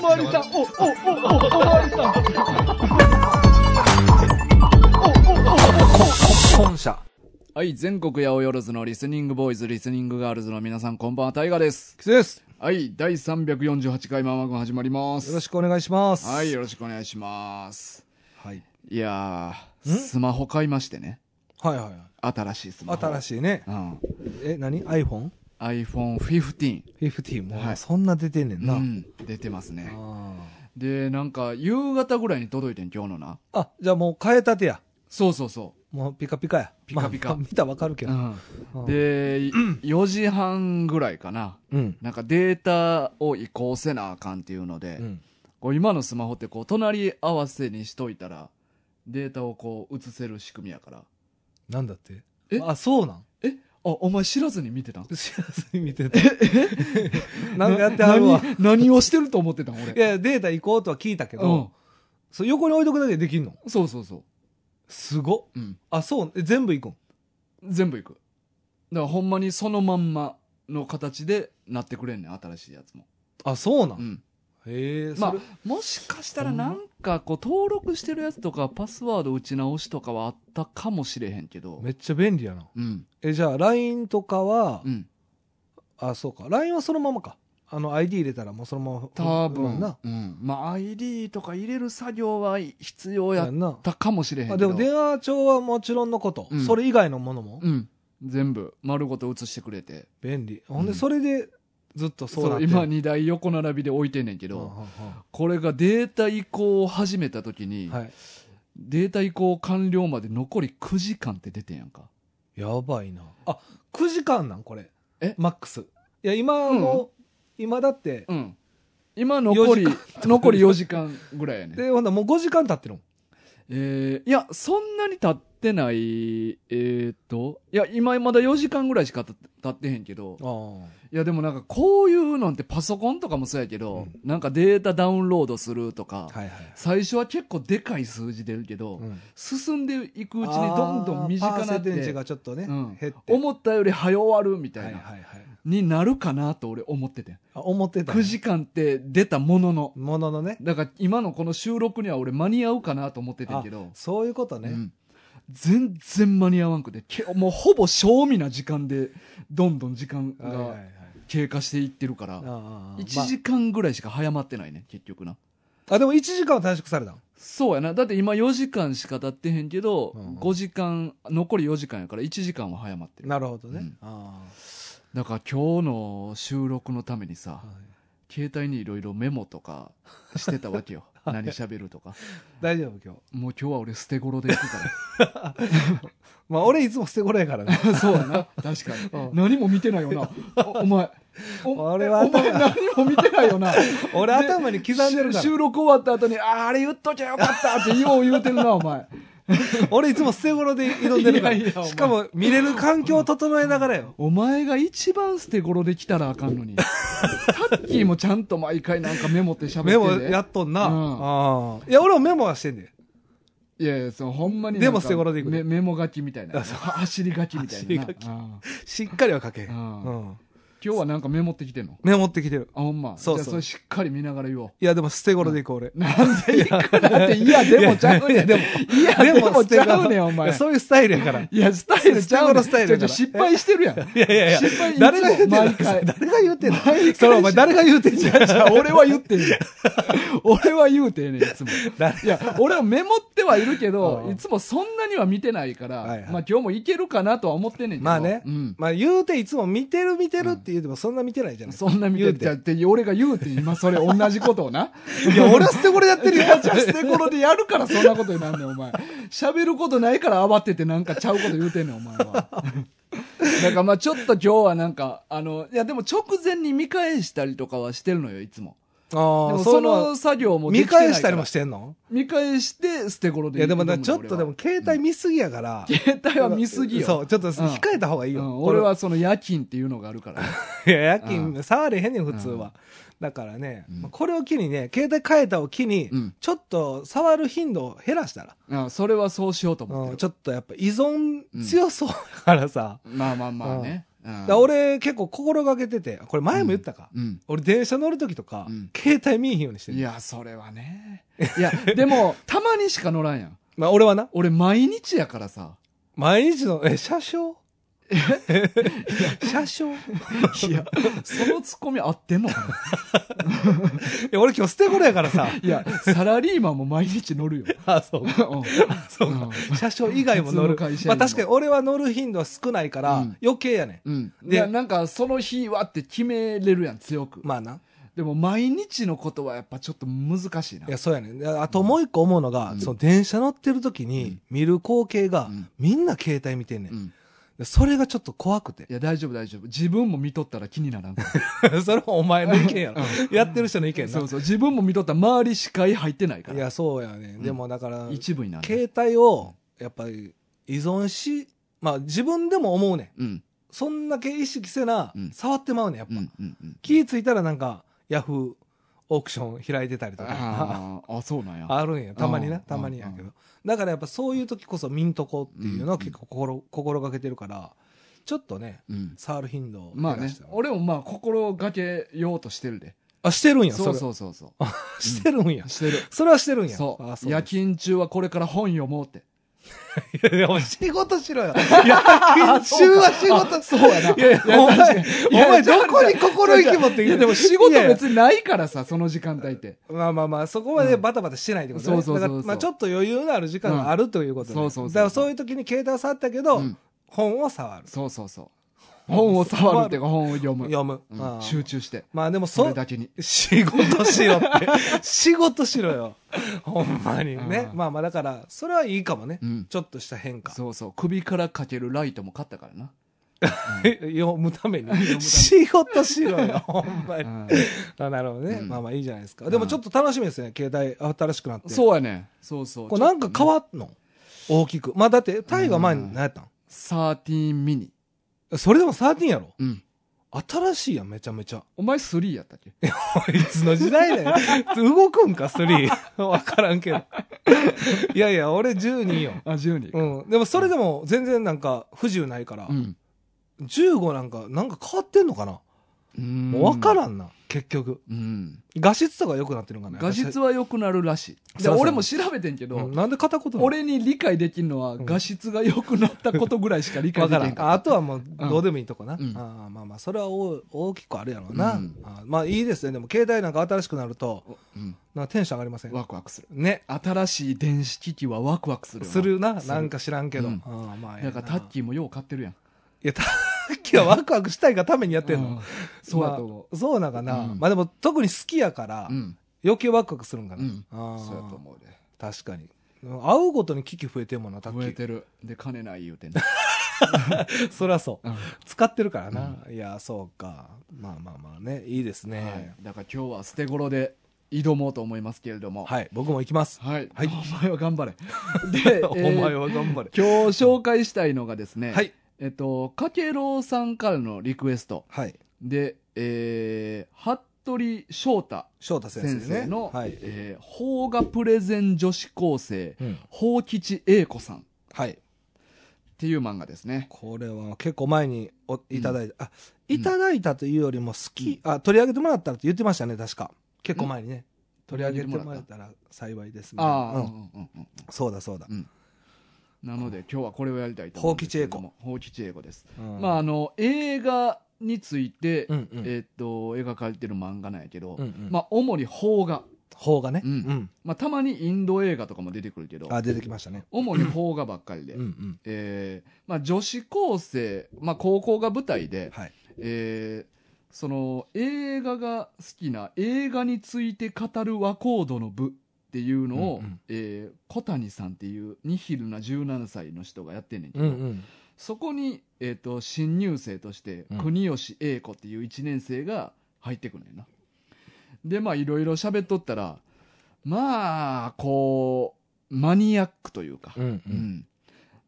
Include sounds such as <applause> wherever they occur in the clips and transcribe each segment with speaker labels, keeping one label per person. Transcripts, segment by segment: Speaker 1: まわりさん、お、お、お、お、おまわりさん。
Speaker 2: 本社。
Speaker 3: はい、全国八百万のリスニングボーイズ、リスニングガールズの皆さん、こんばんは、タイガです。
Speaker 2: キスです。
Speaker 3: はい、第348回ママ軍始まります。
Speaker 2: よろしくお願いします。
Speaker 3: はい、よろしくお願いします。
Speaker 2: はい。
Speaker 3: いやー、
Speaker 2: ん
Speaker 3: スマホ買いましてね。
Speaker 2: はいはいはい。
Speaker 3: 新しいスマホ。
Speaker 2: 新
Speaker 3: しい。
Speaker 2: しいね
Speaker 3: う。ん。
Speaker 2: え、何 ?iPhone?15
Speaker 3: iPhone15。
Speaker 2: も、
Speaker 3: はい
Speaker 2: そんな出てんねん
Speaker 3: う
Speaker 2: な。
Speaker 3: ん、出てますね。
Speaker 2: あ
Speaker 3: で、なんか、夕方ぐらいに届いてん、今日のな。
Speaker 2: ーあ、じゃあもう変えたてや。
Speaker 3: そうそうそ
Speaker 2: もうピカピカや。
Speaker 3: ピカピカ
Speaker 2: まあまあ見たらわかるけ
Speaker 3: う。
Speaker 2: ど。
Speaker 3: うん。で、4時半ぐらいかな。
Speaker 2: うん。
Speaker 3: なんかデータを移行せなあかんっていうので、
Speaker 2: うん。
Speaker 3: こう今のスマホってこう隣合わせにしといたらデータをこう移せる仕組みやから
Speaker 2: なんだって
Speaker 3: え
Speaker 2: あ、そうなん <laughs>
Speaker 3: えあお前知らずに見てたん
Speaker 2: 知らずに見てた。なんかやってはるわ。
Speaker 3: な何何をしてると思ってたん俺
Speaker 2: いや、データ行こうとは聞いたけ
Speaker 3: う
Speaker 2: ど
Speaker 3: ん、
Speaker 2: そう横に置いとくだけでできんの
Speaker 3: そうそうそ
Speaker 2: すごっ。
Speaker 3: う、うん、
Speaker 2: あ、そう。え全部行くん
Speaker 3: 全部いくだからほんまにそのまんまの形でなってくれんねん新しいやつも、
Speaker 2: あ、そうなん、
Speaker 3: うん、
Speaker 2: へえ、
Speaker 3: まあ
Speaker 2: それ
Speaker 3: もしかしたらなんかこう登録してるやつとかパスワード打ち直しとかはあったかもしれへんけど
Speaker 2: めっちゃ便利やな。
Speaker 3: うん
Speaker 2: え、じゃあ LINE とかは、
Speaker 3: うん
Speaker 2: あ、そうか。LINE はそのままか。あの ID 入れたらもうそのまま。
Speaker 3: 多
Speaker 2: う
Speaker 3: 分
Speaker 2: んな。
Speaker 3: うん、まあ ID とか入れる作業は必要や
Speaker 2: や
Speaker 3: っ
Speaker 2: んな。
Speaker 3: たかもしれへんけ
Speaker 2: あ
Speaker 3: ど
Speaker 2: でも電話帳はもちろんのこと、
Speaker 3: うん
Speaker 2: それ以外のものも、
Speaker 3: うん、全部丸ごと写してくれて
Speaker 2: 便利。ほんで、
Speaker 3: うん
Speaker 2: それでずっとそう
Speaker 3: そ
Speaker 2: なっ
Speaker 3: う
Speaker 2: てん
Speaker 3: 今
Speaker 2: の
Speaker 3: 2台横並びで置いてんねんけど、
Speaker 2: うんうん
Speaker 3: これがデータ移行を始めた時に、
Speaker 2: うんはい。
Speaker 3: データ移行完了まで残り9時間って出てんやんか
Speaker 2: やばいな。あ、9時間なんこれ。
Speaker 3: え
Speaker 2: マックス。いや、今も、今だって、
Speaker 3: うん今残り
Speaker 2: 4
Speaker 3: 残り4時間ぐらいやねん
Speaker 2: で、ほんならもう5時間経ってるん。
Speaker 3: えー、いや、そんなに経ってない、えーっと、いや、今まだ4時間ぐらいしか経って経ってへんけど、
Speaker 2: あ
Speaker 3: いやでもなんかこういうのってパソコンとかもそうやけど、なんかデータダウンロードするとか、
Speaker 2: あ。はいはい。
Speaker 3: 最初は結構でかい数字出るけど、
Speaker 2: ん
Speaker 3: 進んでいくうちにどんどん
Speaker 2: あー
Speaker 3: 短
Speaker 2: パー
Speaker 3: な
Speaker 2: セ
Speaker 3: っ
Speaker 2: ンテージ
Speaker 3: て、
Speaker 2: がちょっとね、
Speaker 3: うん
Speaker 2: 減って
Speaker 3: 思ったより早終わるみたいな、
Speaker 2: はいはいはい
Speaker 3: になるかなと俺思ってて。
Speaker 2: あ思ってたね
Speaker 3: 9時間って出たものの、
Speaker 2: もののね
Speaker 3: だから今のこの収録には俺間に合うかなと思っててんけど、
Speaker 2: そういうことね、
Speaker 3: うん全然間に合わんくて、けもうほぼ正味な時間で、どんどん時間
Speaker 2: はいはいは
Speaker 3: が
Speaker 2: い
Speaker 3: 経過していってるから、
Speaker 2: あー
Speaker 3: 1時間ぐらいしか早まってないね、結局な。
Speaker 2: まあ、あでも1時間は短縮されたん
Speaker 3: そうやな。だって今4時間しか経ってへんけど、
Speaker 2: うんうん
Speaker 3: 5時間、残り4時間やから1時間は早まってる。
Speaker 2: なるほどね、
Speaker 3: うん
Speaker 2: あ
Speaker 3: だから今日の収録のために
Speaker 2: ー
Speaker 3: さ
Speaker 2: は、
Speaker 3: 携帯にいろいろメモとかしてたわけ
Speaker 2: <laughs>
Speaker 3: よ。何喋るとか。
Speaker 2: い大丈夫今日
Speaker 3: もう今日は俺捨て頃で行く
Speaker 2: <laughs>
Speaker 3: か
Speaker 2: まあ俺いつも捨て頃
Speaker 3: <laughs>
Speaker 2: やからね
Speaker 3: ら。そうやな。確かに。
Speaker 2: うん
Speaker 3: 何も見てないよな。おお前。お
Speaker 2: <laughs> 俺は
Speaker 3: お前何も見てないよな。
Speaker 2: <laughs> 俺頭に刻んでる
Speaker 3: 収
Speaker 2: から
Speaker 3: 収録終わった後に、あーあれ言っときゃよかったってよう言うてるな、お前。
Speaker 2: 俺いつも捨て頃で挑んでるから
Speaker 3: いやいやお前
Speaker 2: しかも見れる環境を整えながらよ
Speaker 3: お前が一番捨て頃で来たらあかんの
Speaker 2: <laughs>
Speaker 3: に。タッキーもちゃんと毎回なんかメモって喋って
Speaker 2: メモ
Speaker 3: んで
Speaker 2: やっとんな、
Speaker 3: うん
Speaker 2: あーいや俺もメモはしてんで
Speaker 3: いやいや、そのほんまになんか。
Speaker 2: でも捨て頃で行く
Speaker 3: メメモ書きみたいな。は走り書きみたいなな。
Speaker 2: 走り書き
Speaker 3: うん
Speaker 2: しっかりは書けへん、
Speaker 3: うん
Speaker 2: うん
Speaker 3: 今日はなんかメモってきてんの
Speaker 2: メモってきてる
Speaker 3: あ、ほんま。
Speaker 2: そう
Speaker 3: じゃ
Speaker 2: そう
Speaker 3: あそれしっかり見ながら言おう。
Speaker 2: いやでも捨て頃でいこう俺、
Speaker 3: なんで行くなって、いや、でもちゃうねん。でも、いや、でもちゃうねん、お
Speaker 2: い
Speaker 3: 前
Speaker 2: や。そういうスタイルやから。い
Speaker 3: いや、スタイルちゃうねん。
Speaker 2: 捨て頃スタイルやから
Speaker 3: ちょ失敗してるやん。
Speaker 2: やいやいや
Speaker 3: 失敗いつも
Speaker 2: 誰が言うてんの
Speaker 3: 毎回
Speaker 2: 誰が言うてんの
Speaker 3: 毎回
Speaker 2: それお前誰が言うてんじゃん。
Speaker 3: じゃあ俺は言ってんねん。 <laughs> 俺は言うてんねん、いつも。
Speaker 2: 誰
Speaker 3: いや、俺はメモってはいるけ
Speaker 2: う
Speaker 3: ど、
Speaker 2: ん
Speaker 3: いつもそんなには見てないから、
Speaker 2: はいはい
Speaker 3: まあ今日もいけるかなとは思ってんねんけど。
Speaker 2: まあね
Speaker 3: うん。
Speaker 2: まあ言うていつも見てる見てるって言うてもそんな見てないじゃない
Speaker 3: そんな見て
Speaker 2: 言う
Speaker 3: て、だって俺が言うてん今それ同じことをな。
Speaker 2: いや、俺は捨て頃やってるよ。
Speaker 3: じゃあ捨て頃でやるからそんなことになんねん、お前。喋ることないから慌ててなんかちゃうこと言うてんねん、お前は。 <laughs> なんかまあちょっと今日はなんか、あの、いやでも直前に見返したりとかはしてるのよ、いつも。で
Speaker 2: ああ、
Speaker 3: も
Speaker 2: そ
Speaker 3: そ
Speaker 2: の
Speaker 3: の、作業もでき
Speaker 2: 見
Speaker 3: てないから
Speaker 2: 返したりもしてんの
Speaker 3: 見返して捨て頃で
Speaker 2: いや、でも
Speaker 3: 挑むの
Speaker 2: な、ちょっとでも、携帯見すぎやから。
Speaker 3: 俺は携帯は見すぎよ。
Speaker 2: そう、ちょっと控えた方がいい
Speaker 3: うん
Speaker 2: よ。
Speaker 3: 俺はその夜勤っていうのがあるから。
Speaker 2: これ。いや、夜勤、触れへんねん、普通は。だからね、まあこれを機にね、携帯変えたを機に
Speaker 3: うん、
Speaker 2: ちょっと触る頻度を減らしたら。
Speaker 3: うんそれはそうしようと思っ
Speaker 2: う
Speaker 3: て
Speaker 2: ん、
Speaker 3: る。
Speaker 2: ちょっとやっぱ依存強そうだからさ。
Speaker 3: まあまあまあね。うん
Speaker 2: だから俺結構心がけてて、これ前も言ったか。
Speaker 3: うん
Speaker 2: 俺電車乗るときとか、
Speaker 3: うん
Speaker 2: 携帯見えへんようにして
Speaker 3: い
Speaker 2: る。
Speaker 3: や、それはね。いや、でも、たまにしか乗らんやん。
Speaker 2: まあ俺はな、
Speaker 3: 俺、毎日やからさ。
Speaker 2: 毎日の、え、車掌
Speaker 3: <laughs>
Speaker 2: 車掌い
Speaker 3: いや、そのツッコミ合ってんのかな
Speaker 2: や、俺今日捨て頃やからさ。
Speaker 3: いや、サラリーマンも毎日乗るよ。
Speaker 2: あ、そう。
Speaker 3: <laughs> うん
Speaker 2: そうか。車掌以外も乗る。
Speaker 3: 普通の会社
Speaker 2: ま
Speaker 3: 員も
Speaker 2: あ確かに俺は乗る頻度は少ないから、
Speaker 3: うん
Speaker 2: 余計やねん。
Speaker 3: うん。
Speaker 2: で
Speaker 3: で、なんか、その日はって決めれるやん、強く。
Speaker 2: まあな。。
Speaker 3: でも、毎日のことはやっぱちょっと難しいない
Speaker 2: や、そうやねん。であともう一個思うのが、
Speaker 3: うん
Speaker 2: その電車乗ってる時に見る光景が、
Speaker 3: うん
Speaker 2: みんな携帯見てんねん
Speaker 3: う。ん。
Speaker 2: でそれがちょっと怖くて
Speaker 3: い。や、大丈夫、大丈夫。自分も見とったら気にならんから。
Speaker 2: <laughs> それはお前の意見やろ。やってる人の意見
Speaker 3: そ
Speaker 2: な
Speaker 3: う。そう。自分も見とったら、周り視界入ってないか
Speaker 2: い
Speaker 3: ら。
Speaker 2: や、そうやね。でもだから、
Speaker 3: 一部になる。
Speaker 2: 携帯を、やっぱり依存し、まあ自分でも思うねん。
Speaker 3: うん。
Speaker 2: そんだけ意識せな
Speaker 3: うん、
Speaker 2: 触ってまうねん、やっぱ。
Speaker 3: うん。うん。うん。
Speaker 2: 気付いたらなんか、ヤフーオークション開いてたりとか。
Speaker 3: あーあ、そうなんや。
Speaker 2: <laughs> あるんや。たまに
Speaker 3: う
Speaker 2: な、
Speaker 3: ん
Speaker 2: たまにやけど。だからやっぱそういう時こそ見んとこっていうのは結構心,、心がけてるから、ちょっとね、
Speaker 3: うん。
Speaker 2: 触る頻度を減
Speaker 3: まあ
Speaker 2: ら
Speaker 3: ね
Speaker 2: した、ら
Speaker 3: 俺もまあ心がけようとしてるで。
Speaker 2: あ、してるんや、そ
Speaker 3: そ
Speaker 2: れ
Speaker 3: う
Speaker 2: は。
Speaker 3: そうそうそ
Speaker 2: してるんや
Speaker 3: う。。してる。
Speaker 2: それはしてるんや。
Speaker 3: そ
Speaker 2: あ
Speaker 3: う。夜勤中はこれから本読もうって。
Speaker 2: いや、お前仕事しろよ。いや、研修は仕事
Speaker 3: あそうやな。
Speaker 2: いやいや、お前、お
Speaker 3: いや
Speaker 2: 前どこに心意気持って
Speaker 3: い
Speaker 2: 言
Speaker 3: や
Speaker 2: う
Speaker 3: でも仕事
Speaker 2: いやいや
Speaker 3: 別にないからさ、その時間帯って。
Speaker 2: まあまあまあ、そこまでバタバタしてないってことね。
Speaker 3: うんそうそうそうそう
Speaker 2: だからまあちょっと余裕のある時間があるということね
Speaker 3: うんそうそうそう
Speaker 2: だからそういう時に携帯を触ったけど、
Speaker 3: うん
Speaker 2: 本を触る。
Speaker 3: そうそうそう。本を触るっていうか本を読む。
Speaker 2: 読む。
Speaker 3: うん
Speaker 2: ああ
Speaker 3: 集中して。
Speaker 2: まあでも
Speaker 3: そ
Speaker 2: そ
Speaker 3: れ
Speaker 2: う、
Speaker 3: だけに。
Speaker 2: 仕事しろって。仕事しろよ。ほんまにね。
Speaker 3: うん
Speaker 2: まあまあだから、それはいいかもね。
Speaker 3: うん
Speaker 2: ちょっとした変化。
Speaker 3: そうそう。首からかけるライトも買ったから <laughs> な。
Speaker 2: 読むため
Speaker 3: むため
Speaker 2: に。仕事しろよ。ほんま
Speaker 3: う
Speaker 2: に。
Speaker 3: ん
Speaker 2: あなるほどね、
Speaker 3: うん
Speaker 2: まあまあいいじゃないですか。でもちょっと楽しみですね、携帯新しくなって。
Speaker 3: そうやね。そうそう。
Speaker 2: これなんか変
Speaker 3: っ
Speaker 2: わんの大きく。まあだって、タイが前に何やったん、
Speaker 3: 13ミニ。
Speaker 2: それでも13やろ
Speaker 3: うん。
Speaker 2: 新しいやん、めちゃめちゃ。
Speaker 3: お前3やったっけ
Speaker 2: こいつの時代だよ。動くんか、3。
Speaker 3: <laughs>
Speaker 2: わからんけど。いやいや、俺12よ。
Speaker 3: あ、12
Speaker 2: う。ん。でもそれでも全然なんか不自由ないから、
Speaker 3: うん。
Speaker 2: 15なんか、なんか変わってんのかな、
Speaker 3: うん
Speaker 2: もうわからんな、結局。
Speaker 3: うん。
Speaker 2: 画質とか良くなってるんかな
Speaker 3: 画質は良くなるらしい。で
Speaker 2: そうそう
Speaker 3: 俺も調べてんけど、
Speaker 2: うんなんで片言なの
Speaker 3: 俺に理解できんのは
Speaker 2: ん
Speaker 3: 画質が良くなったことぐらいしか理解
Speaker 2: わ
Speaker 3: で
Speaker 2: か
Speaker 3: き
Speaker 2: ら
Speaker 3: へん
Speaker 2: ん
Speaker 3: か
Speaker 2: あ
Speaker 3: った。
Speaker 2: とはもうどうでもいいとこな、
Speaker 3: うん
Speaker 2: あーまあまあそれは大大きくあるやろうな、
Speaker 3: うん
Speaker 2: あーまあいいですねでも携帯なんか新しくなると
Speaker 3: うん
Speaker 2: なんかテンション上がりません
Speaker 3: ワクワクする。
Speaker 2: ね
Speaker 3: 新しい電子機器はワクワクするわ
Speaker 2: するな
Speaker 3: する
Speaker 2: なんか知らんけど、
Speaker 3: うん
Speaker 2: あーまあええ
Speaker 3: なんかタッキーもよう買ってるやん。
Speaker 2: いやタッキーはワクワクしたいがためにやってんの、
Speaker 3: うんそうやと思
Speaker 2: まあそうなんかな、
Speaker 3: うん
Speaker 2: まあでも特に好きやから、
Speaker 3: う。うん。
Speaker 2: 余計ワクワクするんかな、
Speaker 3: うん
Speaker 2: あー
Speaker 3: そうやと思うで。
Speaker 2: 確かに会うごとに機器増えてんもんなタッ
Speaker 3: 増え
Speaker 2: キー
Speaker 3: てる。で、金ない言うてんの
Speaker 2: そりゃそう
Speaker 3: うん
Speaker 2: 使ってるからな、いやそうかまあまあまあねいいですね
Speaker 3: はいだから今日は捨て頃で挑もうと思いますけれども。
Speaker 2: はい、僕も行きます
Speaker 3: はい。
Speaker 2: はい
Speaker 3: お前は頑 <laughs> 張れ。で、えー
Speaker 2: <laughs> お前は頑張れ。
Speaker 3: 今日紹介したいのがですね、
Speaker 2: はい。
Speaker 3: えっと、かけろうさんからのリクエスト
Speaker 2: はい。
Speaker 3: で、えー、服部翔太
Speaker 2: 翔太先生
Speaker 3: 先
Speaker 2: ね。
Speaker 3: 生の、
Speaker 2: はい。
Speaker 3: えー邦画プレゼン女子高生、
Speaker 2: うん
Speaker 3: 邦吉英子さんっ
Speaker 2: はい。
Speaker 3: ていう漫画ですね。
Speaker 2: これは結構前においただいた、あ、いただいたというよりも好き、あ、取り上げてもらったらって言ってましたね、確か。結構前にね。取り上げてもらったら幸いですね。
Speaker 3: ああ、
Speaker 2: う
Speaker 3: うん
Speaker 2: ん
Speaker 3: うんうん
Speaker 2: そうだそうだ。
Speaker 3: なので今日はこれをやりたいと思うんですけども。邦吉英子です。
Speaker 2: うん
Speaker 3: まあ、あの、映画について、
Speaker 2: うんうん。
Speaker 3: えっと、描かれてる漫画なんやけど、
Speaker 2: うんうん
Speaker 3: まあ、主に邦画。
Speaker 2: 方がね。
Speaker 3: うんまあ、たまにインド映画とかも出てくるけど
Speaker 2: うん、あ、出てきましたね。
Speaker 3: 主に邦画ばっかりで、
Speaker 2: うんうん。
Speaker 3: えーまあ、女子高生、まあ、高校が舞台で、
Speaker 2: はい。
Speaker 3: えーその映画が好きな映画について語る和コードの部っていうのを、
Speaker 2: うんうん
Speaker 3: えー小谷さんっていうニヒルな17歳の人がやってんねんけ
Speaker 2: う
Speaker 3: ど、
Speaker 2: んうん。
Speaker 3: そこに、えー、と新入生として、
Speaker 2: うん
Speaker 3: 国吉英子っていう1年生が入ってくんねんなでまあいろいろ喋っとったらまあこうマニアックというか、
Speaker 2: うんう。
Speaker 3: うんん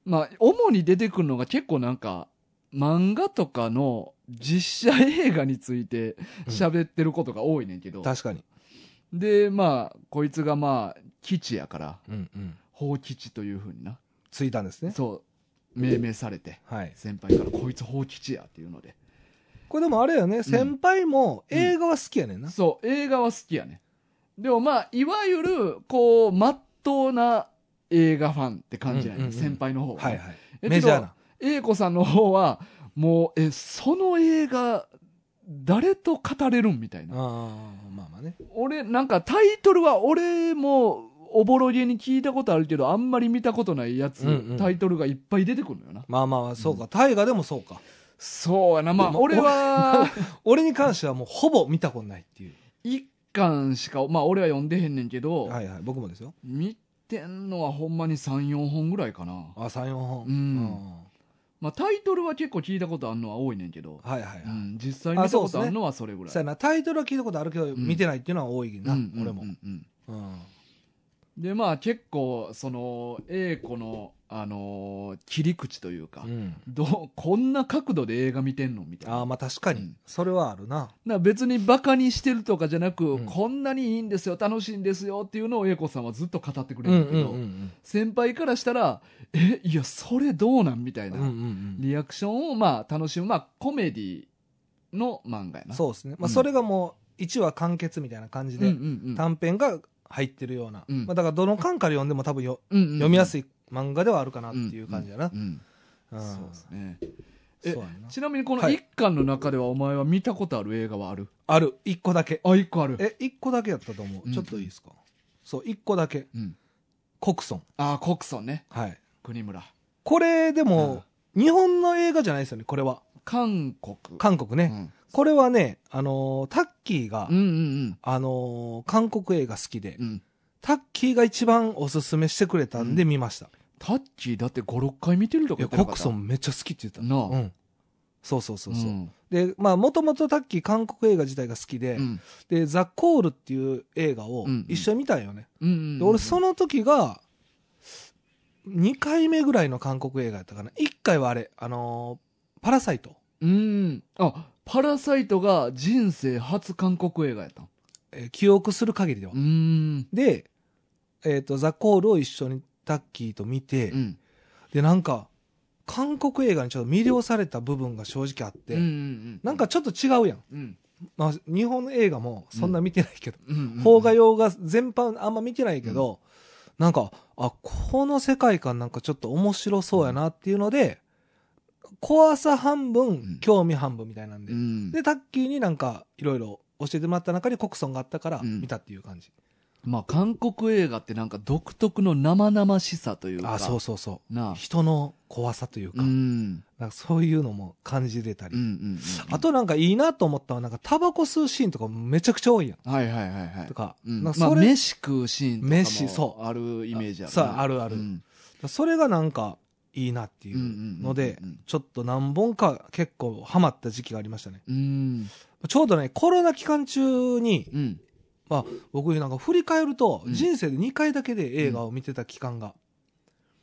Speaker 3: まあ、主に出てくるのが結構なんか、漫画とかの実写映画について喋ってることが多いねんけど、
Speaker 2: 確かに。
Speaker 3: で、まあ、こいつがまあ、基地やから、
Speaker 2: うんうん。
Speaker 3: 法基地というふうにな、
Speaker 2: ついたんですね。
Speaker 3: そ命名されて、
Speaker 2: はい。
Speaker 3: 先輩からこいつ放吉やっていうので。
Speaker 2: これでもあれよね、先輩も映画は好きやねんな。
Speaker 3: そう、映画は好きやね。でもまあ、いわゆる、こう、まっとうな映画ファンって感じなん
Speaker 2: うん
Speaker 3: や、
Speaker 2: うんうん
Speaker 3: 先輩の方
Speaker 2: はい
Speaker 3: い。
Speaker 2: はい。
Speaker 3: え
Speaker 2: メジャーな。
Speaker 3: 英子さんの方は、もう、え、その映画、誰と語れるんみたい
Speaker 2: あ
Speaker 3: な。
Speaker 2: あ、まあまあね。
Speaker 3: 俺、なんかタイトルは俺も、おぼろげに聞いたことあるけど、あんまり見たことないやつ、
Speaker 2: うんうん
Speaker 3: タイトルがいっぱい出てくるのよな。
Speaker 2: まあまあ、そうか。大河でもそうか。
Speaker 3: そうやな、まあ、
Speaker 2: まあ
Speaker 3: 俺は、
Speaker 2: <laughs> 俺に関してはもうほぼ見たことないっていう。
Speaker 3: 一巻しか、まあ、俺は読んでへんねんけど、
Speaker 2: はいはい。僕もですよ。
Speaker 3: 見てんのはほんまに3、4本ぐらいかな。
Speaker 2: あ、3、4本。
Speaker 3: うんまあ、タイトルは結構聞いたことあるのは多いねんけど、
Speaker 2: はいはいはい。
Speaker 3: うん、実際に見たことあるのはそれぐらい。
Speaker 2: そうやな、タイトルは聞いたことあるけど、
Speaker 3: ん
Speaker 2: 見てないっていうのは多いな、
Speaker 3: うんうん
Speaker 2: 俺も
Speaker 3: う。んうん
Speaker 2: うん。
Speaker 3: で、まあ結構、その、英子の、あのー切り口というか、
Speaker 2: うん
Speaker 3: どうこんな角度で映画見てんのみたい
Speaker 2: ああ、
Speaker 3: な。
Speaker 2: まあ確か
Speaker 3: う
Speaker 2: に
Speaker 3: ん。
Speaker 2: それはあるな。
Speaker 3: な別にバカにしてるとかじゃなく、
Speaker 2: うん
Speaker 3: こんなにいいんですよ、楽しいんですよっていうのを英子さんはずっと語ってくれ
Speaker 2: うん
Speaker 3: る
Speaker 2: うん
Speaker 3: だけど、
Speaker 2: ん
Speaker 3: 先輩からしたら、え、いや、それどうなんみたい
Speaker 2: うん。
Speaker 3: な。
Speaker 2: うんうん
Speaker 3: リアクションをまあ楽しむ、まあコメディの漫画や
Speaker 2: うん。
Speaker 3: な。
Speaker 2: そうですね。ま
Speaker 3: う
Speaker 2: あ
Speaker 3: ん
Speaker 2: それがもう、1話完結みたいな感じ
Speaker 3: うんう
Speaker 2: で、
Speaker 3: ん
Speaker 2: 短編が入ってるような。
Speaker 3: うん
Speaker 2: まあだからどの巻から読んでも多分よ
Speaker 3: うん、
Speaker 2: 読みや
Speaker 3: い
Speaker 2: すい漫画ではあるかなっていう感じやな。
Speaker 3: うん
Speaker 2: う
Speaker 3: うん
Speaker 2: ん
Speaker 3: うんそうですね。え
Speaker 2: そうやな
Speaker 3: ちなみにこの
Speaker 2: はい
Speaker 3: 一巻の中ではお前は見たことある映画はある
Speaker 2: ある。1個だけ。
Speaker 3: あ、一個ある。
Speaker 2: え、1個だけやったと思
Speaker 3: う
Speaker 2: う。
Speaker 3: ん
Speaker 2: ちょっといいですか。そう、1個だけ。
Speaker 3: うん。
Speaker 2: コクソン。
Speaker 3: あー、コクソンね。
Speaker 2: はい。
Speaker 3: 国村。
Speaker 2: これでも、日本の映画じゃないですよね、これは。
Speaker 3: 韓国。
Speaker 2: 韓国ね。
Speaker 3: ね。
Speaker 2: これはね、あのータッキーが、
Speaker 3: うんうん
Speaker 2: あのー韓国映画好きで、
Speaker 3: うん。うん。
Speaker 2: タッキーが一番おすすめしてくれたんで見ました。
Speaker 3: タッチーだって5、6回見てるとか言
Speaker 2: いや、
Speaker 3: ってな
Speaker 2: コ
Speaker 3: かっ
Speaker 2: ク
Speaker 3: た
Speaker 2: ソンめっちゃ好きって言ってた。
Speaker 3: なあ
Speaker 2: うん。そうそうそうそう。
Speaker 3: ん
Speaker 2: で、まあ、もともとタッキー韓国映画自体が好きで、
Speaker 3: うん。
Speaker 2: で、ザ・コールっていう映画を
Speaker 3: うんうん
Speaker 2: 一緒に見たんよね。
Speaker 3: うんうん。
Speaker 2: で俺、その時が、2回目ぐらいの韓国映画やったかな。1回はあれ、あのーパラサイト。
Speaker 3: うん。あ、パラサイトが人生初韓国映画やったん
Speaker 2: えー記憶する限りでは。
Speaker 3: うん。
Speaker 2: で、えっ、と、ザ・コールを一緒にタッキーと見て、
Speaker 3: うん。
Speaker 2: で、なんか、韓国映画にちょっと魅了された部分が正直あって、
Speaker 3: うんうんうん、
Speaker 2: なんかちょっと違うやん。
Speaker 3: うん、
Speaker 2: まあ、日本の映画もそんな見てないけど、
Speaker 3: うんうんうん
Speaker 2: 邦画洋画全般あんま見てないけど、なんか、あ、この世界観なんかちょっと面白そうやなっていうので、怖さ半分、
Speaker 3: ん
Speaker 2: 興味半分みたいなんで。
Speaker 3: うん
Speaker 2: で、タッキーになんかいろいろ教えてもらった中にコクソンがあったから
Speaker 3: うん
Speaker 2: 見たっていう感じ。
Speaker 3: まあ韓国映画ってなんか独特の生々しさというか
Speaker 2: あ、そうそうそう。
Speaker 3: なあ
Speaker 2: 人の怖さという
Speaker 3: う
Speaker 2: か、
Speaker 3: ん
Speaker 2: なんかそういうのも感じれた
Speaker 3: うんう
Speaker 2: り。
Speaker 3: んうん
Speaker 2: あとなんかいいなと思ったのは、なんかタバコ吸うシーンとかめちゃくちゃ多いやん。
Speaker 3: はいはいはいはい
Speaker 2: とか、
Speaker 3: うん
Speaker 2: なんか
Speaker 3: まあ
Speaker 2: それ、
Speaker 3: 飯食うシーンとかも
Speaker 2: 飯そう
Speaker 3: あるイメージあるな
Speaker 2: そうあるある
Speaker 3: うん
Speaker 2: それがなんかいいなってい
Speaker 3: んうんうん
Speaker 2: うので
Speaker 3: うん、
Speaker 2: ちょっと何本か結構ハマった時期がありましたね。
Speaker 3: うん
Speaker 2: ちょうどね、コロナ期間中に、
Speaker 3: うん
Speaker 2: まあ僕なんか振り返ると、
Speaker 3: うん
Speaker 2: 人生で2回だけで映画を見てた期間が、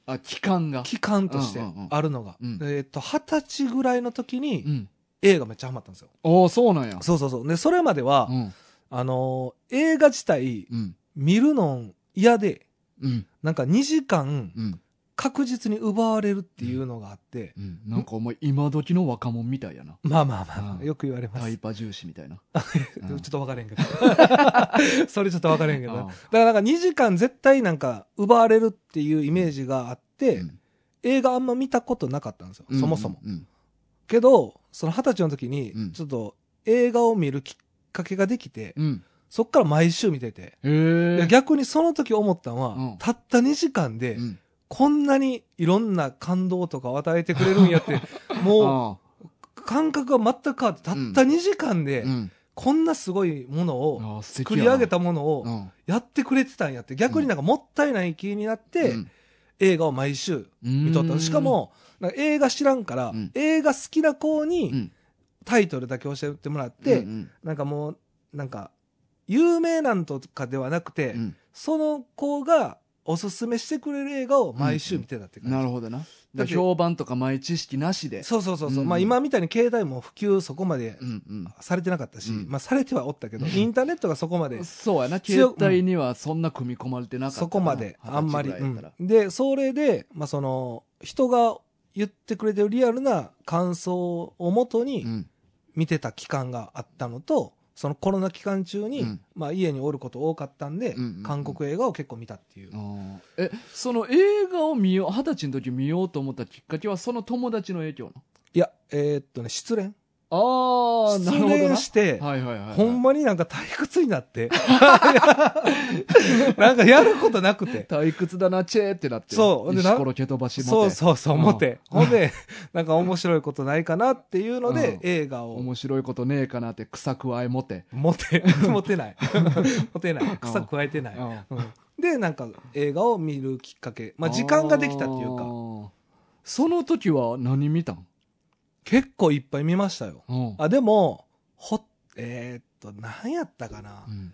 Speaker 3: あ期間が
Speaker 2: 期間として
Speaker 3: うんうんうん
Speaker 2: あるのが、
Speaker 3: うん
Speaker 2: えっと、20歳ぐらいの時
Speaker 3: う
Speaker 2: に
Speaker 3: ん
Speaker 2: 映画めっちゃハマったんですよ。
Speaker 3: おおそうなんや
Speaker 2: そうそうそう。で、それまでは、
Speaker 3: うん
Speaker 2: あのー映画自体
Speaker 3: うん
Speaker 2: 見るの嫌で、
Speaker 3: うん
Speaker 2: なんか2時間
Speaker 3: うん
Speaker 2: 確実に奪われるっていうのがあって、
Speaker 3: うんなんかお前今時の若者みたいやな
Speaker 2: まあまあま
Speaker 3: うん
Speaker 2: あ、よく言われま
Speaker 3: タ
Speaker 2: す
Speaker 3: イ。パ重視みたいな
Speaker 2: <laughs> ち
Speaker 3: う
Speaker 2: ょ
Speaker 3: ん
Speaker 2: っと分からへんけど。それちょっと分からへんけど。
Speaker 3: あ
Speaker 2: <laughs> だ
Speaker 3: あ
Speaker 2: からなんか2時間絶対なんか奪われるっていうイメージがあって、
Speaker 3: うん
Speaker 2: 映画あんま見たことなかったんですよ、そもそも。
Speaker 3: うん
Speaker 2: けど、その二十歳の時
Speaker 3: う
Speaker 2: に
Speaker 3: ん、
Speaker 2: ちょっと映画を見るきっかけができて、
Speaker 3: うん
Speaker 2: そっから毎週見てて。
Speaker 3: うんへ
Speaker 2: で
Speaker 3: え
Speaker 2: 逆にその時思ったのは、
Speaker 3: うん
Speaker 2: たった2時間で、
Speaker 3: うん
Speaker 2: こんなにいろんな感動とかを与えてくれるんやって、も
Speaker 3: あ
Speaker 2: う感覚が全く変わって、たった2時間で
Speaker 3: あう、ん
Speaker 2: こんなすごいものを、
Speaker 3: ああ素敵や
Speaker 2: 作り
Speaker 3: な
Speaker 2: 上げたもの
Speaker 3: う
Speaker 2: を
Speaker 3: ん
Speaker 2: やってくれてたんやって、逆になんかもったいない気になって、映画を毎週見とった。しか、も、なんか映画知らんから、
Speaker 3: うん
Speaker 2: 映画好きな子
Speaker 3: うんう
Speaker 2: に
Speaker 3: ん
Speaker 2: タイトルだけ教えてもらって、
Speaker 3: うん
Speaker 2: なんかもう、なんか、有名なんとかではなくて、
Speaker 3: うんうん
Speaker 2: その子がおすすめしてくれる映画を毎週見てたって感じ。
Speaker 3: なるほどな。
Speaker 2: だって
Speaker 3: 評判とか前知識なしで。
Speaker 2: そうそうそうそう。
Speaker 3: うん
Speaker 2: まあ今みたいに携帯も普及そこまで
Speaker 3: うん
Speaker 2: されてなかったし、
Speaker 3: うん
Speaker 2: まあされてはおったけど、インターネットがそこま
Speaker 3: う
Speaker 2: で
Speaker 3: ん。そうやな。携
Speaker 2: 強く
Speaker 3: 帯にはそんな組み込まれてなかったな。
Speaker 2: そこまで、あんまり。
Speaker 3: 二十歳ぐらいやったら
Speaker 2: うんで、それで、まあ、その、人が言ってくれてるリアルな感想をもとに
Speaker 3: うん
Speaker 2: 見てた期間があったのと、そのコロナ期間中に、
Speaker 3: うん
Speaker 2: まあ家におること多かったんで、
Speaker 3: うんうんうん
Speaker 2: 韓国映画を結構見たっていう。
Speaker 3: あーえその映画を見よう二十歳の時見ようと思ったきっかけはその友達の影響
Speaker 2: いや、えーっとね、失恋。
Speaker 3: なのああな
Speaker 2: 失
Speaker 3: るほどな
Speaker 2: 恋して、
Speaker 3: はいはいはいはい
Speaker 2: ほんまになんか退屈になって。 <laughs> なんかやることなくて。
Speaker 3: 退屈だなチェーってなって
Speaker 2: そうでな
Speaker 3: 石ころ蹴飛ばし
Speaker 2: そう
Speaker 3: う
Speaker 2: そうそう、思って。ほんで、なんか面白いことないかなっていうの
Speaker 3: うん
Speaker 2: で、映画を。
Speaker 3: 面白いことねえかなって草くわえ持て <laughs>
Speaker 2: 持て、持てない。持てない。草加えてない。
Speaker 3: あ
Speaker 2: うんで、なんか映画を見るきっかけ。まあ時間ができたっていうか、
Speaker 3: かその時は何見たん
Speaker 2: 結構いっぱい見ましたよ。
Speaker 3: うん
Speaker 2: あ、でも、ほ、えーっと、何やったかな
Speaker 3: う。ん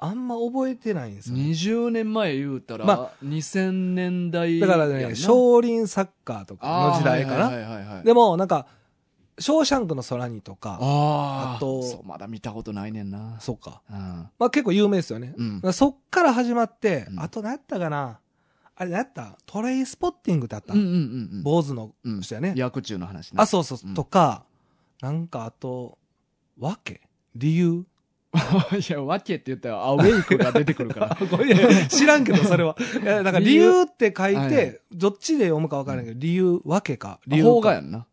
Speaker 2: あんま覚えてないんですよね。
Speaker 3: 20年前言うたら、
Speaker 2: ま
Speaker 3: 2000年代
Speaker 2: だから
Speaker 3: やん
Speaker 2: ね、
Speaker 3: な
Speaker 2: 少林サッカーとか
Speaker 3: あー
Speaker 2: の時代か
Speaker 3: は
Speaker 2: な。
Speaker 3: いはいはいはい
Speaker 2: でも、なんか、ショーシャンクの空にとか、
Speaker 3: あー
Speaker 2: あと
Speaker 3: そうまだ見たことないねんな
Speaker 2: そうか。
Speaker 3: うん
Speaker 2: まあ結構有名ですよね。
Speaker 3: うん
Speaker 2: そっから始まって、
Speaker 3: うん
Speaker 2: あと何やったかなあれ何やったトレインスポッティングってあった、
Speaker 3: うんうんうん
Speaker 2: 坊主の
Speaker 3: うん
Speaker 2: 人やね。
Speaker 3: 薬中の話ね
Speaker 2: あ、そうそう、
Speaker 3: うん
Speaker 2: とか、なんかあと、わけ理由
Speaker 3: いや、わけって言ったら、アウェイクが出てくる <laughs> から。
Speaker 2: 知らんけど、それ <laughs> は。いや、なんか理由って書いて、
Speaker 3: はいはい
Speaker 2: どっちで読むか分からないけど、理由、わけか、理由か。
Speaker 3: 邦画やんな。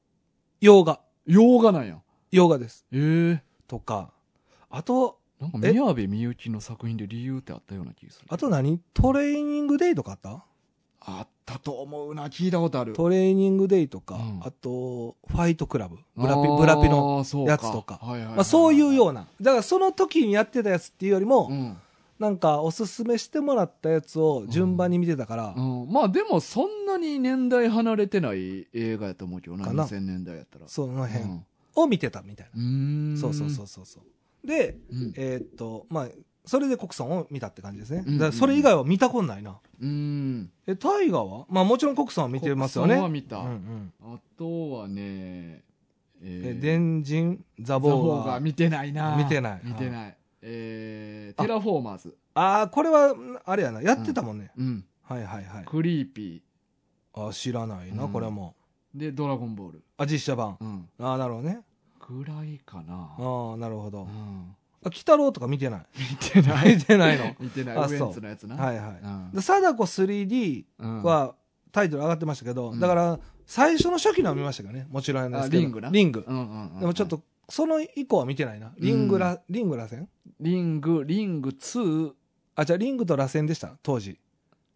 Speaker 2: 洋画。
Speaker 3: 洋画なんや。
Speaker 2: 洋画です。
Speaker 3: ええ
Speaker 2: とか、あと、
Speaker 3: なんか、
Speaker 2: え
Speaker 3: 宮部みゆきの作品で理由ってあったような気がする。
Speaker 2: あと何トレーニングデイとかあった
Speaker 3: あったと思うな、聞いたことある。
Speaker 2: トレーニングデイとか、
Speaker 3: うん
Speaker 2: あと、ファイトクラブ。ブラピ、ブラピの。
Speaker 3: あーそう
Speaker 2: やつとか
Speaker 3: はいはいはい
Speaker 2: まあ、そういうような。だからその時にやってたやつっていうよりも、
Speaker 3: うん。
Speaker 2: なんかおすすめしてもらったやつを順番に見てたから、
Speaker 3: うんまあ、でも、そんなに年代離れてない映画やと思うけどな、
Speaker 2: かな
Speaker 3: 2000年代やったら。
Speaker 2: その辺
Speaker 3: う
Speaker 2: を見てたみたいな。
Speaker 3: ん。うーん
Speaker 2: そうそうそうそうそう。で、
Speaker 3: うん。
Speaker 2: えーっと、まあ、それで国産を見たって感じですね。
Speaker 3: うん
Speaker 2: だからそれ以外は見たことないな。
Speaker 3: うん。
Speaker 2: え、大河はまあもちろん国産は見てますよね。
Speaker 3: 国産は見た
Speaker 2: うんうん。
Speaker 3: あとはね、え
Speaker 2: え、
Speaker 3: ー
Speaker 2: 電人、ザ
Speaker 3: ザボ
Speaker 2: ボ
Speaker 3: ー
Speaker 2: ーが
Speaker 3: が。見てないな
Speaker 2: 見てない
Speaker 3: 見てないえー、テラフォーマーズ
Speaker 2: ああ、これは、あれやな。やってたもんね。
Speaker 3: うん
Speaker 2: はいはいはい。
Speaker 3: クリーピ
Speaker 2: あ知らないな、
Speaker 3: うん
Speaker 2: これも。
Speaker 3: ーでドラゴンボール
Speaker 2: あ、実写版。
Speaker 3: うん
Speaker 2: ああ、なるほどね。
Speaker 3: ぐらいかな
Speaker 2: ああ、なるほど
Speaker 3: う。ん
Speaker 2: あ、鬼太郎とか見てない。
Speaker 3: 見てな
Speaker 2: <laughs> 見てない
Speaker 3: <laughs>
Speaker 2: の。
Speaker 3: 見てない
Speaker 2: あ
Speaker 3: ウエ
Speaker 2: そう
Speaker 3: ンツのやつな
Speaker 2: はいいはい。で、貞子 3D はタイトル上がってましたけど、
Speaker 3: うん
Speaker 2: だから、最初の初期のは見ましたけどね。もちろんなんですけ
Speaker 3: あ
Speaker 2: ど。
Speaker 3: リングな
Speaker 2: リング。
Speaker 3: で
Speaker 2: でもちょっと、その以降は見てないな。リングら、リングらせん
Speaker 3: リングリング2
Speaker 2: あ、じゃあリングとらせんでした、当時。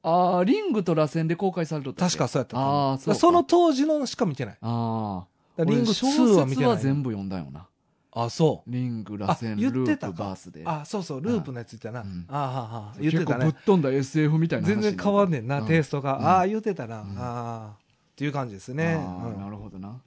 Speaker 3: あーリングと螺旋で公開されとったっけ
Speaker 2: 確かそうやったと思
Speaker 3: あー
Speaker 2: だ
Speaker 3: そう
Speaker 2: から
Speaker 3: か
Speaker 2: その当時のしか見てない。
Speaker 3: あ
Speaker 2: だ
Speaker 3: あ
Speaker 2: からリング2は見て
Speaker 3: は
Speaker 2: ない。
Speaker 3: 全部読んだよな
Speaker 2: あ、そ
Speaker 3: リング螺旋
Speaker 2: あ言
Speaker 3: ル
Speaker 2: って
Speaker 3: ー
Speaker 2: たか
Speaker 3: プバースで
Speaker 2: う。あ、そうそう、ループのやつ言ったな。あ
Speaker 3: うん
Speaker 2: あはは言っ
Speaker 3: 結
Speaker 2: て
Speaker 3: 構
Speaker 2: た
Speaker 3: ぶっ
Speaker 2: ね。
Speaker 3: 飛んだ SF みたいな話
Speaker 2: 全
Speaker 3: に
Speaker 2: 然変わんねんな、
Speaker 3: う
Speaker 2: テイストが。
Speaker 3: うん
Speaker 2: ああ、言ってたな。
Speaker 3: ん
Speaker 2: ああ。っていう感じですね。
Speaker 3: あー
Speaker 2: うん
Speaker 3: なるほどな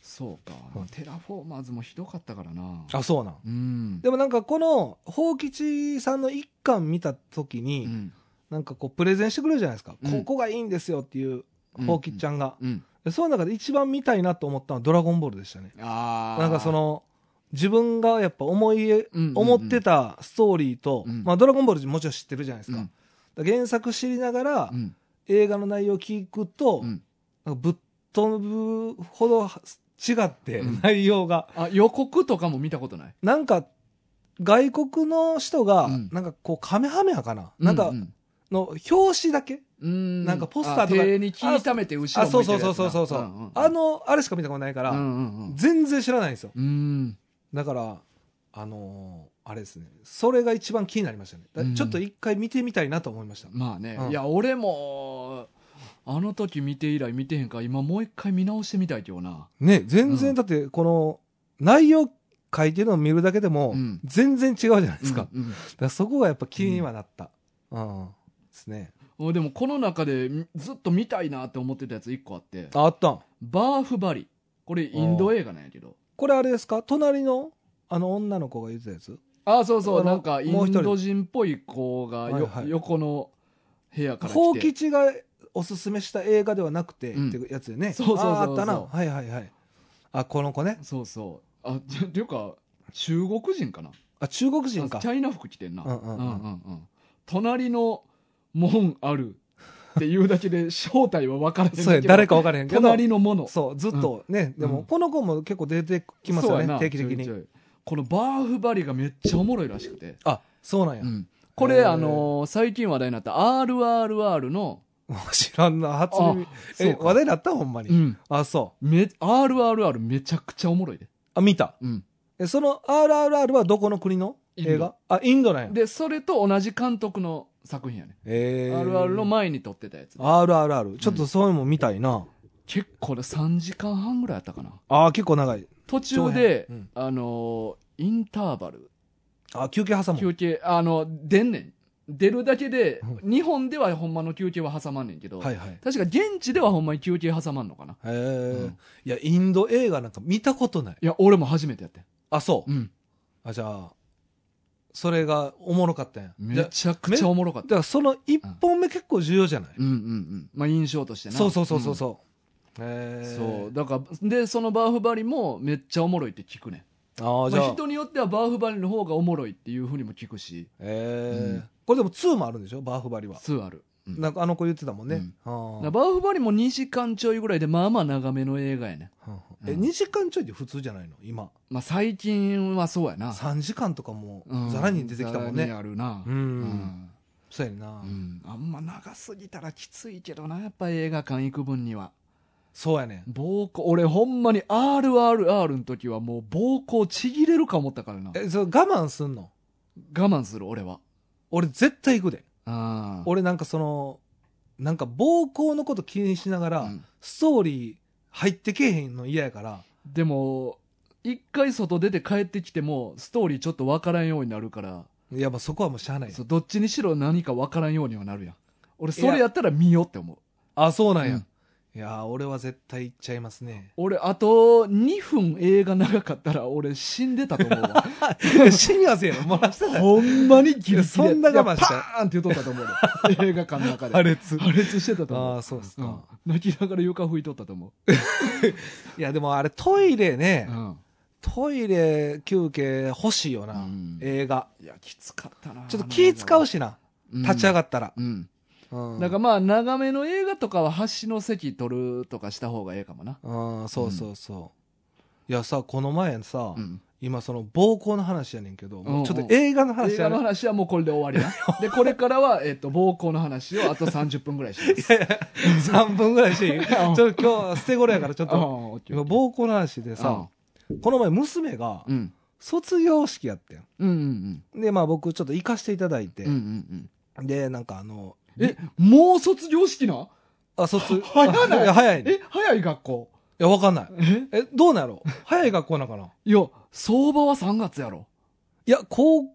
Speaker 3: そうか、
Speaker 2: うん
Speaker 3: テラフォーマーズもひどかったからな
Speaker 2: あ、そうなん。
Speaker 3: うん
Speaker 2: でもなんかこの、宝吉さんの一巻見た時
Speaker 3: う
Speaker 2: に、
Speaker 3: ん
Speaker 2: なんかこうプレゼンしてくれるじゃないですか。
Speaker 3: うん
Speaker 2: ここがいいんですよっていう、宝吉ちゃんが。
Speaker 3: うん
Speaker 2: でその中で一番見たいなと思ったのはドラゴンボールでしたね。
Speaker 3: ああ
Speaker 2: なんかその、自分がやっぱ思い、思って
Speaker 3: で
Speaker 2: たストーリーと、
Speaker 3: うん
Speaker 2: まあドラゴンボールもちろん知ってるじゃないですか。
Speaker 3: うん
Speaker 2: だから原作知りながら
Speaker 3: う、ん
Speaker 2: 映画の内容を聞くと、
Speaker 3: うん
Speaker 2: なんかぶっ飛ぶほど違って、
Speaker 3: うん
Speaker 2: 内容が。
Speaker 3: あ予告とかも見たことない
Speaker 2: なんか、外国の人が、
Speaker 3: うん
Speaker 2: なんかこう、カメハメハかな、なんか
Speaker 3: う、
Speaker 2: の、表紙だけ、
Speaker 3: うん
Speaker 2: なんかポスターとか
Speaker 3: あ手に切りためて後
Speaker 2: あ、
Speaker 3: ろ
Speaker 2: そ
Speaker 3: 向
Speaker 2: う
Speaker 3: いて
Speaker 2: そう
Speaker 3: るやつな
Speaker 2: そうそうそうそう、
Speaker 3: んん
Speaker 2: あの、あれしか見たことないから、
Speaker 3: うんうん
Speaker 2: 全然知らないんですよ。
Speaker 3: うんうん
Speaker 2: だから、あのーあれですね。それが一番気になりましたね。だ
Speaker 3: うん
Speaker 2: ちょっと一回見てみたいなと思いました。
Speaker 3: まあね、
Speaker 2: うん
Speaker 3: いや俺もあの時見て以来見てへんから今もう一回見直してみたいけどな
Speaker 2: ね、全
Speaker 3: う
Speaker 2: 然、
Speaker 3: ん
Speaker 2: だって、この、内容書いてるのを見るだけでも
Speaker 3: うん、
Speaker 2: 全然違うじゃないですか。
Speaker 3: うんうん
Speaker 2: だからそこがやっぱ気にはなった。うん。ですね。
Speaker 3: おでもこの中でみずっと見たいなって思ってたやつ1個あって
Speaker 2: あ、あったん。
Speaker 3: バーフバリこれインド映画なんやけど
Speaker 2: これあれですか隣の、あの女の子が言ってたやつ
Speaker 3: ああそう
Speaker 2: そ
Speaker 3: そううなんかイ
Speaker 2: もう一
Speaker 3: ン
Speaker 2: 人
Speaker 3: ド人っぽい子がよ、
Speaker 2: はいはい
Speaker 3: 横の部屋から
Speaker 2: 宝
Speaker 3: 来て
Speaker 2: 吉がおすすめした映画ではなくて、
Speaker 3: うん
Speaker 2: ってやつよね。
Speaker 3: そうそうそうそう
Speaker 2: ああったな。はいはいはい。あ、この子ね。
Speaker 3: そうそうあちょっていうか中国人かな
Speaker 2: あ、中国
Speaker 3: あチ
Speaker 2: 人か。
Speaker 3: ャイナ服着てんな
Speaker 2: うんうんうん
Speaker 3: うんうん隣の門あるっていうだけで <laughs> 正体は分からへんけど
Speaker 2: そうや、誰か分からへんけど。
Speaker 3: 隣のもの
Speaker 2: そう、ずっとね、で
Speaker 3: うん
Speaker 2: も、この子も結構出てきますよ
Speaker 3: そうや
Speaker 2: ね、
Speaker 3: な
Speaker 2: 定期的
Speaker 3: ちょい
Speaker 2: に。
Speaker 3: ちょいこのバーフバリがめっちゃおもろいらしくて、
Speaker 2: あ、そう <laughs> なんや。
Speaker 3: こ
Speaker 2: へ
Speaker 3: れ
Speaker 2: ー
Speaker 3: あのー最近話題になった RRR の、
Speaker 2: 知らんな、初耳
Speaker 3: あ。そう
Speaker 2: え、
Speaker 3: か
Speaker 2: 話題になったほんま
Speaker 3: う
Speaker 2: に。
Speaker 3: ん、
Speaker 2: あ、そう。
Speaker 3: め RRR めちゃくちゃおもろいで、
Speaker 2: あ、見た。
Speaker 3: うん、
Speaker 2: え、その RRR はどこの国の
Speaker 3: インド
Speaker 2: 映画あ、インドなんや。
Speaker 3: でそれと同じ監督の作品やね、
Speaker 2: えー
Speaker 3: RR の前に撮ってたやつ
Speaker 2: RRR。ちょっとそういうの見たいな。
Speaker 3: 結構ね3時間半ぐらいやったかな
Speaker 2: あー結構長い。
Speaker 3: 途中で、
Speaker 2: 長編うん
Speaker 3: あのーインターバル
Speaker 2: あ、休憩挟む。
Speaker 3: 休憩あの出んねん出るだけで、
Speaker 2: う
Speaker 3: 日本ではほんまの休憩は挟まんねんけど、
Speaker 2: はいはい。
Speaker 3: 確か現地ではほんまに休憩挟まんのかな
Speaker 2: えー
Speaker 3: うん
Speaker 2: いや、インド映画なんか見たことない。
Speaker 3: いや俺も初めてやってん
Speaker 2: あ、そう。
Speaker 3: うん
Speaker 2: あ、じゃあ、それがおもろかったんや。じゃ
Speaker 3: めちゃくちゃおもろかっ
Speaker 2: だ
Speaker 3: た
Speaker 2: からその一本目結構重要じゃない、
Speaker 3: うんうんうんまあ印象としてな
Speaker 2: そうそうそうそうそう。
Speaker 3: うん
Speaker 2: えー
Speaker 3: そうだからでそのバーフバリもめっちゃおもろいって聞くねん
Speaker 2: ああ、じゃ
Speaker 3: まあ、
Speaker 2: あ。
Speaker 3: 人によってはバーフバリの方がおもろいっていうふうにも聞くし
Speaker 2: えー
Speaker 3: うん
Speaker 2: これでも2もあるんでしょバーフバリは。
Speaker 3: 2ある、うん
Speaker 2: なんかあの子言ってたもんね。
Speaker 3: うん
Speaker 2: あ
Speaker 3: だ
Speaker 2: ー
Speaker 3: からバーフバリも2時間ちょいぐらいでまあまあ長めの映画やねん
Speaker 2: はんはん
Speaker 3: うん
Speaker 2: え、2時間ちょいで普通じゃないの今。
Speaker 3: まあ最近はそうやな
Speaker 2: 3時間とかも
Speaker 3: うん
Speaker 2: ザラに出てきた
Speaker 3: ざら
Speaker 2: もん
Speaker 3: に
Speaker 2: ね。
Speaker 3: あるな
Speaker 2: うん。
Speaker 3: うん
Speaker 2: そうやねんな、
Speaker 3: うんあんま長すぎたらきついけどなやっぱ映画館行く分には
Speaker 2: そうやねん。
Speaker 3: 膀胱俺ほんまに RRR の時はもう膀胱ちぎれるか思ったからな我
Speaker 2: え、それ我慢すんの
Speaker 3: 慢する俺は
Speaker 2: 俺絶対行くで。
Speaker 3: あ
Speaker 2: 俺なんかその、なんか暴行のこと気にしながら、
Speaker 3: うん
Speaker 2: ストーリー入ってけえへんの嫌やから、
Speaker 3: でも一回外出て帰ってきてもストーリーちょっと分からんようになるから
Speaker 2: いやっぱそこはもうしゃあないよ
Speaker 3: そうどっちにしろ何か分からんようにはなるやん俺それやったら見ようって思う
Speaker 2: あ、そうなんや。
Speaker 3: うん。
Speaker 2: いやー俺は絶対行っちゃいますね
Speaker 3: <laughs> 俺あと2分映画長かったら俺死んでたと思うわ
Speaker 2: シニアせやろ、漏らしてた
Speaker 3: <laughs>
Speaker 2: よ。
Speaker 3: ほんまにギリギリ
Speaker 2: そんな我慢した
Speaker 3: いやパーンって言っとったと思う俺映画館の中で <laughs>
Speaker 2: 破裂。
Speaker 3: 破裂してたと思う
Speaker 2: ああ、そうっす
Speaker 3: う
Speaker 2: か、
Speaker 3: ん泣きながら床拭いとったと思
Speaker 2: いや、でもあれトイレ
Speaker 3: う、
Speaker 2: ね、
Speaker 3: うん
Speaker 2: トイレ休憩欲しいよな、
Speaker 3: うん
Speaker 2: 映画。
Speaker 3: いやきつかったな
Speaker 2: ちょっと気使う
Speaker 3: し
Speaker 2: しな、立ち上が
Speaker 3: っ
Speaker 2: ったら。
Speaker 3: うん、
Speaker 2: うん。
Speaker 3: なんかまあ長めの映画とかは端の席取るとかした方がええかもな、
Speaker 2: うん、そうそうそう。いやさ、この前さ、
Speaker 3: うん、
Speaker 2: 今その暴行の話やねんけど、
Speaker 3: んうん
Speaker 2: ちょっと映画の話
Speaker 3: 映
Speaker 2: や
Speaker 3: 画
Speaker 2: ね
Speaker 3: の
Speaker 2: ん。
Speaker 3: 話はもうこれで終わりな
Speaker 2: <laughs>
Speaker 3: でこれからは、えっと暴行の話をあと30分ぐらいします
Speaker 2: 3分ぐらいしていいち
Speaker 3: う
Speaker 2: ょ
Speaker 3: ん
Speaker 2: っと今日は捨て頃やからちょっ
Speaker 3: ああ
Speaker 2: と。
Speaker 3: オッケー
Speaker 2: 今
Speaker 3: オッケー
Speaker 2: 暴行の話でさ、この前娘が
Speaker 3: うんうん
Speaker 2: 卒業式やってん。
Speaker 3: うんうん
Speaker 2: で、まあ僕ちょっと行かしていただいて
Speaker 3: うんう、ん
Speaker 2: で、なんかあの、
Speaker 3: うんえもう卒業式な
Speaker 2: あ、卒、
Speaker 3: <laughs> 早ない
Speaker 2: あや早いね。い
Speaker 3: え早い学校
Speaker 2: や、わかんない。
Speaker 3: え
Speaker 2: え、どうなんやろう早い学校なんかない
Speaker 3: や相場は3月やろ
Speaker 2: いや、高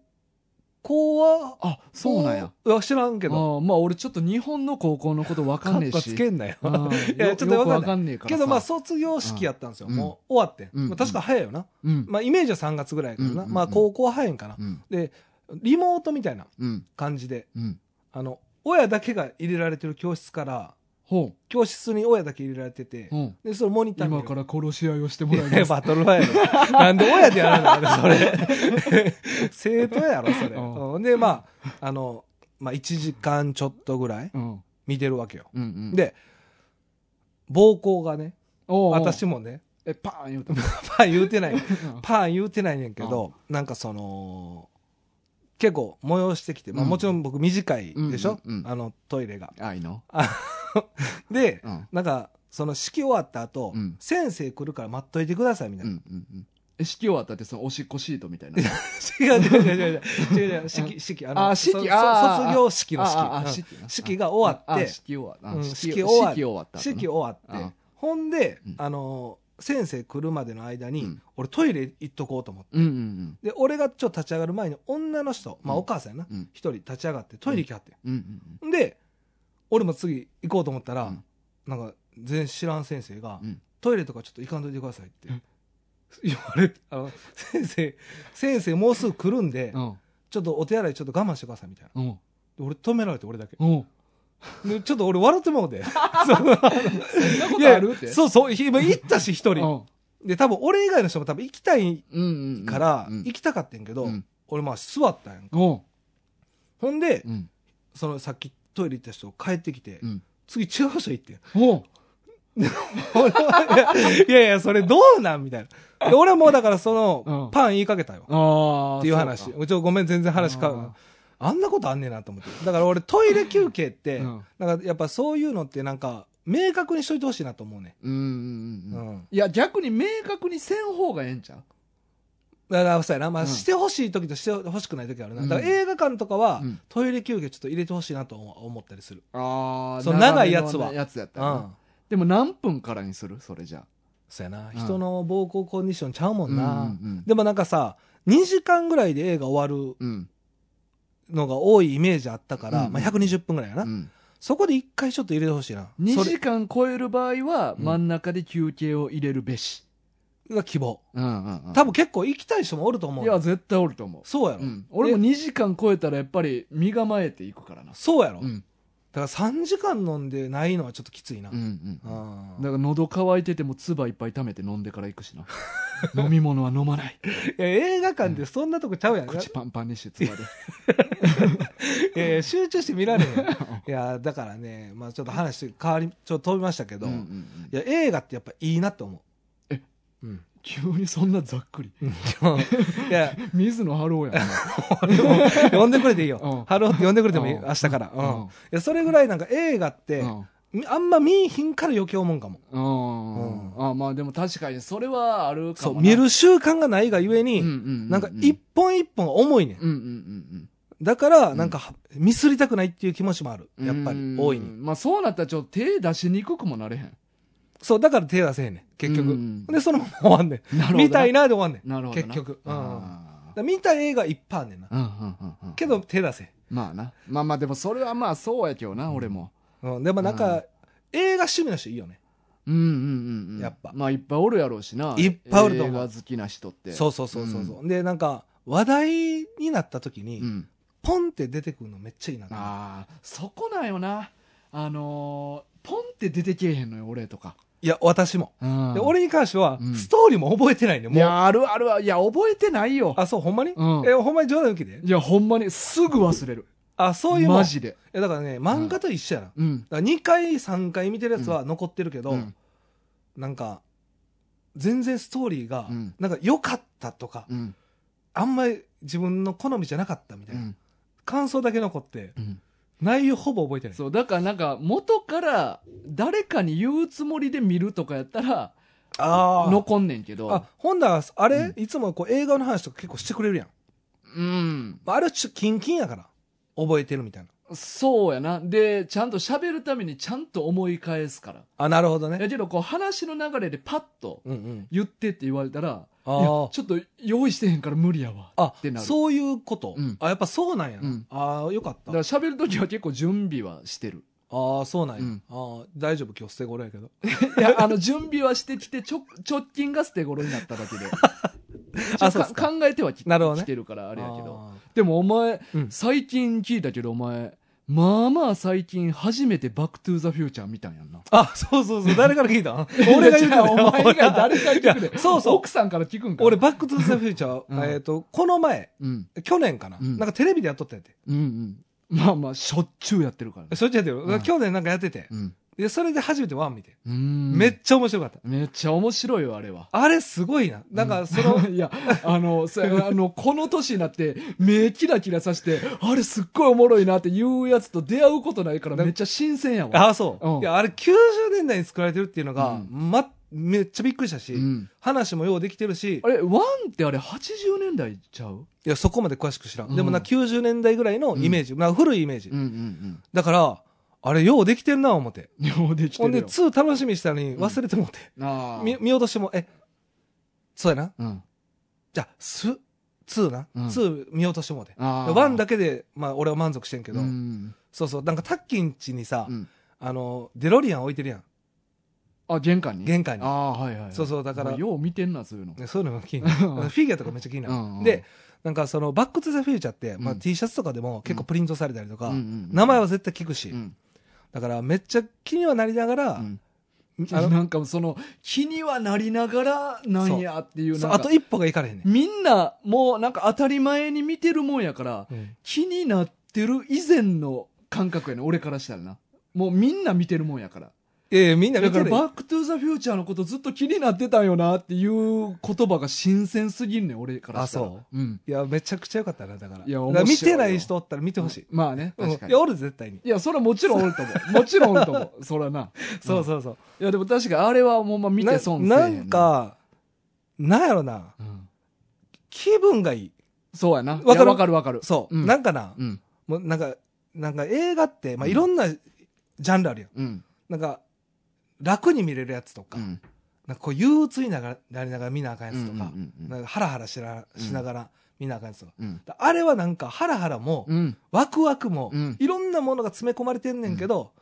Speaker 2: 校は、
Speaker 3: あそうなんや
Speaker 2: いや、知らんけ
Speaker 3: あ
Speaker 2: ど、
Speaker 3: ーまあ俺ちょっと日本の高校のこと分
Speaker 2: カ
Speaker 3: かんね
Speaker 2: ッ
Speaker 3: え
Speaker 2: コ
Speaker 3: し
Speaker 2: つ <laughs> けんなよ。
Speaker 3: あー
Speaker 2: いや
Speaker 3: よ
Speaker 2: ちょっとわかんない
Speaker 3: よくわかんねえから
Speaker 2: け
Speaker 3: さ
Speaker 2: どまあ卒業式やったんですよ、
Speaker 3: うん
Speaker 2: もう終わってん、
Speaker 3: うん
Speaker 2: まあ、確か早いよな、
Speaker 3: うん
Speaker 2: まあ、イメージは3月ぐらいやからな、
Speaker 3: うんうんうん
Speaker 2: まあ高校は早いんかな、
Speaker 3: うん
Speaker 2: でリモートみたいな
Speaker 3: うん
Speaker 2: 感じで
Speaker 3: うん
Speaker 2: あの親だけが入れられてる教室から
Speaker 3: ほ
Speaker 2: 教室に親だけ入れられてて、
Speaker 3: ううん
Speaker 2: でそのモニター
Speaker 3: 今から殺し合いをしてもらい
Speaker 2: いや
Speaker 3: ます
Speaker 2: バトルフ <laughs> ァイアなんで親でやらないのそ
Speaker 3: <laughs>
Speaker 2: れ生徒やろそれ、
Speaker 3: うん
Speaker 2: うんでまああの、まあ、1時間ちょっとぐらい
Speaker 3: うんうん
Speaker 2: 見てるわけよ、
Speaker 3: うん
Speaker 2: で暴行がね
Speaker 3: おうおう
Speaker 2: 私もね
Speaker 3: えパーン言うた
Speaker 2: パン言うてない
Speaker 3: うん
Speaker 2: パン言うてないねんけど、なんかその、結構催してきて、まあ
Speaker 3: うん
Speaker 2: もちろん僕短いでしょ、
Speaker 3: うんうんうん
Speaker 2: あのトイレが。
Speaker 3: I know
Speaker 2: で、
Speaker 3: うん
Speaker 2: なんかその式終わった後、
Speaker 3: うん
Speaker 2: 先生来るから待っといてくださいみた
Speaker 3: う
Speaker 2: い
Speaker 3: んう
Speaker 2: な。
Speaker 3: んうんえ式終わったってそのおしっこシートみた <laughs> いな
Speaker 2: <laughs> 違う違う違う違う違う違う、式、式、あ
Speaker 3: あ式
Speaker 2: そそ
Speaker 3: あー
Speaker 2: 卒業式の
Speaker 3: あああ
Speaker 2: 式
Speaker 3: 式
Speaker 2: う。
Speaker 3: なん
Speaker 2: 式が終わっ
Speaker 3: あ
Speaker 2: て、
Speaker 3: 式終わっ
Speaker 2: う
Speaker 3: た
Speaker 2: ん
Speaker 3: 式
Speaker 2: 式
Speaker 3: 式
Speaker 2: 終わっ
Speaker 3: 終わった
Speaker 2: 式終わっ
Speaker 3: あ
Speaker 2: て、ほんで
Speaker 3: うん、
Speaker 2: あのー、先生来るまでの間
Speaker 3: う
Speaker 2: に
Speaker 3: ん、
Speaker 2: 俺トイレ行っとこうと思って。
Speaker 3: うんうん
Speaker 2: で、俺がちょっと立ち上がる前に女の人、まあ
Speaker 3: うん
Speaker 2: お母さんやな
Speaker 3: う、ん
Speaker 2: 一人立ち上がってトイレ行きはって。
Speaker 3: うんうん
Speaker 2: で、俺も次行こうと思ったら、
Speaker 3: うん
Speaker 2: なんか全然知らん先生が、
Speaker 3: うん
Speaker 2: トイレとかちょっと行かんといてくださいって
Speaker 3: うん
Speaker 2: 言われて、あの、先生、先生もうすぐ来るんで、
Speaker 3: うん
Speaker 2: ちょっとお手洗いちょっと我慢してくださいみたいな。
Speaker 3: うん
Speaker 2: で俺止められて俺だけ。
Speaker 3: うん
Speaker 2: でちょっと俺笑って
Speaker 3: <laughs>
Speaker 2: もうで。そう
Speaker 3: そんなこ
Speaker 2: い
Speaker 3: と
Speaker 2: や
Speaker 3: あるって
Speaker 2: そうそう、今行ったし一
Speaker 3: う
Speaker 2: 人。
Speaker 3: ん
Speaker 2: で、多分俺以外の人も多分行きたい
Speaker 3: うんうんうん
Speaker 2: から、
Speaker 3: うん
Speaker 2: 行きたかったんやけど、
Speaker 3: うん
Speaker 2: 俺まあ座ったんやんか。
Speaker 3: うん
Speaker 2: ほんで、
Speaker 3: うん
Speaker 2: そのさっきトイレ行った人帰ってきて、
Speaker 3: うん
Speaker 2: 次違う人行ってん。
Speaker 3: おう
Speaker 2: 俺はいやいや、それどうなんみたいな。で俺はもうだからその
Speaker 3: う、ん
Speaker 2: パン言いかけたよ。
Speaker 3: ああ
Speaker 2: っていう話。
Speaker 3: そう
Speaker 2: うちょ、ごめん、全然話変わる。あんなことあんねんなと思って。だから俺トイレ休憩って、
Speaker 3: うん
Speaker 2: なんかやっぱそういうのってなんか、明確にしといてほしいなと思うね。
Speaker 3: うん
Speaker 2: う
Speaker 3: うん
Speaker 2: ん。
Speaker 3: うんうんいや逆に明確にせん方がええんちゃう
Speaker 2: だからそうやな。まあ、
Speaker 3: うん
Speaker 2: してほしい時としてほしくない時あるな。
Speaker 3: うん
Speaker 2: だから映画館とかは、
Speaker 3: うん
Speaker 2: トイレ休憩ちょっと入れてほしいなと思思ったりする。
Speaker 3: あ
Speaker 2: ー
Speaker 3: その
Speaker 2: 長いやつ
Speaker 3: 長め
Speaker 2: は
Speaker 3: のやつやった
Speaker 2: う。
Speaker 3: らなんでも何分からにするそれじゃ
Speaker 2: そうやな。
Speaker 3: ん
Speaker 2: 人の膀胱コンディションちゃうもんな。
Speaker 3: うんうんうん
Speaker 2: でもなんかさ、2時間ぐらいで映画終わる
Speaker 3: うん
Speaker 2: のが多いイメージあったから、
Speaker 3: うん
Speaker 2: まあ、120分ぐらいやな、
Speaker 3: うん
Speaker 2: そこで一回ちょっと入れてほしいな
Speaker 3: 2
Speaker 2: それ
Speaker 3: 時間超える場合は
Speaker 2: うん
Speaker 3: 真ん中で休憩を入れるべし
Speaker 2: が希望
Speaker 3: うんうんうん
Speaker 2: 多分結構行きたい人もおると思う
Speaker 3: い
Speaker 2: よ
Speaker 3: や絶対おると思う
Speaker 2: そうやろ、
Speaker 3: うん、俺も2時間超えたらやっぱり身構えていくからな、
Speaker 2: そうやろ、
Speaker 3: ん
Speaker 2: だから3時間飲んでないのはちょっときついな、
Speaker 3: うんうん、だか
Speaker 2: あー
Speaker 3: ら喉乾いてても唾いっぱい溜めて飲んでから行く
Speaker 2: <laughs>
Speaker 3: しな飲み物は飲まない
Speaker 2: いや映画館って <laughs> そんなとこちゃうやん、い
Speaker 3: 口パンパンにして
Speaker 2: <laughs>
Speaker 3: 唾で
Speaker 2: やいや集中して見られへんいやだからね、まあ、ちょっと話変わりちょっと飛びましたけど、
Speaker 3: うんうん
Speaker 2: い
Speaker 3: うん
Speaker 2: や映画ってやっぱいいなと思う
Speaker 3: え
Speaker 2: うん、
Speaker 3: 急にそんなざっくり
Speaker 2: いや <laughs>
Speaker 3: 水野春夫やな
Speaker 2: 俺も呼んでくれていいよ、
Speaker 3: うん
Speaker 2: ハローって呼んでくれてもいい、
Speaker 3: うん
Speaker 2: 明日から、うん
Speaker 3: うん
Speaker 2: いやそれぐらいなんか映画って、
Speaker 3: うん
Speaker 2: みあんま見えひんから余計思うんかも。
Speaker 3: うん
Speaker 2: う
Speaker 3: あまあでも確かにそれはあるか
Speaker 2: そ
Speaker 3: も
Speaker 2: う、
Speaker 3: な
Speaker 2: 見る習慣がないがゆえ
Speaker 3: うんうん
Speaker 2: に、
Speaker 3: うんうん
Speaker 2: なんか一本一本が重いねん。
Speaker 3: うんうんうん
Speaker 2: だから、
Speaker 3: ん
Speaker 2: なんか、ミスりたくないっていう気持ちもある。
Speaker 3: うん
Speaker 2: やっぱり、大いに。
Speaker 3: まあそうなったらちょっと手出しにくくもなれへん
Speaker 2: そう、だから手出せへんねん。結
Speaker 3: う
Speaker 2: 局
Speaker 3: ん。
Speaker 2: で、そのまま終わんね
Speaker 3: なるほ
Speaker 2: ん。
Speaker 3: ど
Speaker 2: 見た <laughs> いなで終わんねん。
Speaker 3: なるほどな
Speaker 2: 結局。うん。だか
Speaker 3: あー
Speaker 2: ら見たい映画いっぱいあんねんな。
Speaker 3: うんうんうんうん
Speaker 2: けど、手出せへん。
Speaker 3: まあな。まあまあ、でもそれはまあそうやけどな、俺も。
Speaker 2: うん。でもなん
Speaker 3: う
Speaker 2: か、映画趣味の人いいよね。
Speaker 3: うんうんうんうん。
Speaker 2: やっぱ
Speaker 3: まあいっぱいおるやろうしな。
Speaker 2: いっぱいおると思う
Speaker 3: 映画好きな人って。
Speaker 2: そうそうそうそうそう。で、なんか、話題になった時
Speaker 3: う
Speaker 2: に、
Speaker 3: ん。
Speaker 2: ポンって出てくるのめっちゃいいなと思う。
Speaker 3: ああ、そこなんよな。あのー、ポンって出てけえへんのよ、俺とか。
Speaker 2: いや、私も。
Speaker 3: うん
Speaker 2: で、俺に関しては
Speaker 3: う、ん
Speaker 2: ストーリーも覚えてないね、
Speaker 3: い
Speaker 2: もう。
Speaker 3: や、あるあるあるいや、覚えてないよ。
Speaker 2: あ、そう、ほんまに、
Speaker 3: うん
Speaker 2: え、ほんまに冗談抜きで
Speaker 3: いや、ほんまにすぐ忘れる。
Speaker 2: あ、そういうもん。
Speaker 3: マジで。
Speaker 2: えだからね、漫画と一緒やな。だ
Speaker 3: うん。
Speaker 2: から2回、3回見てるやつは残ってるけど、
Speaker 3: うん
Speaker 2: なんか、全然ストーリーが、
Speaker 3: うん
Speaker 2: なんか良かったとか、
Speaker 3: うん。
Speaker 2: あんまり自分の好みじゃなかったみた
Speaker 3: う
Speaker 2: いな。
Speaker 3: ん。
Speaker 2: 感想だけ残って、
Speaker 3: うん
Speaker 2: 内容ほぼ覚えてない。
Speaker 3: そう、だからなんか、元から誰かに言うつもりで見るとかやったら、
Speaker 2: あー
Speaker 3: 残んねんけど。
Speaker 2: あ、ほんだら、あれ、
Speaker 3: う
Speaker 2: いつもこう映画の話とか結構してくれるやん。
Speaker 3: うん。
Speaker 2: あれはちょっとキンキンやから、覚えてるみたいな。
Speaker 3: そうやな。で、ちゃんと喋るためにちゃんと思い返すから。
Speaker 2: あ、なるほどね。
Speaker 3: やけど、こう話の流れでパッと
Speaker 2: うんうん。
Speaker 3: 言ってって言われたら、い
Speaker 2: あ
Speaker 3: や
Speaker 2: ー
Speaker 3: ちょっと用意してへんから無理やわ。
Speaker 2: あ
Speaker 3: てなる
Speaker 2: そういうこと、
Speaker 3: うん
Speaker 2: あやっぱそうなんやな、
Speaker 3: うん
Speaker 2: ああよかっ
Speaker 3: だか
Speaker 2: た
Speaker 3: ら
Speaker 2: あ
Speaker 3: 喋るときは結構準備はしてる。
Speaker 2: あそうなんや、
Speaker 3: うん
Speaker 2: あー大丈夫今日捨て頃やけど
Speaker 3: いや、あの、準備はしてきて、ちょ、直近が捨て頃になっただけ
Speaker 2: <laughs>
Speaker 3: で。
Speaker 2: あ
Speaker 3: あ、
Speaker 2: そう
Speaker 3: そ
Speaker 2: っすか
Speaker 3: 考えてはき
Speaker 2: なるほどね
Speaker 3: 来てるから、あ
Speaker 2: あ
Speaker 3: れやけど。
Speaker 2: ー
Speaker 3: でもお前、
Speaker 2: うん
Speaker 3: 最近聞いたけどお前、まあまあ最近初めてバックトゥーザフューチャー見たんやんな。
Speaker 2: あそうそうそう誰から聞
Speaker 3: <laughs>
Speaker 2: いたん俺が
Speaker 3: いや
Speaker 2: 言うて
Speaker 3: じゃあお前以外誰か
Speaker 2: い
Speaker 3: 聞く
Speaker 2: や
Speaker 3: で。
Speaker 2: そうそう
Speaker 3: 奥さんから聞くんか。
Speaker 2: 俺、バック・トゥ・ザ・フューチャー、
Speaker 3: うん
Speaker 2: えっ、と、この前、
Speaker 3: うん。
Speaker 2: 去年かな、
Speaker 3: うん
Speaker 2: なんかテレビでやっとったんやて。
Speaker 3: うんうん。まあまあ、しょっちゅうやってるからね。
Speaker 2: そっちやってる、
Speaker 3: うん
Speaker 2: 去年なんかやってて
Speaker 3: う。ん。
Speaker 2: で、それで初めてワン見て。
Speaker 3: うん
Speaker 2: めっちゃ面白かった。
Speaker 3: めっちゃ面白いよ、あれは。
Speaker 2: あれすごいな。なんか、その、
Speaker 3: <laughs> いや、あの、そあの、この年になって、目キラキラさして、あれすっごいおもろいなって言うやつと出会うことないからめっちゃ新鮮やわ。
Speaker 2: ああ、そう、
Speaker 3: うん
Speaker 2: いや、あれ90年代に作られてるっていうのが、
Speaker 3: う
Speaker 2: ま、めっちゃびっくりしたし、
Speaker 3: うん
Speaker 2: 話もようできてるし
Speaker 3: あ、れ、ワンってあれ80年代ちゃう
Speaker 2: いや、そこまで詳しく知らん。
Speaker 3: うん
Speaker 2: でもな、90年代ぐらいのイメージ。な古いイメージ。
Speaker 3: んうん
Speaker 2: だから、あれ、ようできてるな、思って。
Speaker 3: うん。ようできて
Speaker 2: ほん
Speaker 3: る
Speaker 2: で、
Speaker 3: よ。
Speaker 2: 2楽しみにしたのに忘れてもって。
Speaker 3: ああ
Speaker 2: み見落としても、え、そうやな。
Speaker 3: うん。
Speaker 2: じゃあ、す、2な。
Speaker 3: うん
Speaker 2: 2見落としてもって。
Speaker 3: ああ。
Speaker 2: 1だけで、まあ、俺は満足してんけ
Speaker 3: けう
Speaker 2: ど、
Speaker 3: ん。
Speaker 2: そうそう、なんか、タッキン家にさ、
Speaker 3: うん
Speaker 2: あの、デロリアン置いてるやん。
Speaker 3: あ、玄関に
Speaker 2: 玄関に
Speaker 3: ああ、はいはいはい。
Speaker 2: そうそうだから
Speaker 3: お前よう見てんな、そういうの。
Speaker 2: ねそういうのが気になる。フ
Speaker 3: <laughs>
Speaker 2: ィギュアとかめっちゃ気になる。
Speaker 3: うんうん
Speaker 2: で、なんか、その、バックトゥザフューチャーって、まあ、
Speaker 3: うん
Speaker 2: T シャツとかでも結構プリントされたりとか、
Speaker 3: うんうんうん
Speaker 2: 名前は絶対聞くし、
Speaker 3: うん。
Speaker 2: だからめっちゃ気にはなりながら、
Speaker 3: うん
Speaker 2: あの
Speaker 3: なんかその気にはなりながらなんやっていう
Speaker 2: そう
Speaker 3: なん
Speaker 2: あ
Speaker 3: か
Speaker 2: と一歩がいかれへんねん。
Speaker 3: みんなもうなんか当たり前に見てるもんやから、
Speaker 2: うん
Speaker 3: 気になってる以前の感覚やね俺からしたらなもうみんな見てるもんやから
Speaker 2: いやいや、みんな
Speaker 3: だ
Speaker 2: 見
Speaker 3: から
Speaker 2: てる
Speaker 3: 「
Speaker 2: よ
Speaker 3: バック・トゥ・ザ・フューチャー」のことずっと気になってたんよなっていう言葉が新鮮すぎんねん俺からしたら、
Speaker 2: あそ
Speaker 3: う
Speaker 2: う
Speaker 3: ん、
Speaker 2: いや、めちゃくちゃ良かったな、だから。
Speaker 3: いや
Speaker 2: だ
Speaker 3: 面
Speaker 2: から見
Speaker 3: 白い
Speaker 2: て
Speaker 3: よ
Speaker 2: ない人おったら見てほしい。
Speaker 3: まあね
Speaker 2: うん
Speaker 3: 確か
Speaker 2: い
Speaker 3: に、
Speaker 2: や、おる、絶対に。
Speaker 3: いやそれはもちろんおると思うもちろんおると思う <laughs> そらな
Speaker 2: そうそうそう。
Speaker 3: いやでも確かにあれはもうまあ見て損せえへ
Speaker 2: ななん、か、なんやろな。
Speaker 3: うん
Speaker 2: 気分がいい。
Speaker 3: そうやな
Speaker 2: わかる
Speaker 3: いやわかるわかる
Speaker 2: そう。
Speaker 3: うん
Speaker 2: なんかな、
Speaker 3: うん
Speaker 2: もうなんか、なんか映画って、まあ、いろんなジャンルあるよ。
Speaker 3: うん
Speaker 2: なんか、楽に見れるやつとか、
Speaker 3: うん
Speaker 2: なんかこう憂鬱にながなりながら見なあかんや
Speaker 3: うん
Speaker 2: つとか
Speaker 3: う、んうん
Speaker 2: なんかハラハラしなしながら見なあかんやつとか。
Speaker 3: うん
Speaker 2: だあれはなんかハラハラも、
Speaker 3: うん
Speaker 2: ワクワクも、
Speaker 3: うん
Speaker 2: いろんなものが詰め込まれてんねんけど、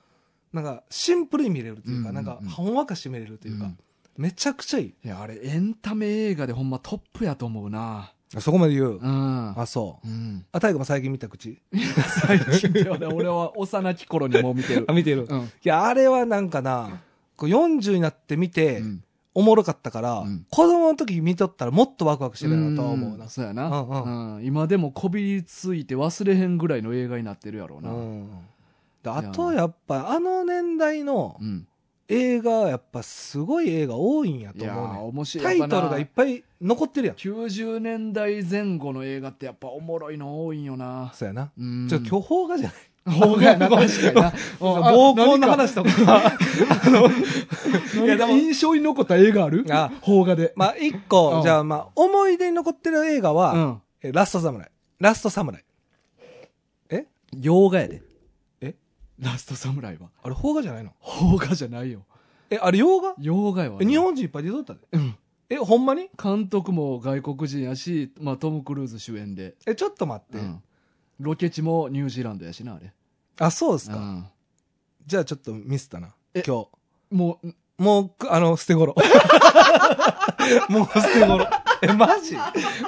Speaker 2: なんかシンプルに見れるというか、
Speaker 3: うん
Speaker 2: なんかほんわかして見れるというか、
Speaker 3: うん
Speaker 2: めちゃくちゃいい。
Speaker 3: いやあれエンタメ映画でほんまトップやと思うな
Speaker 2: そこまで言う。
Speaker 3: うん
Speaker 2: あ、そう。
Speaker 3: うん
Speaker 2: あ、大悟も最近見た口
Speaker 3: 最近ではね俺は幼き頃にもう見てる
Speaker 2: 見てる。い
Speaker 3: うん
Speaker 2: や、あれはなんかな、こう40になって見て、
Speaker 3: うん
Speaker 2: おもろかったから、
Speaker 3: うん
Speaker 2: 子供の時見とったらもっとワクワクしてるなとは思うな。
Speaker 3: んそうやな、
Speaker 2: うん
Speaker 3: うん今でもこびりついて忘れへんぐらいの映画になってるやろう
Speaker 2: う
Speaker 3: な、うん
Speaker 2: ん。であとやっぱあの年代の映画やっぱすごい映画多いんや
Speaker 3: い
Speaker 2: と
Speaker 3: やー
Speaker 2: 思うね
Speaker 3: 面白い
Speaker 2: タイトルがい
Speaker 3: や
Speaker 2: っ
Speaker 3: っぱ
Speaker 2: ぱい残ってるやん
Speaker 3: な90年代前後の映画ってやっぱおもろいの多いんよな
Speaker 2: そうやな
Speaker 3: うん
Speaker 2: ちょっと巨峰がじゃない
Speaker 3: 方がやな確かに
Speaker 2: <laughs>
Speaker 3: なあ
Speaker 2: 暴行の話とか。いや
Speaker 3: 何
Speaker 2: で
Speaker 3: か
Speaker 2: も
Speaker 3: 印象に残った映画ある
Speaker 2: あ
Speaker 3: 邦画で、
Speaker 2: <laughs> まあ、一
Speaker 3: う
Speaker 2: 個、
Speaker 3: ん
Speaker 2: じゃあまあ、思い出に残ってる映画
Speaker 3: う
Speaker 2: は、
Speaker 3: ん
Speaker 2: えラストサムライ。ラストサムライ。
Speaker 3: 洋画やで
Speaker 2: え
Speaker 3: ラストサムライは
Speaker 2: あれ、邦画じゃないの
Speaker 3: 邦画じゃないよ
Speaker 2: え、あれ、洋画
Speaker 3: 洋画やわ
Speaker 2: え日本人いっぱい出とったで。
Speaker 3: うん
Speaker 2: え、ほんまに
Speaker 3: 監督も外国人やし、まあ、トム・クルーズ主演で、
Speaker 2: え、ちょっと待って
Speaker 3: う。んロケ地もニュージーランドやしなあれ
Speaker 2: あ、そうです
Speaker 3: う
Speaker 2: か。
Speaker 3: ん
Speaker 2: じゃあちょっとミスったな。
Speaker 3: え
Speaker 2: 今日。
Speaker 3: もう
Speaker 2: もうく、あの、捨
Speaker 3: <laughs>
Speaker 2: て頃。もう捨て頃。え、マジ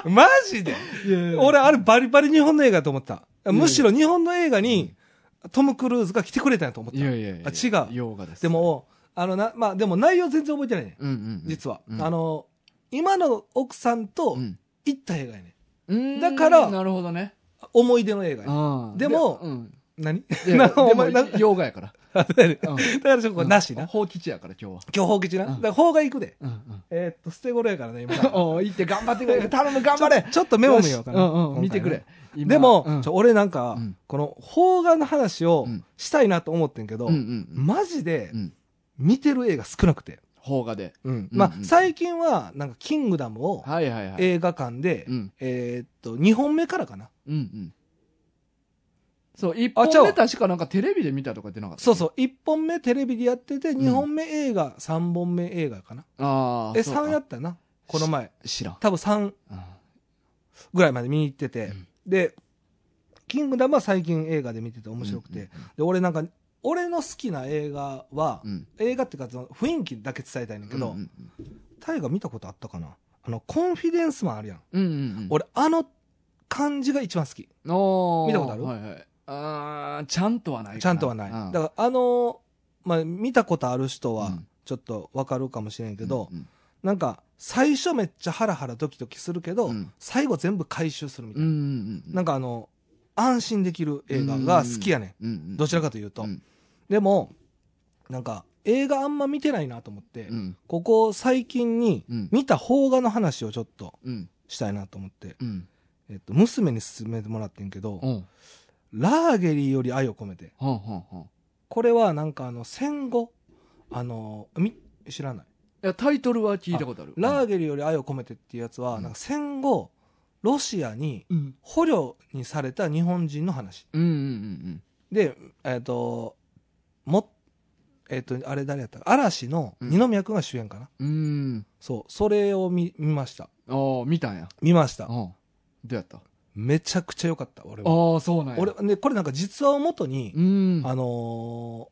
Speaker 2: マジで <laughs> 俺、あれバリバリ日本の映画やと思った。むしろ日本の映画に、トム・クルーズが来てくれたんやと思った。
Speaker 3: いやいやいや
Speaker 2: あ違う
Speaker 3: 洋画です
Speaker 2: でも、あのな、まあ、でも内容全然覚えてないね。
Speaker 3: うんうんうん
Speaker 2: 実は。
Speaker 3: うん
Speaker 2: あの、今の奥さんと
Speaker 3: うん
Speaker 2: 行った映画やね。
Speaker 3: うん
Speaker 2: だから
Speaker 3: なるほどね
Speaker 2: 思い出の映画やね。
Speaker 3: うん
Speaker 2: でも
Speaker 3: うん
Speaker 2: 何
Speaker 3: いや
Speaker 2: <laughs> な
Speaker 3: で
Speaker 2: お
Speaker 3: も
Speaker 2: 前な
Speaker 3: 洋画やから
Speaker 2: だから
Speaker 3: うん
Speaker 2: ちょっとこれ <laughs> なし
Speaker 3: うん
Speaker 2: な。
Speaker 3: 放棄地やから今日は
Speaker 2: 巨峰吉な。
Speaker 3: うん
Speaker 2: だから方が行くで。
Speaker 3: うんうん
Speaker 2: えーっと、捨て頃やか
Speaker 3: <laughs>
Speaker 2: らね、今。
Speaker 3: おう行って頑張ってくれ頼む頑張れ
Speaker 2: ちょっとメモ見ようかな。
Speaker 3: よしうんうん見
Speaker 2: 今
Speaker 3: て
Speaker 2: 回
Speaker 3: く
Speaker 2: ね
Speaker 3: れ今
Speaker 2: でも、
Speaker 3: うん
Speaker 2: ちょ俺なんか、
Speaker 3: うん
Speaker 2: この邦画の話を
Speaker 3: うん
Speaker 2: したいなと思ってんけど、
Speaker 3: うんうん
Speaker 2: マジで
Speaker 3: うん
Speaker 2: 見てる映画少なくて。
Speaker 3: 邦画でうん
Speaker 2: まあ
Speaker 3: う、ん
Speaker 2: 最近は、なんか、キングダムを
Speaker 3: はいはいはい
Speaker 2: 映画館で、
Speaker 3: うん
Speaker 2: えーっと、2本目からかな。
Speaker 3: うんうんそう一
Speaker 2: あ
Speaker 3: 本
Speaker 2: ちゃう
Speaker 3: 目確かなんかテレビで見たとかってなかった
Speaker 2: そうそう、1本目テレビでやってて、2本目映画、3本目映画かな。
Speaker 3: ああ
Speaker 2: え、3やったよな、この前。
Speaker 3: 知らん
Speaker 2: 多分3ぐらいまで見に行ってて。
Speaker 3: うん
Speaker 2: で、キングダムは最近映画で見てて面白くて。で、俺なんか、俺の好きな映画は、
Speaker 3: うん
Speaker 2: 映画っていうか、その雰囲気だけ伝えたいねんだけど、
Speaker 3: うんうん
Speaker 2: タイが見たことあったかなあの、コンフィデンスマンあるやん。
Speaker 3: うんうん
Speaker 2: 俺、あの感じが一番好き。
Speaker 3: おー
Speaker 2: 見たことある
Speaker 3: はいはい。あーちゃんとはないかな。
Speaker 2: ちゃんとはない。
Speaker 3: うん
Speaker 2: だから、あのーまあ、見たことある人
Speaker 3: う
Speaker 2: は
Speaker 3: ん、
Speaker 2: ちょっとわかるかもしれんけど、
Speaker 3: うんうん
Speaker 2: なんか、最初めっちゃハラハラドキドキするけど、
Speaker 3: うん
Speaker 2: 最後全部回収するみた
Speaker 3: う
Speaker 2: い
Speaker 3: ん
Speaker 2: な。
Speaker 3: うんうん。
Speaker 2: なんかあの、安心できる映画が好きやね
Speaker 3: うんうん
Speaker 2: ん。どちらかというと。
Speaker 3: うん
Speaker 2: でも、なんか、映画あんま見てないなと思って、
Speaker 3: うん
Speaker 2: ここ最近に
Speaker 3: うん
Speaker 2: 見た邦画の話をちょっと
Speaker 3: うん
Speaker 2: したいなと思って、
Speaker 3: うん
Speaker 2: えっと、娘に勧めてもらってんけど
Speaker 3: う、ん
Speaker 2: ラーゲリより愛を込めて。
Speaker 3: はんはんはんい
Speaker 2: これはなんかあの戦後あのみ知らない
Speaker 3: やタイトルは聞いたことある。
Speaker 2: ラー
Speaker 3: ー
Speaker 2: ゲリより愛を込めてっていうやつは、
Speaker 3: うん
Speaker 2: なんか戦後ロシアに
Speaker 3: うん
Speaker 2: 捕虜にされた日本人の話
Speaker 3: うんうん
Speaker 2: でえっ、ともえっ、とあれ誰やったか嵐の二宮君が主演かな、
Speaker 3: うんうん。うん。
Speaker 2: そうそれを見見ました
Speaker 3: ああ、見たんや。
Speaker 2: 見ました
Speaker 3: うん。どうやったあ
Speaker 2: めちゃくちゃ良かった俺は
Speaker 3: あ、そうなんや。
Speaker 2: 俺、ね、これなんか実話をもとに
Speaker 3: う、ん。
Speaker 2: あの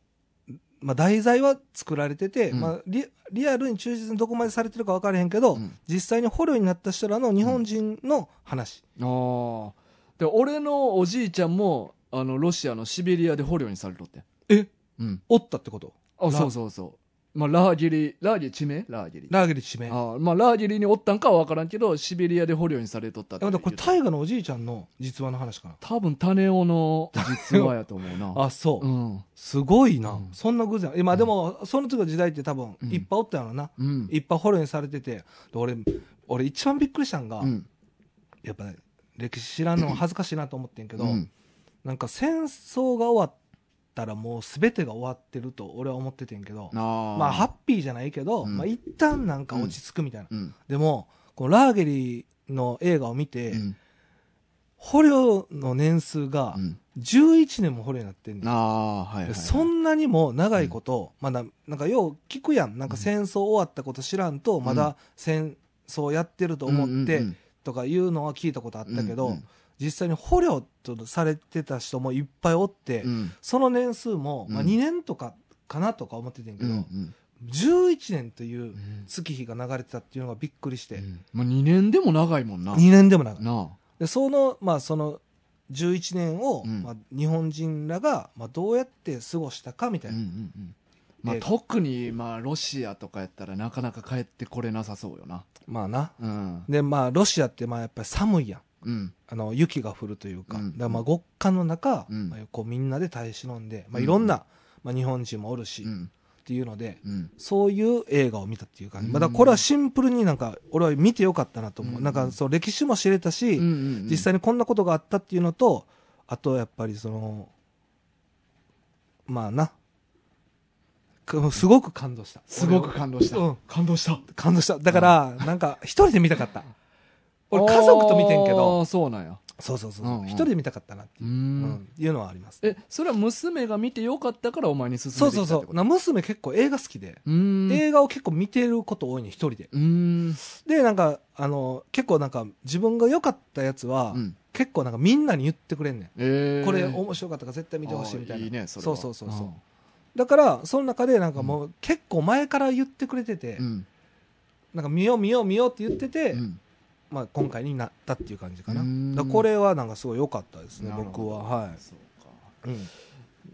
Speaker 2: ーまあ、題材は作られてて、
Speaker 3: うん
Speaker 2: まあ、リリアルに忠実にどこまでされてるか分からへんけど、
Speaker 3: うん
Speaker 2: 実際に捕虜になった人らの日本人の話、
Speaker 3: ああ。で、俺のおじいちゃんも、あの、ロシアのシベリアで捕虜にされとって。
Speaker 2: え
Speaker 3: うん。
Speaker 2: おったってこと
Speaker 3: あ、
Speaker 2: な
Speaker 3: そうそうそう。まあ、ラーギリ、ラーギリ地名ラーギリ。
Speaker 2: ラーゲリ地名。
Speaker 3: ああまあ、ラーギリにおったんかは分からんけど、シベリアで捕虜にされとったって言
Speaker 2: でも
Speaker 3: う
Speaker 2: これ、大河のおじいちゃんの実話の話かな。
Speaker 3: 多分、種オの実話やと思うな。
Speaker 2: <laughs> あ、そうう。
Speaker 3: ん。
Speaker 2: すごいな。
Speaker 3: うん
Speaker 2: そんな偶然。えまあでも、その時の時代って多分
Speaker 3: う、ん
Speaker 2: いっぱいおったやろな。
Speaker 3: うん。
Speaker 2: いっぱい捕虜にされてて、で俺、俺一番びっくりしたんが、
Speaker 3: うん。
Speaker 2: やっぱね、歴史知らんの恥ずかしいなと思ってんけど、
Speaker 3: うん
Speaker 2: なんか戦争が終わったらもう全てが終わってると俺は思っててんけど、
Speaker 3: ああ。
Speaker 2: まあハッピーじゃないけど、
Speaker 3: うん
Speaker 2: まあ一旦なんか落ち着くみたいな。
Speaker 3: うん。
Speaker 2: でも、このラーゲリの映画を見て、
Speaker 3: うん。
Speaker 2: 捕虜の年数が
Speaker 3: うん
Speaker 2: 11年も捕虜になってんねん
Speaker 3: ああ、はいはいはい。
Speaker 2: そんなにも長いこと、まだ、なんかよう聞くやん。なんか戦争終わったこと知らんと、まだ戦争やってると思っ
Speaker 3: うんう
Speaker 2: て
Speaker 3: ん、
Speaker 2: とかいうのは聞いたことあったけ
Speaker 3: うんう
Speaker 2: ど
Speaker 3: ん、
Speaker 2: 実際に捕虜とされてた人もいっぱいおって
Speaker 3: う、ん。
Speaker 2: その年数も、まあ
Speaker 3: うん
Speaker 2: 2年とかかなとか思っててんけ
Speaker 3: うん。う
Speaker 2: ど、
Speaker 3: ん。
Speaker 2: 11年という
Speaker 3: うん
Speaker 2: 月日が流れてたっていうのがびっくりして、
Speaker 3: まあ、2年でも長いもんな。
Speaker 2: 2年でも長い。
Speaker 3: な
Speaker 2: でそのまあその11年を、
Speaker 3: うん
Speaker 2: まあ、日本人らが、まあ、どうやって過ごしたかみ
Speaker 3: あ。
Speaker 2: た
Speaker 3: う
Speaker 2: い
Speaker 3: んう
Speaker 2: な、
Speaker 3: んうん。まあ、
Speaker 2: えー
Speaker 3: 特に、まあ、ロシアとかやったらなかなか帰ってこれなさそうよな。
Speaker 2: まあな
Speaker 3: うん。
Speaker 2: でまあロシアってまあやっぱり寒いやん
Speaker 3: うん。
Speaker 2: あの雪が降るというか,、
Speaker 3: うん
Speaker 2: だからまあ極寒の中、
Speaker 3: うん
Speaker 2: まあ、こうみんなで耐え忍んで、
Speaker 3: う
Speaker 2: まあ、
Speaker 3: ん
Speaker 2: いろんな、まあ、日本人もおるし、
Speaker 3: う
Speaker 2: っ
Speaker 3: ん。
Speaker 2: ていうので
Speaker 3: うん。
Speaker 2: そういう映画を見たっていう感じ、まあ、
Speaker 3: うん
Speaker 2: だからこれはシンプルになんか俺は見てよかったなと思う、
Speaker 3: うん
Speaker 2: なんかそう歴史も知れたし、
Speaker 3: 実
Speaker 2: 実際にこんなことがあったっていうのと、あとやっぱりその、まあな、くすごく感動した。
Speaker 3: すごく感動した、
Speaker 2: うん
Speaker 3: 感動した
Speaker 2: 感動した。だから、なんか一人で見たか <laughs> った。俺家族と見てんけ
Speaker 3: あ
Speaker 2: ど、
Speaker 3: ーそうなんや
Speaker 2: そうそうそう
Speaker 3: う
Speaker 2: そ
Speaker 3: んう
Speaker 2: う、
Speaker 3: ん
Speaker 2: 一人で見たかったなっていうう、
Speaker 3: ー
Speaker 2: うんんいうのはあります。
Speaker 3: えそれは娘が見てよかったからお前に勧めてきた
Speaker 2: そ
Speaker 3: って
Speaker 2: うそ
Speaker 3: こと
Speaker 2: うそう。な娘結構映画好きで、
Speaker 3: うーん
Speaker 2: 映画を結構見てること多いね、一人で。
Speaker 3: うーん
Speaker 2: で、なんか、あの、結構なんか自分が良かったやつは、
Speaker 3: うん
Speaker 2: 結構なんかみんなに言ってくれんねん。
Speaker 3: えー
Speaker 2: これ面白かったから絶対見てほしいみた
Speaker 3: あ
Speaker 2: い
Speaker 3: ー
Speaker 2: な。
Speaker 3: いいねそれ
Speaker 2: そ
Speaker 3: は
Speaker 2: うそうそうそう。だから、その中でなんかもう結構前から言ってくれてて、
Speaker 3: うん
Speaker 2: なんか見よう見よう見ようって言ってて、
Speaker 3: うん
Speaker 2: まあ今回になったっていう感じかな。
Speaker 3: うーん
Speaker 2: だからこれはなんかすごい良かったですね、
Speaker 3: なるほど
Speaker 2: 僕は。は
Speaker 3: そうか
Speaker 2: い。うん。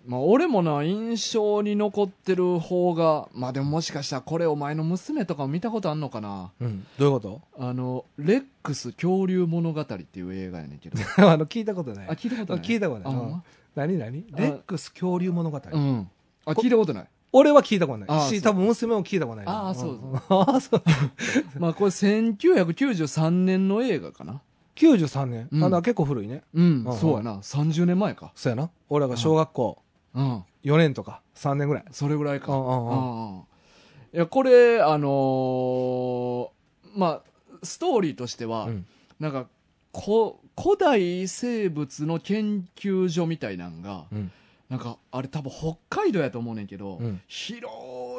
Speaker 3: まあ俺もな印象に残ってる方がまあでももしかしたらこれお前の娘とかも見たことあんのかな
Speaker 2: うん、どういうこ
Speaker 3: あのレックス恐竜物語っていう映画やねんけど
Speaker 2: と <laughs> あの、聞いたことない。
Speaker 3: <laughs> あ聞いたことない
Speaker 2: 聞いたことない
Speaker 3: あほんま
Speaker 2: 何何
Speaker 3: あ
Speaker 2: レックス恐竜物語。
Speaker 3: うんあ聞いたことない
Speaker 2: 俺は聞いたこと
Speaker 3: あ
Speaker 2: な
Speaker 3: あ
Speaker 2: い
Speaker 3: そう
Speaker 2: し、多分娘も聞いたことないな。
Speaker 3: ああそうん
Speaker 2: <laughs> ああ、そう。
Speaker 3: まあこれ1993年の映画かな
Speaker 2: 93年。
Speaker 3: うん
Speaker 2: あの結構古いね。
Speaker 3: うん、
Speaker 2: うん
Speaker 3: そうやな30年前か
Speaker 2: そうやな。俺らが小学校
Speaker 3: うん
Speaker 2: 4年とか3年ぐらい。
Speaker 3: それぐらいか
Speaker 2: うんうんうん
Speaker 3: うんうんいやこれあのーまあストーリーとしては、
Speaker 2: うん
Speaker 3: なんかこ古代生物の研究所みたいなんが、
Speaker 2: うん
Speaker 3: なんかあれ多分北海道やと思うねんけど、
Speaker 2: うん
Speaker 3: 広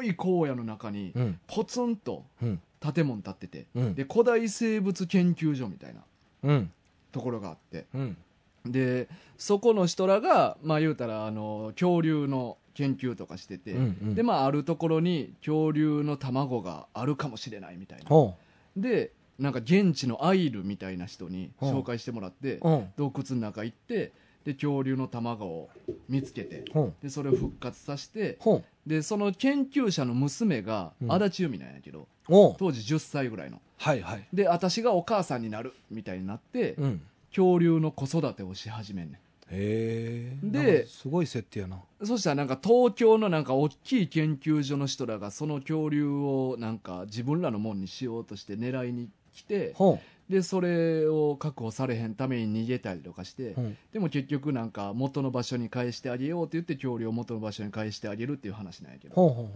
Speaker 3: い荒野の中に
Speaker 2: うん。
Speaker 3: ポツンと
Speaker 2: うん。
Speaker 3: 建物建ってて、
Speaker 2: うん
Speaker 3: で古代生物研究所みたいな
Speaker 2: うん。
Speaker 3: ところがあって、
Speaker 2: うん。
Speaker 3: でそこの人らがまあ言うたらあの恐竜の研究とかしてて、
Speaker 2: うん
Speaker 3: でまああるところに恐竜の卵があるかもしれないみたいな
Speaker 2: ほう。
Speaker 3: でなんか現地のアイルみたいな人に
Speaker 2: ほう
Speaker 3: 紹介してもらって
Speaker 2: うん。
Speaker 3: 洞窟の中行ってで恐竜の卵を見つけて
Speaker 2: ほう。
Speaker 3: でそれを復活させて
Speaker 2: ほう。
Speaker 3: でその研究者の娘が
Speaker 2: うん
Speaker 3: 足立由美なんやけど、
Speaker 2: おう。
Speaker 3: 当時10歳ぐらいの
Speaker 2: はいはい。
Speaker 3: で私がお母さんになるみたいになって、
Speaker 2: うん。
Speaker 3: 恐竜の子育てをし始めんねん
Speaker 2: へえ。
Speaker 3: で
Speaker 2: なんかすごい設定やな。
Speaker 3: そしたらなんか東京のなんか大きい研究所の人らがその恐竜をなんか自分らのもんにしようとして狙いに来て
Speaker 2: ほ
Speaker 3: でそれを確保されへんために逃げたりとかして
Speaker 2: う。うん。
Speaker 3: でも結局なんか元の場所に返してあげようって言って恐竜を元の場所に返してあげるっていう話なんやけど
Speaker 2: ほうほうほう。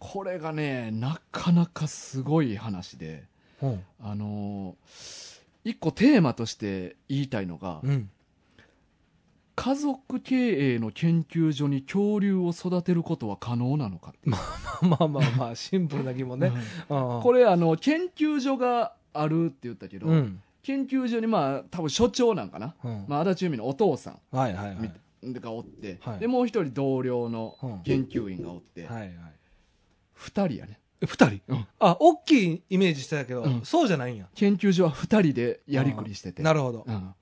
Speaker 3: これがねなかなかすごい話で
Speaker 2: ほう。
Speaker 3: あのー一個テーマとして言いたいのが
Speaker 2: うん。 <laughs>
Speaker 3: 家族経営の研究所に恐竜を育てることは可能なのかっていう
Speaker 2: まあまあまあ、シンプルな疑問ね。ああ
Speaker 3: これあの研究所があるって言ったけど、
Speaker 2: うん。
Speaker 3: 研究所にまあ多分所長なんかな、
Speaker 2: うん
Speaker 3: まあ、足立由美のお父さん
Speaker 2: はいはいはい。
Speaker 3: みがおって、
Speaker 2: はい
Speaker 3: でもう一人同僚
Speaker 2: う
Speaker 3: の
Speaker 2: ん
Speaker 3: 研究員がおって、
Speaker 2: はいはい。
Speaker 3: 二人やね
Speaker 2: え二人
Speaker 3: うん
Speaker 2: あ、大きいイメージしてたけど
Speaker 3: うん、
Speaker 2: そうじゃないんや。
Speaker 3: 研究所は二人でやりくりしてて
Speaker 2: なるほど。
Speaker 3: うん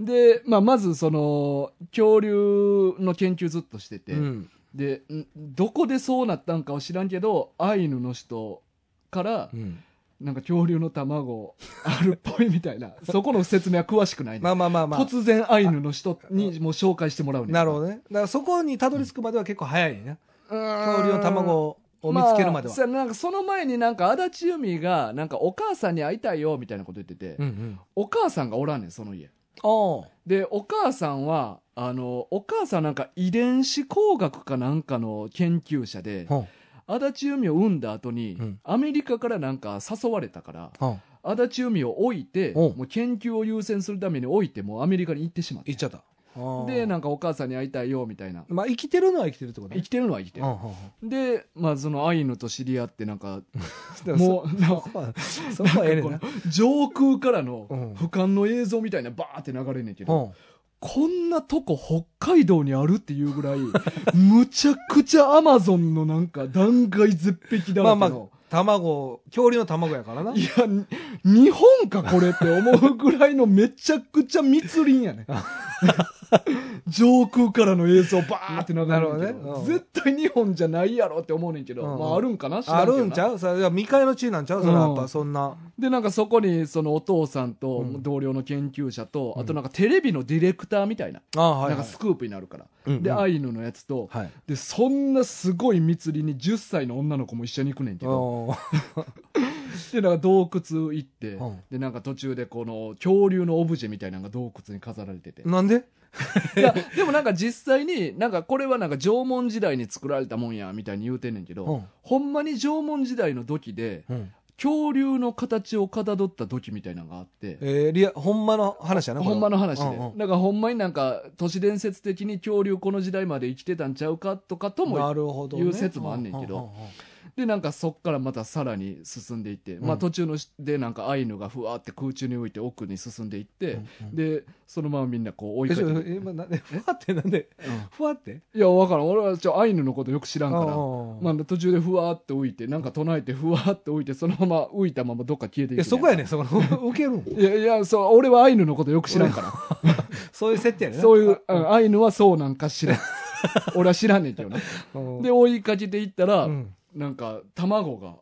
Speaker 3: で、まあ、まずその恐竜の研究ずっとしてて、
Speaker 2: うん。
Speaker 3: でんどこでそうなったんかは知らんけどアイヌの人から
Speaker 2: うん
Speaker 3: なんか恐竜の卵あるっぽいみたい
Speaker 2: <laughs>
Speaker 3: なそこの説明は詳しくないね、
Speaker 2: まあまあまあまあ。
Speaker 3: 突然アイヌの人にもう紹介してもらうね
Speaker 2: なるほどね。だからそこにたどり着くまでは結構早いね。恐
Speaker 3: 恐
Speaker 2: 竜の卵を見つけるまでは。
Speaker 3: あ、なんかその前になんか足立由美がなんかお母さんに会いたいよみたいなこと言ってて、
Speaker 2: うんうん。
Speaker 3: お母さんがおらんねんその家
Speaker 2: お
Speaker 3: でお母さんはあのお母さんなんか遺伝子工学かなんかの研究者で
Speaker 2: ほん
Speaker 3: 足立由美を産んだ後に、
Speaker 2: うん
Speaker 3: アメリカからなんか誘われたから
Speaker 2: ほん。
Speaker 3: 足立由美を置いて
Speaker 2: おう
Speaker 3: もう研究を優先するために置いてもうアメリカに行ってしまって
Speaker 2: 行っちゃった。
Speaker 3: で
Speaker 2: で、
Speaker 3: なんかお母さんに会いたいよみたいな
Speaker 2: まあ生きてるのは生きてるってこと
Speaker 3: 生
Speaker 2: ね。
Speaker 3: きてるのは生きてる
Speaker 2: うんうんうん
Speaker 3: でまあそのアイヌと知り合ってなん
Speaker 2: <laughs>
Speaker 3: か
Speaker 2: で
Speaker 3: も
Speaker 2: も
Speaker 3: う
Speaker 2: う、
Speaker 3: な
Speaker 2: そこは、 <laughs> そこはええねん
Speaker 3: こ
Speaker 2: な
Speaker 3: の。上空からの
Speaker 2: うん
Speaker 3: 俯瞰の映像みたいなバーって流れんねんけど、
Speaker 2: うん
Speaker 3: こんなとこ北海道にあるっていうぐらい、 <laughs> むちゃくちゃアマゾンのなんか断崖絶壁だ
Speaker 2: ま
Speaker 3: ら
Speaker 2: あ
Speaker 3: け
Speaker 2: まあ
Speaker 3: の。、
Speaker 2: 卵、恐竜の卵やからな。
Speaker 3: いや、に日本かこれって思うぐらいのめちゃくちゃ密林
Speaker 2: <laughs>
Speaker 3: やね。上空からの映像バーって流れる
Speaker 2: な
Speaker 3: け
Speaker 2: るほ
Speaker 3: ど、
Speaker 2: どねうん
Speaker 3: 絶対日本じゃないやろって思うねんけど、
Speaker 2: うんうん
Speaker 3: まああるんかな知ら
Speaker 2: あ
Speaker 3: んけどな
Speaker 2: るんちゃうそれいや未開の地なんちゃうそれはやっぱそんな。
Speaker 3: でなんかそこにそのお父さんと
Speaker 2: うん
Speaker 3: 同僚の研究者と、
Speaker 2: うん
Speaker 3: あとなんかテレビのディレクターみたいな,、
Speaker 2: ああ、はい、
Speaker 3: なんか。
Speaker 2: はい
Speaker 3: スクープになるから、
Speaker 2: うんうん
Speaker 3: でアイヌのやつと、
Speaker 2: はい。
Speaker 3: でそんなすごい密林に10歳の女の子も一緒に行くねんけど、
Speaker 2: おー
Speaker 3: でなんか洞窟行って、
Speaker 2: うん
Speaker 3: でなんか途中でこの恐竜のオブジェみたいなのが洞窟に飾られてて、
Speaker 2: なんで
Speaker 3: いやでもなんか実際になんかこれはなんか縄文時代に作られたもんやみたいに言うてんねんけど、
Speaker 2: うん
Speaker 3: ほんまに縄文時代の土器で
Speaker 2: うん。
Speaker 3: 恐竜の形をかたどった土器みたいなのがあって、
Speaker 2: えー、リア、ほんまの話やな、これ
Speaker 3: ほ
Speaker 2: は
Speaker 3: んまの話で、
Speaker 2: うんうん
Speaker 3: だからほんまになんか都市伝説的に恐竜この時代まで生きてたんちゃうかとかと
Speaker 2: な
Speaker 3: も
Speaker 2: るほど、ね。
Speaker 3: いう説もあんねんけど
Speaker 2: うう
Speaker 3: でなんかそっからまたさらに進んでいって、
Speaker 2: うん
Speaker 3: まあ途中のしでなんかアイヌがふわーって空中に浮いて奥に進んでいって、
Speaker 2: うんうん
Speaker 3: でそのままみんなこう追い
Speaker 2: え
Speaker 3: かけ
Speaker 2: ち
Speaker 3: て
Speaker 2: ょ
Speaker 3: く
Speaker 2: えまなんでふわってなんでふわって
Speaker 3: いやわからん俺はちょアイヌのことよく知らん
Speaker 2: だ
Speaker 3: から、ま
Speaker 2: ら
Speaker 3: あ、途中でふわーって浮いてなんか唱えてふわーって浮いてそのまま浮いたままどっか消えていく
Speaker 2: えそこやねんその受けるん
Speaker 3: いやいやそう俺はアイヌのことよく知らんから
Speaker 2: そういう設定やねんな
Speaker 3: そういう、うんアイヌはそうなんか知らん。俺は知らんねんけどな。
Speaker 2: うん
Speaker 3: で、追いかけていったら、
Speaker 2: うん
Speaker 3: なんか、卵が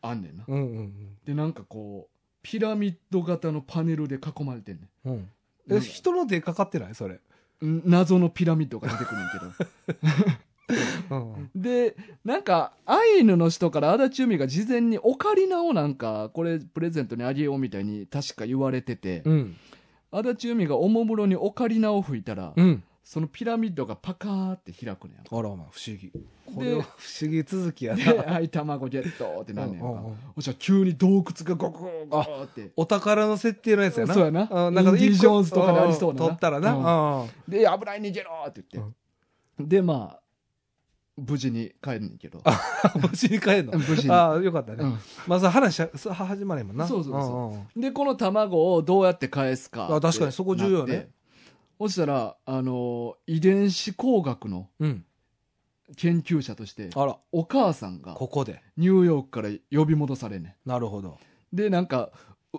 Speaker 3: あんねんな。
Speaker 2: うんうん
Speaker 3: で、なんかこう、ピラミッド型のパネルで囲まれてんねん。
Speaker 2: うんうん
Speaker 3: な
Speaker 2: え
Speaker 3: んか
Speaker 2: 人の出かかってないそれ
Speaker 3: ん謎のピラミッドが出てくるんやけ
Speaker 2: <laughs>
Speaker 3: ど。
Speaker 2: うん
Speaker 3: で、なんか、アイヌの人から足立由美が事前にオカリナをなんか、これプレゼントにあげようみたいに確か言われてて、
Speaker 2: うん
Speaker 3: 足立由美がおもむろにオカリナを吹いたら、
Speaker 2: うん
Speaker 3: そのピラミッドがパカーって開く
Speaker 2: <laughs>
Speaker 3: ねん。
Speaker 2: あらまあ不思議これは不思議続きやな
Speaker 3: で、はい、卵ゲットってなんねん
Speaker 2: うんうんう
Speaker 3: か
Speaker 2: ん。
Speaker 3: そしたら急に洞窟がゴクゴクゴクって。
Speaker 2: お宝の設定のやつやな
Speaker 3: そうやな
Speaker 2: うんなんか
Speaker 3: インディ・ジョーンズとかで
Speaker 2: で
Speaker 3: ありそうなな
Speaker 2: 取ったらなうん
Speaker 3: で、危ない逃げろって言って。で、まあ、無事に帰るんだけど。
Speaker 2: 無事に帰るの
Speaker 3: 無事に
Speaker 2: ああよかった
Speaker 3: う
Speaker 2: ね
Speaker 3: ん
Speaker 2: まあその話はそう始まれへんもんな
Speaker 3: そうそうそうん
Speaker 2: ん
Speaker 3: で、この卵をどうやって返すか。
Speaker 2: あ確かにそこ重要ね。
Speaker 3: そしたら、あの、遺伝子工学の
Speaker 2: うん
Speaker 3: 研究者として、
Speaker 2: あら
Speaker 3: お母さんが
Speaker 2: ここで
Speaker 3: ニューヨークから呼び戻されんね
Speaker 2: なるほど
Speaker 3: ん。で、なんか、う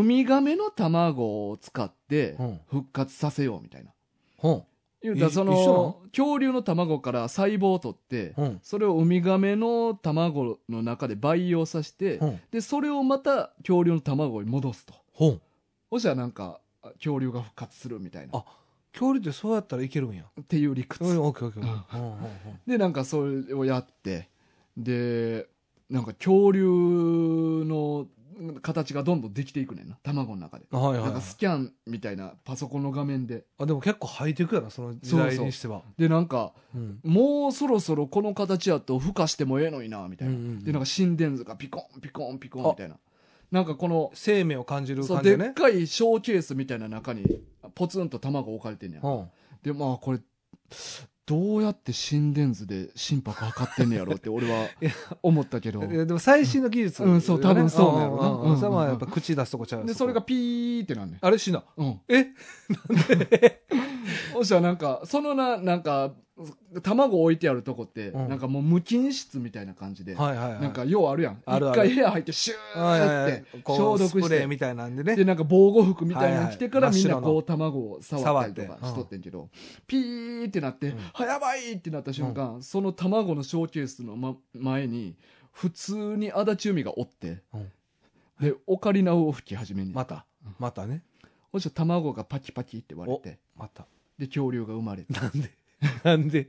Speaker 3: ウミガメの卵を使って
Speaker 2: うん
Speaker 3: 復活させようみたいな。
Speaker 2: ほ
Speaker 3: 言うたら
Speaker 2: い
Speaker 3: そ
Speaker 2: 一緒なの
Speaker 3: の恐竜の卵から細胞を取って、
Speaker 2: んうん
Speaker 3: それをウミガメの卵の中で培養させて、
Speaker 2: うん
Speaker 3: でそれをまた恐竜の卵に戻すと
Speaker 2: ほん
Speaker 3: そしたらなんかあ恐竜が復活するみたいな
Speaker 2: あ恐竜ってそうやったらいけるんや
Speaker 3: っていう理屈、
Speaker 2: うんオッケーオッケーオッケー
Speaker 3: でなんかそれをやってでなんか恐竜の形がどんどんできていくねんな卵の中で、
Speaker 2: うんうんうんはいはい
Speaker 3: なん
Speaker 2: は
Speaker 3: か
Speaker 2: い
Speaker 3: スキャンみたいなパソコンの画面で
Speaker 2: あでも結構ハイテクやなその時代にしては
Speaker 3: でなんか
Speaker 2: うん
Speaker 3: もうそろそろこの形やと孵化してもええのになみたいな、
Speaker 2: うんうんうん
Speaker 3: でなんか心電図がピコンピコンピコンみたいななんかこの
Speaker 2: 生命を感じる
Speaker 3: そう
Speaker 2: 感
Speaker 3: で
Speaker 2: じ
Speaker 3: っ
Speaker 2: ね
Speaker 3: かいショーケースみたいな中にポツンと卵置かれてんねや、
Speaker 2: うん
Speaker 3: でまあこれどうやって心電図で心拍測ってんねやろ
Speaker 2: <laughs>
Speaker 3: って俺は
Speaker 2: いや
Speaker 3: 思ったけど
Speaker 2: いやでも最新の技術
Speaker 3: うんそう多分そうなんやろなうんうんうん
Speaker 2: それはまあやっぱ口出すとこちゃう
Speaker 3: でそれがピーってなんねん
Speaker 2: あれしな
Speaker 3: うん
Speaker 2: え
Speaker 3: <laughs> そしたらなんか、そのな、なんか、卵置いてあるとこって、
Speaker 2: うん
Speaker 3: なんかもう無菌室みたいな感じで、
Speaker 2: はいはいはい。
Speaker 3: なんか、ようあるやん。
Speaker 2: ある
Speaker 3: 一
Speaker 2: ある
Speaker 3: 回部屋入って、シュ
Speaker 2: はいはい
Speaker 3: ー
Speaker 2: は
Speaker 3: っ
Speaker 2: い
Speaker 3: て、
Speaker 2: こ
Speaker 3: 消
Speaker 2: う
Speaker 3: 毒
Speaker 2: ス
Speaker 3: し
Speaker 2: プレー
Speaker 3: て、
Speaker 2: みたいなんで
Speaker 3: <laughs>
Speaker 2: ね
Speaker 3: で、。なんか防護服みたいなの着てから、
Speaker 2: はい
Speaker 3: み
Speaker 2: は
Speaker 3: んな
Speaker 2: い
Speaker 3: こ
Speaker 2: 真っ
Speaker 3: う卵を触ったりと
Speaker 2: 触
Speaker 3: か
Speaker 2: ってうん
Speaker 3: しとってんけど、ピーってなって、
Speaker 2: ん
Speaker 3: はやばいってなった瞬間、その卵のショーケースの、ま、前に、普通に足立海がおって、
Speaker 2: うん
Speaker 3: で、オカリナを吹き始めに。
Speaker 2: また、またね。
Speaker 3: そしたら卵がパキパキって割れて、
Speaker 2: また。
Speaker 3: で、恐竜が生まれて。
Speaker 2: なんで <laughs> なんで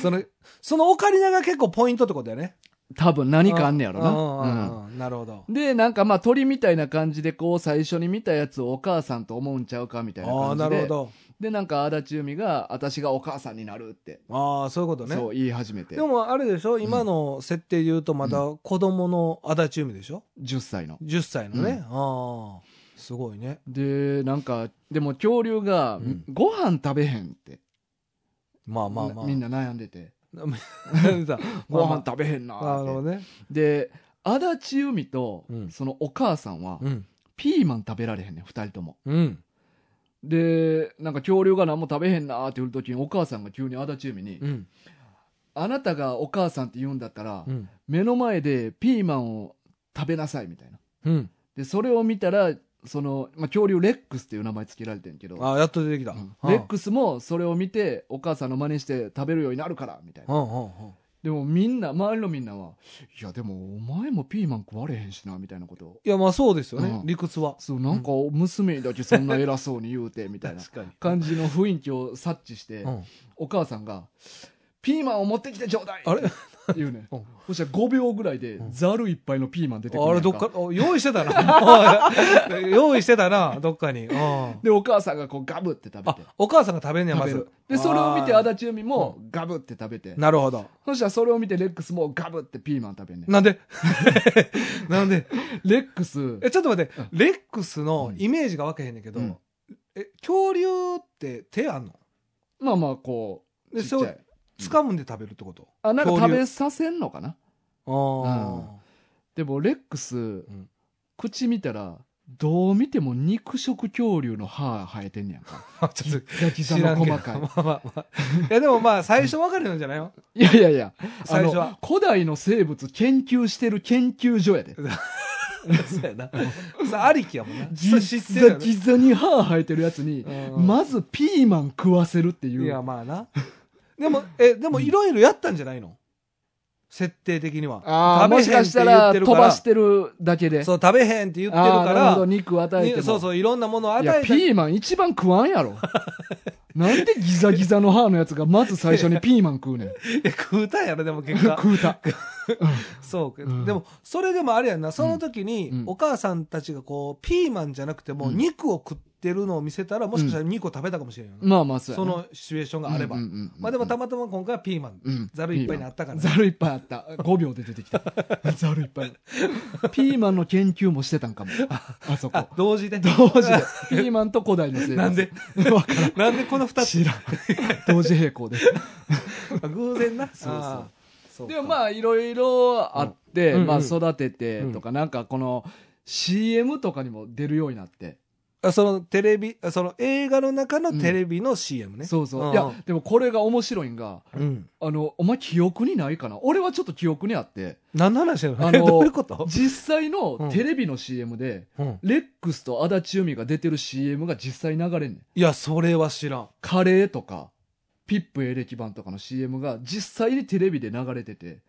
Speaker 2: その、そのオカリナが結構ポイントってことだよね。
Speaker 3: 多分何かあんねやろ
Speaker 2: うんうん
Speaker 3: な。うん
Speaker 2: うんうんなるほど。
Speaker 3: で、なんかまあ鳥みたいな感じで、こう最初に見たやつをお母さんと思うんちゃうかみたいな
Speaker 2: ああー、
Speaker 3: 感じ
Speaker 2: な
Speaker 3: で。
Speaker 2: るほど。
Speaker 3: で、なんか足立由美が、私がお母さんになるって、
Speaker 2: ああ、そういうことね。
Speaker 3: そう言い始めて
Speaker 2: で。もあれでしょ今の設定で言うとまだ子供の足立海でしょ
Speaker 3: 10歳の。
Speaker 2: ?10 歳の
Speaker 3: う
Speaker 2: ね。ああ、すごいね。
Speaker 3: で、なんか、でも恐竜が
Speaker 2: うん、
Speaker 3: ご飯食べへんって、
Speaker 2: まあまあまあ。
Speaker 3: なみんな悩んでて。
Speaker 2: なん <laughs> でさ
Speaker 3: ご飯食べへんな
Speaker 2: まあまあなる
Speaker 3: ー
Speaker 2: ほ
Speaker 3: って。
Speaker 2: どね。
Speaker 3: で、足立由美と
Speaker 2: うん、
Speaker 3: そのお母さんは
Speaker 2: う、ん。
Speaker 3: ピーマン食べられへんねん、二人とも。
Speaker 2: うん。
Speaker 3: で、なんか恐竜が何も食べへんなーって言うときに、お母さんが急に足立由美に、
Speaker 2: うん。
Speaker 3: あなたがお母さんって言うんだったら
Speaker 2: う、ん。
Speaker 3: 目の前でピーマンを食べなさいみたいな。
Speaker 2: うん。
Speaker 3: で、それを見たら、その、まあ、恐竜レックスっていう名前付けられてんけど、
Speaker 2: ああ、やっと出てきた。
Speaker 3: うん
Speaker 2: ああ
Speaker 3: レックスもそれを見て、お母さんの真似して食べるようになるから、みたいな。
Speaker 2: うんうんうん。
Speaker 3: でもみんな、周りのみんなは、いやでもお前もピーマン食われへんしな、みたいなことを。
Speaker 2: いや、まあそうですよね。
Speaker 3: うん
Speaker 2: 理屈は。
Speaker 3: そう、なんか娘にだけそんな偉そうに言うて、みたいな
Speaker 2: <laughs> 確かに。
Speaker 3: 感じの雰囲気を察知して、
Speaker 2: うん、
Speaker 3: お母さんが、ピーマンを持ってきてちょうだい
Speaker 2: あれ
Speaker 3: って言うねん
Speaker 2: うん。
Speaker 3: そしたら5秒ぐらいで、ざるいっぱいのピーマン出てくる
Speaker 2: あれどっか、お用意してたな。 <laughs> おい用意してたな、どっかに。うん
Speaker 3: で、お母さんがこうガブって食べ
Speaker 2: あ
Speaker 3: て。、
Speaker 2: お母さんが食べんねや、
Speaker 3: 食
Speaker 2: ま
Speaker 3: べ
Speaker 2: ず
Speaker 3: る。。で、それを見て
Speaker 2: あ
Speaker 3: 足
Speaker 2: ー
Speaker 3: 立由美もガブって食べて。
Speaker 2: なるほど。
Speaker 3: そしたらそれを見てレックスもガブってピーマン食べんねん。
Speaker 2: なんで <laughs> なんで
Speaker 3: レックス、
Speaker 2: え、ちょっと待って、レックスのイメージが分けへんねんけど、
Speaker 3: うん
Speaker 2: え、恐竜って手あんの
Speaker 3: まあまあこう、
Speaker 2: で
Speaker 3: ちっちゃい。
Speaker 2: それ掴むんで食べるってこと
Speaker 3: あ、なんか食
Speaker 2: 恐竜
Speaker 3: べさせんのかな
Speaker 2: あ
Speaker 3: でもレックス
Speaker 2: ん、
Speaker 3: 口見たら、どう見ても肉食恐竜の歯生えてんねやんか。
Speaker 2: あ、 <laughs> ちょっと。
Speaker 3: ザキザ
Speaker 2: 知ら
Speaker 3: の
Speaker 2: んけど
Speaker 3: 細かい
Speaker 2: <laughs> ま。あまあまあ。いやでもまあ最初分かるんじゃないの
Speaker 3: いやいやいや、
Speaker 2: 最初は
Speaker 3: あの古代の生物研究してる研究所やで。
Speaker 2: <laughs> そうやな。さあ、ありきやもんな。
Speaker 3: ギ
Speaker 2: 知ってる
Speaker 3: ザ
Speaker 2: よね
Speaker 3: ギザに歯生えてるやつに、
Speaker 2: うん
Speaker 3: まずピーマン食わせるってい。
Speaker 2: いうや、まあな。でも、え、でもいろいろやったんじゃないの設定的には。
Speaker 3: ああ、
Speaker 2: 食べへん
Speaker 3: もしかしたら
Speaker 2: って
Speaker 3: 飛
Speaker 2: 言ってるから
Speaker 3: ばしてるだけで。
Speaker 2: そう、食べへんって言ってるか
Speaker 3: あーなるほど
Speaker 2: ら、
Speaker 3: 肉与えても。
Speaker 2: にそうそう、いろんなものを与
Speaker 3: いや、
Speaker 2: え
Speaker 3: ピ
Speaker 2: て、
Speaker 3: ーマン一番食わんや
Speaker 2: <laughs>
Speaker 3: ろ。なんでギザギザの歯のやつがまず最初
Speaker 2: <laughs>
Speaker 3: にピーマン食うねん。
Speaker 2: いや食うたんやろ、でも
Speaker 3: <laughs>
Speaker 2: 結果。
Speaker 3: 食うた。
Speaker 2: そうか、
Speaker 3: うん
Speaker 2: でも、それでもあれやんな、その時に、
Speaker 3: うん
Speaker 2: お母さんたちがこう、ピーマンじゃなくても、
Speaker 3: うん
Speaker 2: 肉を食ってるのを見せたら、もしかしたら肉を食べたかもしれんよな、
Speaker 3: まあまあ、そうや
Speaker 2: そ
Speaker 3: な
Speaker 2: のシチュエーションがあれば。
Speaker 3: うんうんうんうん
Speaker 2: まあでも、たまたま今回はピーマン。
Speaker 3: うん
Speaker 2: ざるいっぱいにあったからね
Speaker 3: ピーマンざるいっぱいあった。5秒で出てき
Speaker 2: <laughs>
Speaker 3: た。ざるいっぱい。ピーマンの研究もしてたん
Speaker 2: <laughs>
Speaker 3: かも。あそこ
Speaker 2: あ。同時で。
Speaker 3: 同時で。ピーマンと古代の生物。
Speaker 2: <laughs> なんで
Speaker 3: わからん。
Speaker 2: なんでこの二つ
Speaker 3: 知らん。同時並
Speaker 2: <laughs>
Speaker 3: 行で。
Speaker 2: 偶然な。
Speaker 3: <laughs> そうそう
Speaker 2: あーそうか
Speaker 3: でもまあいろいろあって、
Speaker 2: うん
Speaker 3: まあ
Speaker 2: うんうん
Speaker 3: 育ててとか、なんかこの CM とかにも出るようになって。
Speaker 2: あそのテレビ、あその映画の中のテレビの CM ね。
Speaker 3: そうそう。
Speaker 2: ん
Speaker 3: いや、でもこれが面白いんが、
Speaker 2: うん。
Speaker 3: あの、お前記憶にないかな俺はちょっと記憶にあって、
Speaker 2: 何の話なの
Speaker 3: あの
Speaker 2: どういうこと
Speaker 3: 実際の
Speaker 2: ん
Speaker 3: テレビの CM で、
Speaker 2: うん。
Speaker 3: レックスと足立由美が出てる CM が実際流れんねん。
Speaker 2: いや、それは知らん。
Speaker 3: カレーとか、ピップエレキ版とかの CM が実際にテレビで流れてて、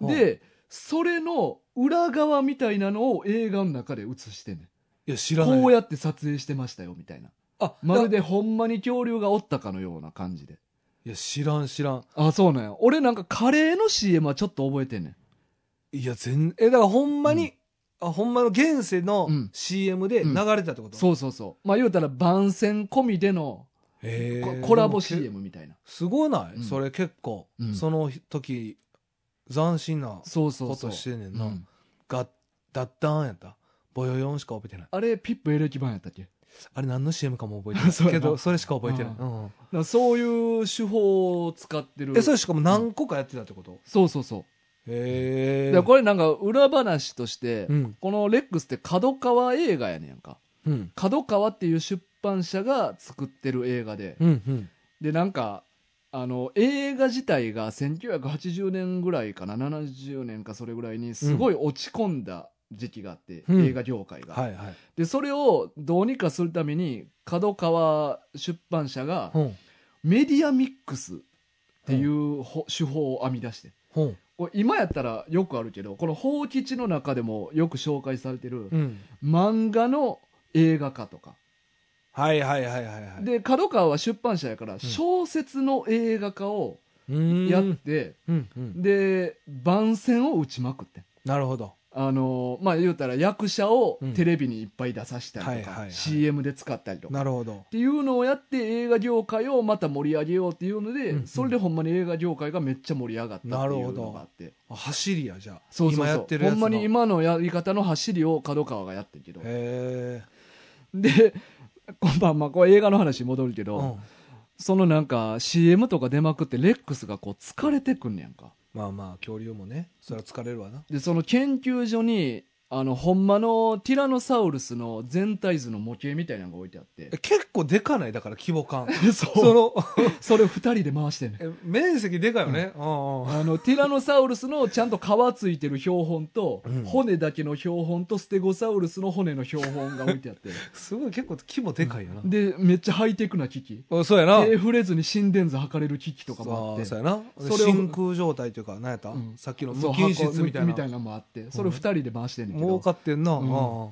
Speaker 3: で、それの裏側みたいなのを映画の中で映してんねん。
Speaker 2: いや、知らない。
Speaker 3: こうやって撮影してましたよ、みたいな。
Speaker 2: あ、
Speaker 3: まるでほんまに恐竜がおったかのような感じで。
Speaker 2: いや、知らん、知らん。
Speaker 3: あ、そうなんや。俺なんかカレーの CM はちょっと覚えてんねん。
Speaker 2: いや、全、え、だからほんまに、あ、ほんまの現世の
Speaker 3: うん
Speaker 2: CM で流れてたってこと、
Speaker 3: そうそうそう。まあ言うたら番宣込みでの
Speaker 2: へ
Speaker 3: コ
Speaker 2: ー
Speaker 3: コラボ
Speaker 2: でも
Speaker 3: CM みたいな。
Speaker 2: すごない、
Speaker 3: うん
Speaker 2: それ結構、
Speaker 3: うん
Speaker 2: その時、斬新な
Speaker 3: そうそう
Speaker 2: こ
Speaker 3: そ
Speaker 2: と
Speaker 3: う。
Speaker 2: してんねん
Speaker 3: う
Speaker 2: な。
Speaker 3: ん
Speaker 2: が、だったんやった。ボヨヨンしか覚えてない。
Speaker 3: あれ、ピップエレキ版やったっけだか
Speaker 2: あれ何の CM かも覚えて
Speaker 3: <laughs> そう
Speaker 2: ない。
Speaker 3: や
Speaker 2: け
Speaker 3: な
Speaker 2: ど、それしか覚えてない。
Speaker 3: う
Speaker 2: うん
Speaker 3: らそういう手法を使ってる。
Speaker 2: え、それしかも何個かやってたってこと
Speaker 3: そうそうそう。
Speaker 2: へ
Speaker 3: でこれなんか裏話として、
Speaker 2: うん
Speaker 3: このレックスって角川映画やねんか。
Speaker 2: うん。
Speaker 3: 角川っていう出版社が作ってる映画で、
Speaker 2: うん。うん。
Speaker 3: でなんかあの映画自体が1980年ぐらいかな70年かそれぐらいにすごい落ち込んだ時期があって、
Speaker 2: うん
Speaker 3: 映画業界が、
Speaker 2: はいはい。
Speaker 3: でそれをどうにかするために角川出版社が
Speaker 2: ほん。
Speaker 3: メディアミックスっていうほ手法を編み出して
Speaker 2: ほん。
Speaker 3: これ今やったらよくあるけどこの「放棄地」の中でもよく紹介されてる
Speaker 2: うん。
Speaker 3: 漫画の映画化とか、
Speaker 2: はいはいはいはいはい。
Speaker 3: で角川は出版社やから小説の映画化を
Speaker 2: うーん、
Speaker 3: やって、
Speaker 2: うんうん。
Speaker 3: で番宣を打ちまくってん
Speaker 2: なるほど。
Speaker 3: あのーまあ言うたら役者を
Speaker 2: うん
Speaker 3: テレビにいっぱい出させたりとか、
Speaker 2: はいはいはい
Speaker 3: CM で使ったりとか
Speaker 2: なるほど
Speaker 3: っ。ていうのをやって映画業界をまた盛り上げようっていうので、
Speaker 2: うんうん
Speaker 3: それでほんまに映画業界がめっちゃ盛り上がったっていうのがあって
Speaker 2: あ走りや、じゃあ。
Speaker 3: そうそう
Speaker 2: 今や
Speaker 3: そ
Speaker 2: って
Speaker 3: う
Speaker 2: るや
Speaker 3: ほ
Speaker 2: つ
Speaker 3: ん
Speaker 2: の。
Speaker 3: まに今のやり方の走りを角川がやってるけど
Speaker 2: へ
Speaker 3: でこんばんまあこれ映画の話戻るけ
Speaker 2: え。
Speaker 3: ど、
Speaker 2: うん。
Speaker 3: そのなんか CM とか出まくってレックスがこう疲れてくんねやんか
Speaker 2: まあまあ、恐竜もね、それは疲れるわな。
Speaker 3: でその研究所にあのほんまのティラノサウルスの全体図の模型みたいなのが置いてあって
Speaker 2: え結構でかない、だから規模感。そ
Speaker 3: そう
Speaker 2: の、 <laughs>
Speaker 3: それ2人で回してんねん
Speaker 2: え面積でかいよね。うんうん。
Speaker 3: あのティラノサウルスのちゃんと皮ついてる標本と、
Speaker 2: うん
Speaker 3: 骨だけの標本とステゴサウルスの骨の標本が置いてあって
Speaker 2: すごい、結構規模でかいよな。
Speaker 3: でめっちゃハイテクな機器
Speaker 2: おそうやな。
Speaker 3: 手触れずに心電図測れる機器とかも
Speaker 2: そ
Speaker 3: あっ
Speaker 2: う
Speaker 3: て
Speaker 2: そうやな。
Speaker 3: それを
Speaker 2: 真空状態というか、何やった、
Speaker 3: うん
Speaker 2: さっきの
Speaker 3: そう
Speaker 2: 無菌室み
Speaker 3: 箱
Speaker 2: たいな
Speaker 3: み。たいなのもあってそれ2人で回してんねんけ
Speaker 2: 儲
Speaker 3: ど
Speaker 2: かってんな。
Speaker 3: うん
Speaker 2: うん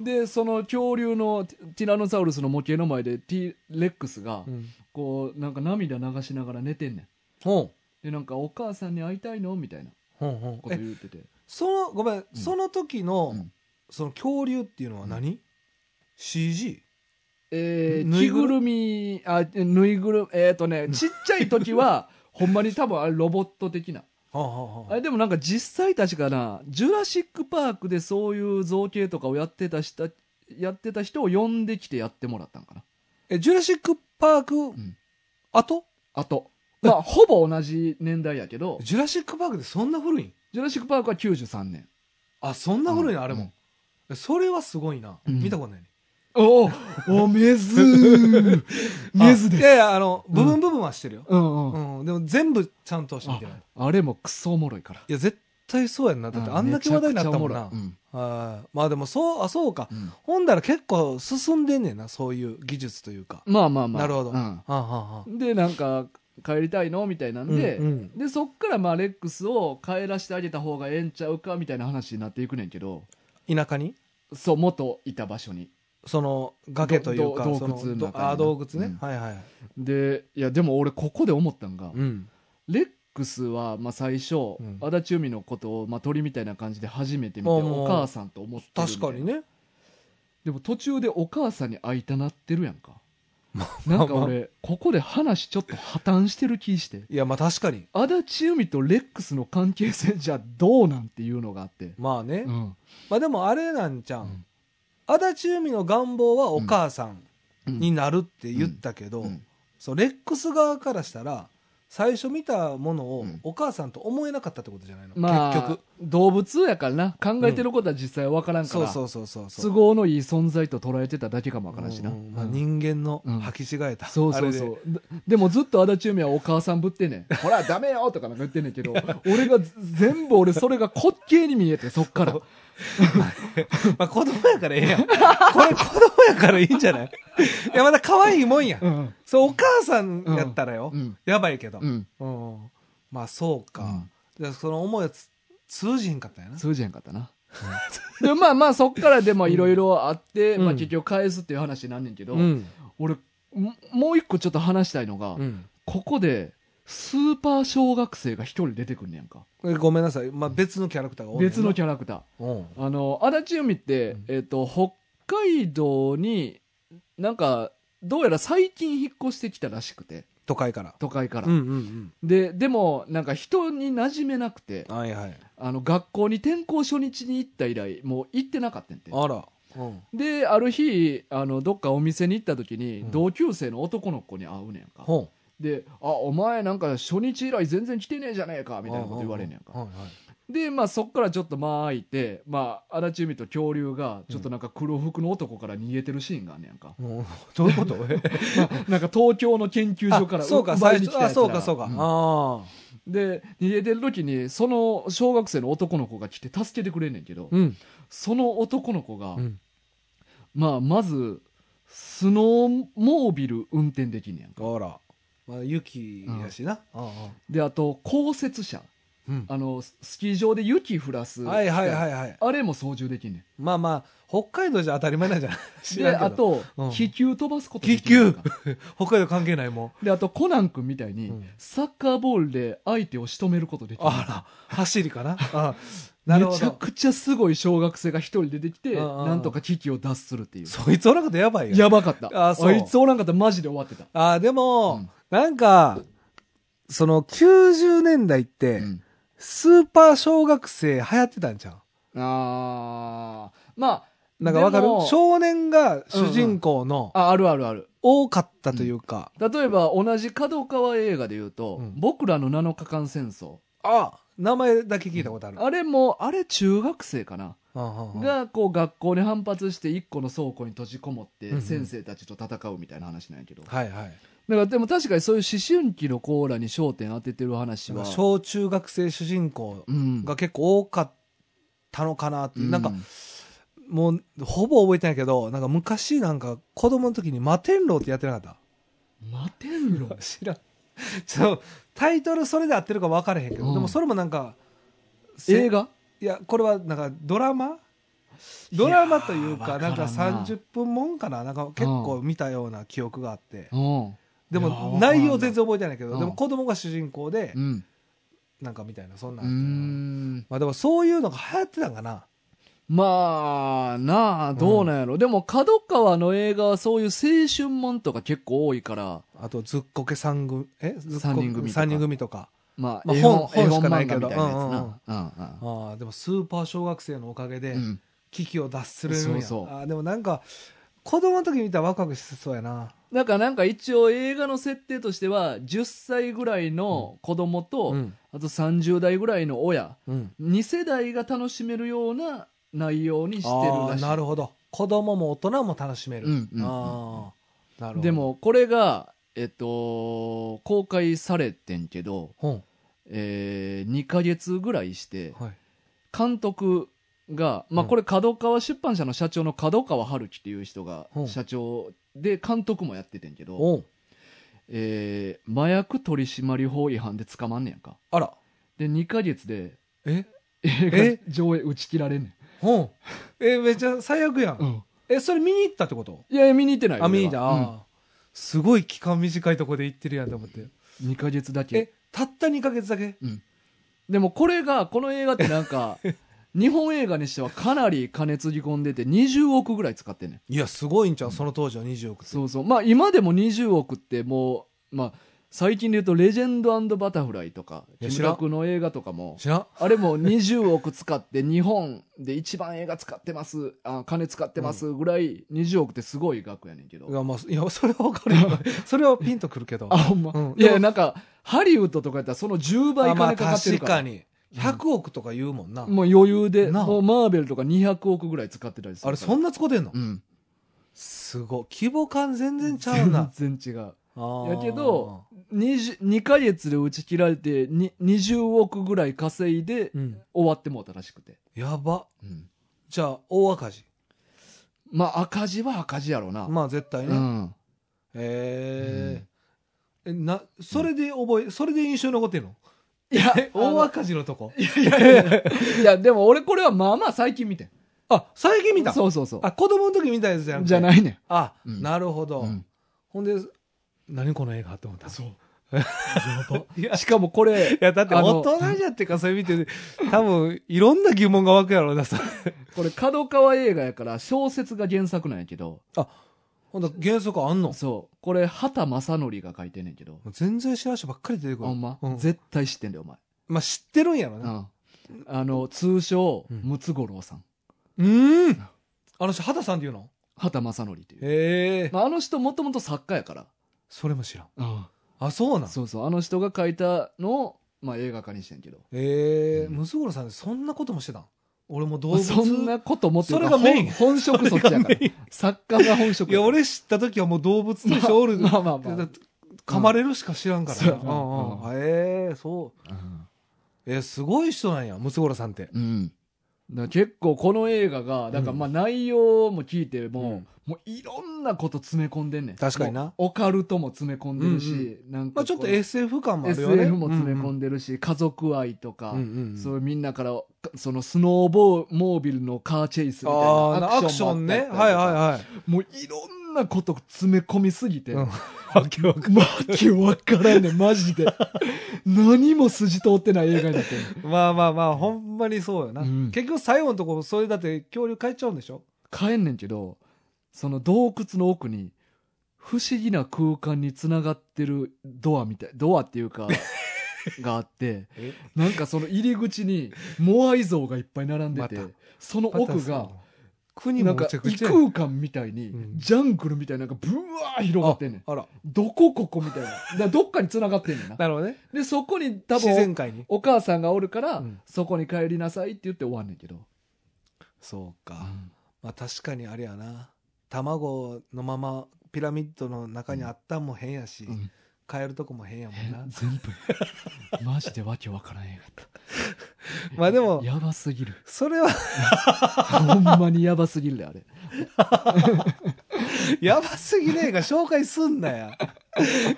Speaker 3: でその恐竜のティティラノサウルスの模型の前でティレックスが
Speaker 2: うん。
Speaker 3: こうなんか涙流しながら寝てんねん
Speaker 2: ほん。
Speaker 3: でなんかお母さんに会いたいのみたいな
Speaker 2: ほんほん
Speaker 3: こ。と
Speaker 2: え、
Speaker 3: 言ってて
Speaker 2: その、ごめん、その時の、
Speaker 3: うん
Speaker 2: その恐竜っていうのは何、?CG?
Speaker 3: えー、
Speaker 2: ぬ
Speaker 3: 着
Speaker 2: いぐ
Speaker 3: ぐ
Speaker 2: る
Speaker 3: るみ、あ、えぬいぐるみ、えっ、と <laughs> ね、ちっちゃい時は、ほんまに多分あれロボット的な。
Speaker 2: はあ、はあ
Speaker 3: あれでもなんか実際確かな、ジュラシックパークでそういう造形とかをやってたした、やってた人を呼んできてやってもらったんかな。
Speaker 2: え、ジュラシックパーク、
Speaker 3: ん
Speaker 2: 後
Speaker 3: あと。まあ、ほぼ同じ年代やけど、
Speaker 2: ジュラシックパークでそんな古いん
Speaker 3: ジュラシックパークは93年。
Speaker 2: あ、そんな古いな、あれ
Speaker 3: うん
Speaker 2: も。えそれはすごいな。
Speaker 3: うん
Speaker 2: 見たことないね。
Speaker 3: おお、メズ <laughs> ーメズ
Speaker 2: あい
Speaker 3: です。
Speaker 2: やいや、あの、部分部分はしてるよ。
Speaker 3: うんうん。
Speaker 2: うん。でも全部ちゃんとはしてみ
Speaker 3: あ
Speaker 2: てない。
Speaker 3: あれもクソおもろいから。
Speaker 2: いや、絶対そうやんな。だってあんだけ話題になったもん
Speaker 3: め
Speaker 2: な。
Speaker 3: ちゃくちゃおもろいうん
Speaker 2: はいまあでもそう、あ、そうか。
Speaker 3: うん
Speaker 2: ほんだら結構進んでんねんな、そういう技術というか。
Speaker 3: まあまあまあ。
Speaker 2: なるほど。
Speaker 3: う
Speaker 2: は
Speaker 3: ん
Speaker 2: んはんはん
Speaker 3: でなんか帰りたいのみたいなんで、
Speaker 2: うんうん
Speaker 3: でそっからまあレックスを帰らしてあげた方がええんちゃうかみたいな話になっていくねんけど
Speaker 2: 田舎に
Speaker 3: そう元いた場所に
Speaker 2: その崖というか、
Speaker 3: どど
Speaker 2: その
Speaker 3: 洞窟の
Speaker 2: ど
Speaker 3: 中に
Speaker 2: あ洞窟ね、
Speaker 3: う
Speaker 2: はいはい。
Speaker 3: でいやでも俺ここで思ったんが、
Speaker 2: うん。
Speaker 3: レックスはまあ最初、
Speaker 2: ん
Speaker 3: 足立海のことをまあ鳥みたいな感じで初めて見て
Speaker 2: まあまあ
Speaker 3: お母さんと思ってるみたい
Speaker 2: 確
Speaker 3: な
Speaker 2: かにね。
Speaker 3: でも途中でお母さんに会いたなってるやんか
Speaker 2: ま
Speaker 3: なんか俺ここで話ちょっと破綻してる気して
Speaker 2: いや、まあ確かに。
Speaker 3: 足立海とレックスの関係性じゃどうなんていうのがあって
Speaker 2: まあね。
Speaker 3: うん
Speaker 2: まあでもあれなんちゃうんん。足立由美の願望はお母さんになるって言ったけど、
Speaker 3: うんうん
Speaker 2: そうレックス側からしたら、最初見たもの
Speaker 3: う
Speaker 2: を
Speaker 3: ん
Speaker 2: お母さんと思えなかったってことじゃないの、
Speaker 3: まあ、
Speaker 2: 結局。
Speaker 3: 動物やからな考えてることは実際は分からんか
Speaker 2: そう
Speaker 3: ら、
Speaker 2: そうそうそうそう。
Speaker 3: 都合のいい存在と捉えてただけかも分からんしな、
Speaker 2: うんまあ、
Speaker 3: うん
Speaker 2: 人間の
Speaker 3: うん
Speaker 2: 履き違えた、
Speaker 3: そうそうそうででもずっと足立由美はお母さんぶってんねんほらダメよとかなんか言ってんねんけど俺が全部俺それが滑稽に見えてそっから
Speaker 2: あれでまあ子供やからええやん <laughs> これ子供やからいいんじ
Speaker 3: <laughs>
Speaker 2: ゃないいやまだ可愛いもんや、
Speaker 3: うん
Speaker 2: そうお母さんやったらよ、
Speaker 3: うん
Speaker 2: やばいけど、
Speaker 3: うん
Speaker 2: うんまあそう
Speaker 3: う
Speaker 2: か
Speaker 3: ん、
Speaker 2: でその思いはつ通じへんかったんやな
Speaker 3: 通じへんかったな、でまあまあそっからでもいろいろあって、
Speaker 2: うん
Speaker 3: まあ、結局返すっていう話になんねんけど、
Speaker 2: うん
Speaker 3: 俺ももう一個ちょっと話したいのが、
Speaker 2: うん
Speaker 3: ここでスーパー小学生が一人出てくんねやんか
Speaker 2: えごめんなさい、まあ、別のキャラクターがおんねんな
Speaker 3: 別のキャラクター
Speaker 2: うん
Speaker 3: あの足立由美って、
Speaker 2: うん
Speaker 3: えっと北海道になんかどうやら最近引っ越してきたらしくて
Speaker 2: 都会から
Speaker 3: 都会から、
Speaker 2: うんうん
Speaker 3: ででもなんか人に馴染めなくて
Speaker 2: うんはいはい
Speaker 3: あの学校に転校初日に行った以来もう行ってなかったんて
Speaker 2: あら、うん、
Speaker 3: である日あのどっかお店に行った時に、
Speaker 2: うん
Speaker 3: 同級生の男の子に会うねんか、
Speaker 2: ほ
Speaker 3: で「あお前なんか初日以来全然来てねえじゃねえか」
Speaker 2: う
Speaker 3: みたいなこと言われんねやんか、
Speaker 2: はいはい
Speaker 3: で、まあそっからちょっと間空いて、まあ足立由美と恐竜が、ちょっとなんか黒服の男から逃げてるシーンがあんねやんか。
Speaker 2: もうどういうこと <laughs>
Speaker 3: まあなんか東京の研究所から
Speaker 2: あそうか、
Speaker 3: 奪い
Speaker 2: 最
Speaker 3: に来
Speaker 2: 初。
Speaker 3: たや
Speaker 2: あ、
Speaker 3: つら
Speaker 2: そうか、そうか。
Speaker 3: ん
Speaker 2: ああ。
Speaker 3: で、逃げてる時に、その小学生の男の子が来て助けてくれんねんけど、
Speaker 2: うん。
Speaker 3: その男の子が、
Speaker 2: うん
Speaker 3: まあまず、スノーモービル運転できんねやんか。
Speaker 2: あら。まあ、雪やしな。ああ
Speaker 3: で、あと、降雪車。
Speaker 2: うん
Speaker 3: あの、ススキー場で雪降らす。
Speaker 2: はいはいはいはい。
Speaker 3: あれも操縦できんねん。
Speaker 2: まあまあ、北海道じゃ当たり前なんじゃない知
Speaker 3: で、
Speaker 2: らんけ
Speaker 3: あ
Speaker 2: ど。
Speaker 3: と、
Speaker 2: うん
Speaker 3: 気球飛ばすことで
Speaker 2: 気
Speaker 3: きるやん
Speaker 2: 球
Speaker 3: か
Speaker 2: 北海道関係ないもん。
Speaker 3: で、あと、コナン君みたいに、
Speaker 2: うん
Speaker 3: サッカーボールで相手を仕留めることできる。
Speaker 2: あら、走りかな。あなる
Speaker 3: め
Speaker 2: ほ
Speaker 3: ちゃ
Speaker 2: ど。
Speaker 3: くちゃすごい小学生が一人出てきて、
Speaker 2: うんうんうん
Speaker 3: なんとか危機を脱するっていう。
Speaker 2: そいつおらんかったらやばいよ。
Speaker 3: やばかった。あ
Speaker 2: あそう
Speaker 3: いつおらんかったらマジで終わってた。
Speaker 2: ああ、でも、
Speaker 3: うん
Speaker 2: なんか、その90年代って、
Speaker 3: うん
Speaker 2: スーパー小学生流行ってたんじゃん。
Speaker 3: あーまあ、
Speaker 2: なんかわかる
Speaker 3: でも
Speaker 2: 少年が主人公の
Speaker 3: あ、あるあるある。
Speaker 2: 多かったというか。
Speaker 3: 例えば、同じ角川映画で言うと、
Speaker 2: うん
Speaker 3: 僕らの7日間戦争。
Speaker 2: あ名前だけ聞いたことある。
Speaker 3: あれも、あれ中学生かな、
Speaker 2: うんうんうん
Speaker 3: が、こう、学校に反発して一個の倉庫に閉じこもって、
Speaker 2: うんうん
Speaker 3: 先生たちと戦うみたいな話なんやけど。
Speaker 2: はいはい。
Speaker 3: だから、でも確かにそういう思春期のコーラに焦点当ててる話は、
Speaker 2: 小中学生主人公
Speaker 3: うん。
Speaker 2: が結構多かったのかなっていう。なん
Speaker 3: う
Speaker 2: か、もう、ほぼ覚えてないけど、なんか昔なんか子供の時に摩天楼ってやってなかった
Speaker 3: 待てんろ。
Speaker 2: 知らん。ちょっと、タイトルそれで合ってるか分からへんけど、
Speaker 3: うん
Speaker 2: でもそれもなんか、せ
Speaker 3: 映画
Speaker 2: いや、これはなんかドラマドラマというか、
Speaker 3: いやー
Speaker 2: なんか
Speaker 3: わからんな
Speaker 2: 30分もんかななんか結構見たような記憶があって。
Speaker 3: うん。
Speaker 2: で
Speaker 3: いやー
Speaker 2: も
Speaker 3: わからんな
Speaker 2: 内容全然覚えてないけ
Speaker 3: う
Speaker 2: ど、
Speaker 3: ん
Speaker 2: でも子供が主人公で
Speaker 3: う、ん。
Speaker 2: なんかみたいな、そん
Speaker 3: う
Speaker 2: な
Speaker 3: ー
Speaker 2: んあって
Speaker 3: ん。
Speaker 2: まあでもそういうのが流行ってたんかな。
Speaker 3: まあ、なあ、どうなんやろ。でも、角川の映画はそういう青春もんとか結構多いから、
Speaker 2: あと、ずっこけ三組、えずっこ
Speaker 3: 三人組とか
Speaker 2: 三人組とか。
Speaker 3: まあ、
Speaker 2: まあ
Speaker 3: 絵本、絵
Speaker 2: 本し
Speaker 3: 本
Speaker 2: か
Speaker 3: 漫画
Speaker 2: ない
Speaker 3: みた
Speaker 2: け
Speaker 3: いな
Speaker 2: ど
Speaker 3: やつな。うん
Speaker 2: ああ、でもスーパー小学生のおかげで
Speaker 3: う、ん。
Speaker 2: 危機を脱するんや。
Speaker 3: そうそう
Speaker 2: ああ、でもなんか、子供の時見たらワクワクしそうやな。
Speaker 3: だからなんか一応映画の設定としては、10歳ぐらいの子供と、
Speaker 2: うん
Speaker 3: あと30代ぐらいの親、
Speaker 2: うん。
Speaker 3: 2世代が楽しめるような内容にしてるらしい。
Speaker 2: あーなるほど子供も大人も楽しめる、
Speaker 3: うんうんうん
Speaker 2: あーなるほど
Speaker 3: で、も、これが、えっと、公開されてんけど、
Speaker 2: うん
Speaker 3: えー、2ヶ月ぐらいして、
Speaker 2: はい、
Speaker 3: 監督が、まあ、
Speaker 2: うん
Speaker 3: これ角川出版社の社長の角川春樹っていう人が
Speaker 2: うん
Speaker 3: 社長で監督もやっててんけど、
Speaker 2: おう
Speaker 3: えー麻薬取締法違反で捕まんねやんか
Speaker 2: あら
Speaker 3: で2ヶ月で
Speaker 2: え
Speaker 3: 映
Speaker 2: え
Speaker 3: 画上映打ち切られんね
Speaker 2: うんえめっちゃ最悪やん、
Speaker 3: ん、うん、
Speaker 2: えそれ見に行ったってこと
Speaker 3: いやいや見に行ってないよ
Speaker 2: あ見
Speaker 3: 俺
Speaker 2: に
Speaker 3: は
Speaker 2: 行った、あーすごい期間短いとこで行ってるやんと思って
Speaker 3: うん、2ヶ月だけ
Speaker 2: えたった2ヶ月だけ
Speaker 3: でもこれがこの映画ってなん
Speaker 2: <laughs>
Speaker 3: か日本映画にしてはかなり金つぎ込んでて20億ぐらい使ってんねん
Speaker 2: いやすごいんちゃうその当時は20億って
Speaker 3: そうそう。まあ今でも20億ってもう、まあ最近で言うとレジェンドバタフライとか、
Speaker 2: いや
Speaker 3: キムタクの映画とかも、
Speaker 2: 知らん
Speaker 3: あれも20億使って日本で一番映画使ってます、あ金使ってますぐらい20億ってすごい額やねんけど。
Speaker 2: いや,、まあ、いやそれは分か <laughs> るよそれはピンとくるけど
Speaker 3: あ、ほんま。
Speaker 2: うん
Speaker 3: いや、なんか、ハリウッドとかやったらその10倍
Speaker 2: あま
Speaker 3: 金
Speaker 2: あ
Speaker 3: かかってる
Speaker 2: 確
Speaker 3: か。
Speaker 2: からに100億とか言うもんな、
Speaker 3: もう余裕で、
Speaker 2: なあ
Speaker 3: もうマーベルとか200億ぐらい使ってたりするから。
Speaker 2: あれそんな使ってんの、
Speaker 3: うん。
Speaker 2: すごい規模感全然ちゃうな
Speaker 3: 全然違う。
Speaker 2: あー
Speaker 3: やけど、20 2ヶ月で打ち切られてに20億ぐらい稼いで
Speaker 2: うん、
Speaker 3: 終わってもうたらしくて、
Speaker 2: やばじゃあ大赤字
Speaker 3: まあ赤字は赤字やろうな、
Speaker 2: まあ絶対ね、
Speaker 3: うん、
Speaker 2: えーえなそれで覚えそれで印象に残ってるの
Speaker 3: いや
Speaker 2: え <laughs> 大
Speaker 3: 大赤
Speaker 2: 赤字のとこ
Speaker 3: いやいやいやいやでも俺これはまあまあ最近見てん
Speaker 2: <laughs> あ最近見た
Speaker 3: そうそうそう
Speaker 2: あ子供の時見たやつじゃん
Speaker 3: じゃ
Speaker 2: い
Speaker 3: ないね
Speaker 2: あ、
Speaker 3: うん
Speaker 2: なるほど、
Speaker 3: ん、
Speaker 2: ほんで何この映画って思った <laughs>
Speaker 3: そう
Speaker 2: いやい
Speaker 3: しかもこれ
Speaker 2: やだって
Speaker 3: あの
Speaker 2: 大人じゃっていうかそれ見て多分いろんな疑問が湧くやろうなそれ
Speaker 3: これ角川映画やから小説が原作なんやけど
Speaker 2: ほんと原則あんの
Speaker 3: そうこれ畑正則が書いてんねんけど
Speaker 2: もう全然知らん人ばっかり出てくる
Speaker 3: ほんま、
Speaker 2: うん
Speaker 3: 絶対知ってんだよお前、
Speaker 2: まあ知ってるんやろ
Speaker 3: う
Speaker 2: な。
Speaker 3: ん、あの通称
Speaker 2: うん
Speaker 3: ムツゴロウさん
Speaker 2: うーん。あの人、畑さんっていうの
Speaker 3: 畑正則っていう
Speaker 2: ええ
Speaker 3: <laughs> まあ、あの人もともと作家やから、
Speaker 2: それも知らん。あ、そうなん。
Speaker 3: そうそうあの人が書いたのを、まあ映画化にしてんけど。
Speaker 2: ええー、
Speaker 3: うん
Speaker 2: ムツゴロウさんそんなこともしてたん俺も動物
Speaker 3: そんなこともっていうか
Speaker 2: それがメイン
Speaker 3: 本本職そっちやから。作家が本職
Speaker 2: いや、
Speaker 3: から、
Speaker 2: 俺知った時はもう動物としてお
Speaker 3: <laughs>
Speaker 2: る。
Speaker 3: まあまあまあ
Speaker 2: <laughs> だ噛まれるしか知らんからな。
Speaker 3: うんそうやな
Speaker 2: うんうんへえ、そう。え、すごい人なんや、ムツゴロウさんって。
Speaker 3: うん。だから結構この映画が、だからまあ内容も聞いても、
Speaker 2: うん
Speaker 3: もういろんなこと詰め込んでんねん。
Speaker 2: 確かにな
Speaker 3: もうオカルトも詰め込んでるし、なんかこう。
Speaker 2: まあちょっと SF 感もあるよね。
Speaker 3: SF も詰め込
Speaker 2: で。
Speaker 3: んでるし、家族愛とか、
Speaker 2: うんうんうん
Speaker 3: そういうみんなから、かそのスノーボーモービルのカーチェイスみたい
Speaker 2: あ
Speaker 3: な
Speaker 2: あ、アクションね。
Speaker 3: もあったりとか
Speaker 2: はいはいはい。
Speaker 3: もういろんなこと詰め込みすぎて、
Speaker 2: うん
Speaker 3: わけわからん。わけわからんねん、マジで。何も筋通ってない映画になってる。
Speaker 2: まあまあまあ、ほんまにそうよな。
Speaker 3: うん
Speaker 2: 結局最後のところ、それだって恐竜帰っちゃうんでしょ
Speaker 3: <laughs> 帰んねんけど、その洞窟の奥に、不思議な空間に繋がってるドアみたい、ドアっていう <laughs> か、があって
Speaker 2: え、
Speaker 3: なんかその入り口に、モアイ像がいっぱい並んでて
Speaker 2: また、
Speaker 3: その
Speaker 2: パタ
Speaker 3: 奥
Speaker 2: ー
Speaker 3: が
Speaker 2: ン、国
Speaker 3: な
Speaker 2: も
Speaker 3: んか
Speaker 2: むちゃく
Speaker 3: 異
Speaker 2: ちゃや。
Speaker 3: 空間みたいに
Speaker 2: う、ん
Speaker 3: ジャングルみたいな、なんかブワー広がってんねん。
Speaker 2: あら。
Speaker 3: どこここみたいな。だからどっかに繋がってんねんな。
Speaker 2: <laughs> なるほどね。
Speaker 3: で、そこに多
Speaker 2: 自然
Speaker 3: 分、
Speaker 2: 界に。
Speaker 3: お母さんがおるから、
Speaker 2: うん
Speaker 3: そこに帰りなさいって言って終わんねんけど。
Speaker 2: そうか。まあ確かにあれやな卵のままピラミッドの中にあったんも変やし、
Speaker 3: うん
Speaker 2: 変えるとこも変やもんな
Speaker 3: 全
Speaker 2: <laughs>
Speaker 3: 部マジでわけわからん映画だ
Speaker 2: まあでも
Speaker 3: やばすぎる
Speaker 2: それは
Speaker 3: ほんまにやばすぎるであ
Speaker 2: <laughs>
Speaker 3: れ
Speaker 2: やばすぎる映画紹介すん
Speaker 3: <laughs>
Speaker 2: なや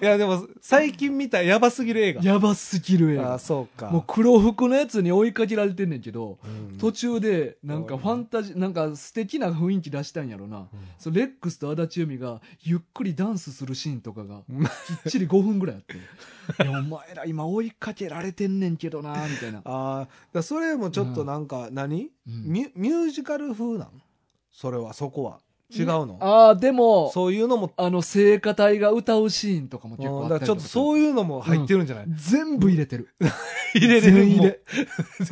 Speaker 2: いやでも最近見たやばすぎる映画
Speaker 3: やばすぎる映
Speaker 2: ああ
Speaker 3: 画
Speaker 2: そうか
Speaker 3: もう黒服のやつに追いかけられてんねんけど、
Speaker 2: うん
Speaker 3: 途中でなんかファンタジーなんか素敵な雰囲気出したんやろな、そうレックスと足立由美がゆっくりダンスするシーンとかがきっちり5分ぐらいあっていやお前ら今追いかけられてんねんけどなみたいな
Speaker 2: ああだからそれもちょっとなんか何、
Speaker 3: うん
Speaker 2: ミュミュージカル風なんそれはそこは違うの、
Speaker 3: ああでも
Speaker 2: そういうのも
Speaker 3: あの聖歌隊が歌うシーンとかも結
Speaker 2: うん
Speaker 3: 構あ
Speaker 2: だ
Speaker 3: っ
Speaker 2: か
Speaker 3: た
Speaker 2: ら
Speaker 3: り
Speaker 2: ちょっとそういうのも入ってるんじゃない、
Speaker 3: 全部入れてる。
Speaker 2: 入れれる
Speaker 3: 全入
Speaker 2: も
Speaker 3: れ
Speaker 2: う。 <laughs>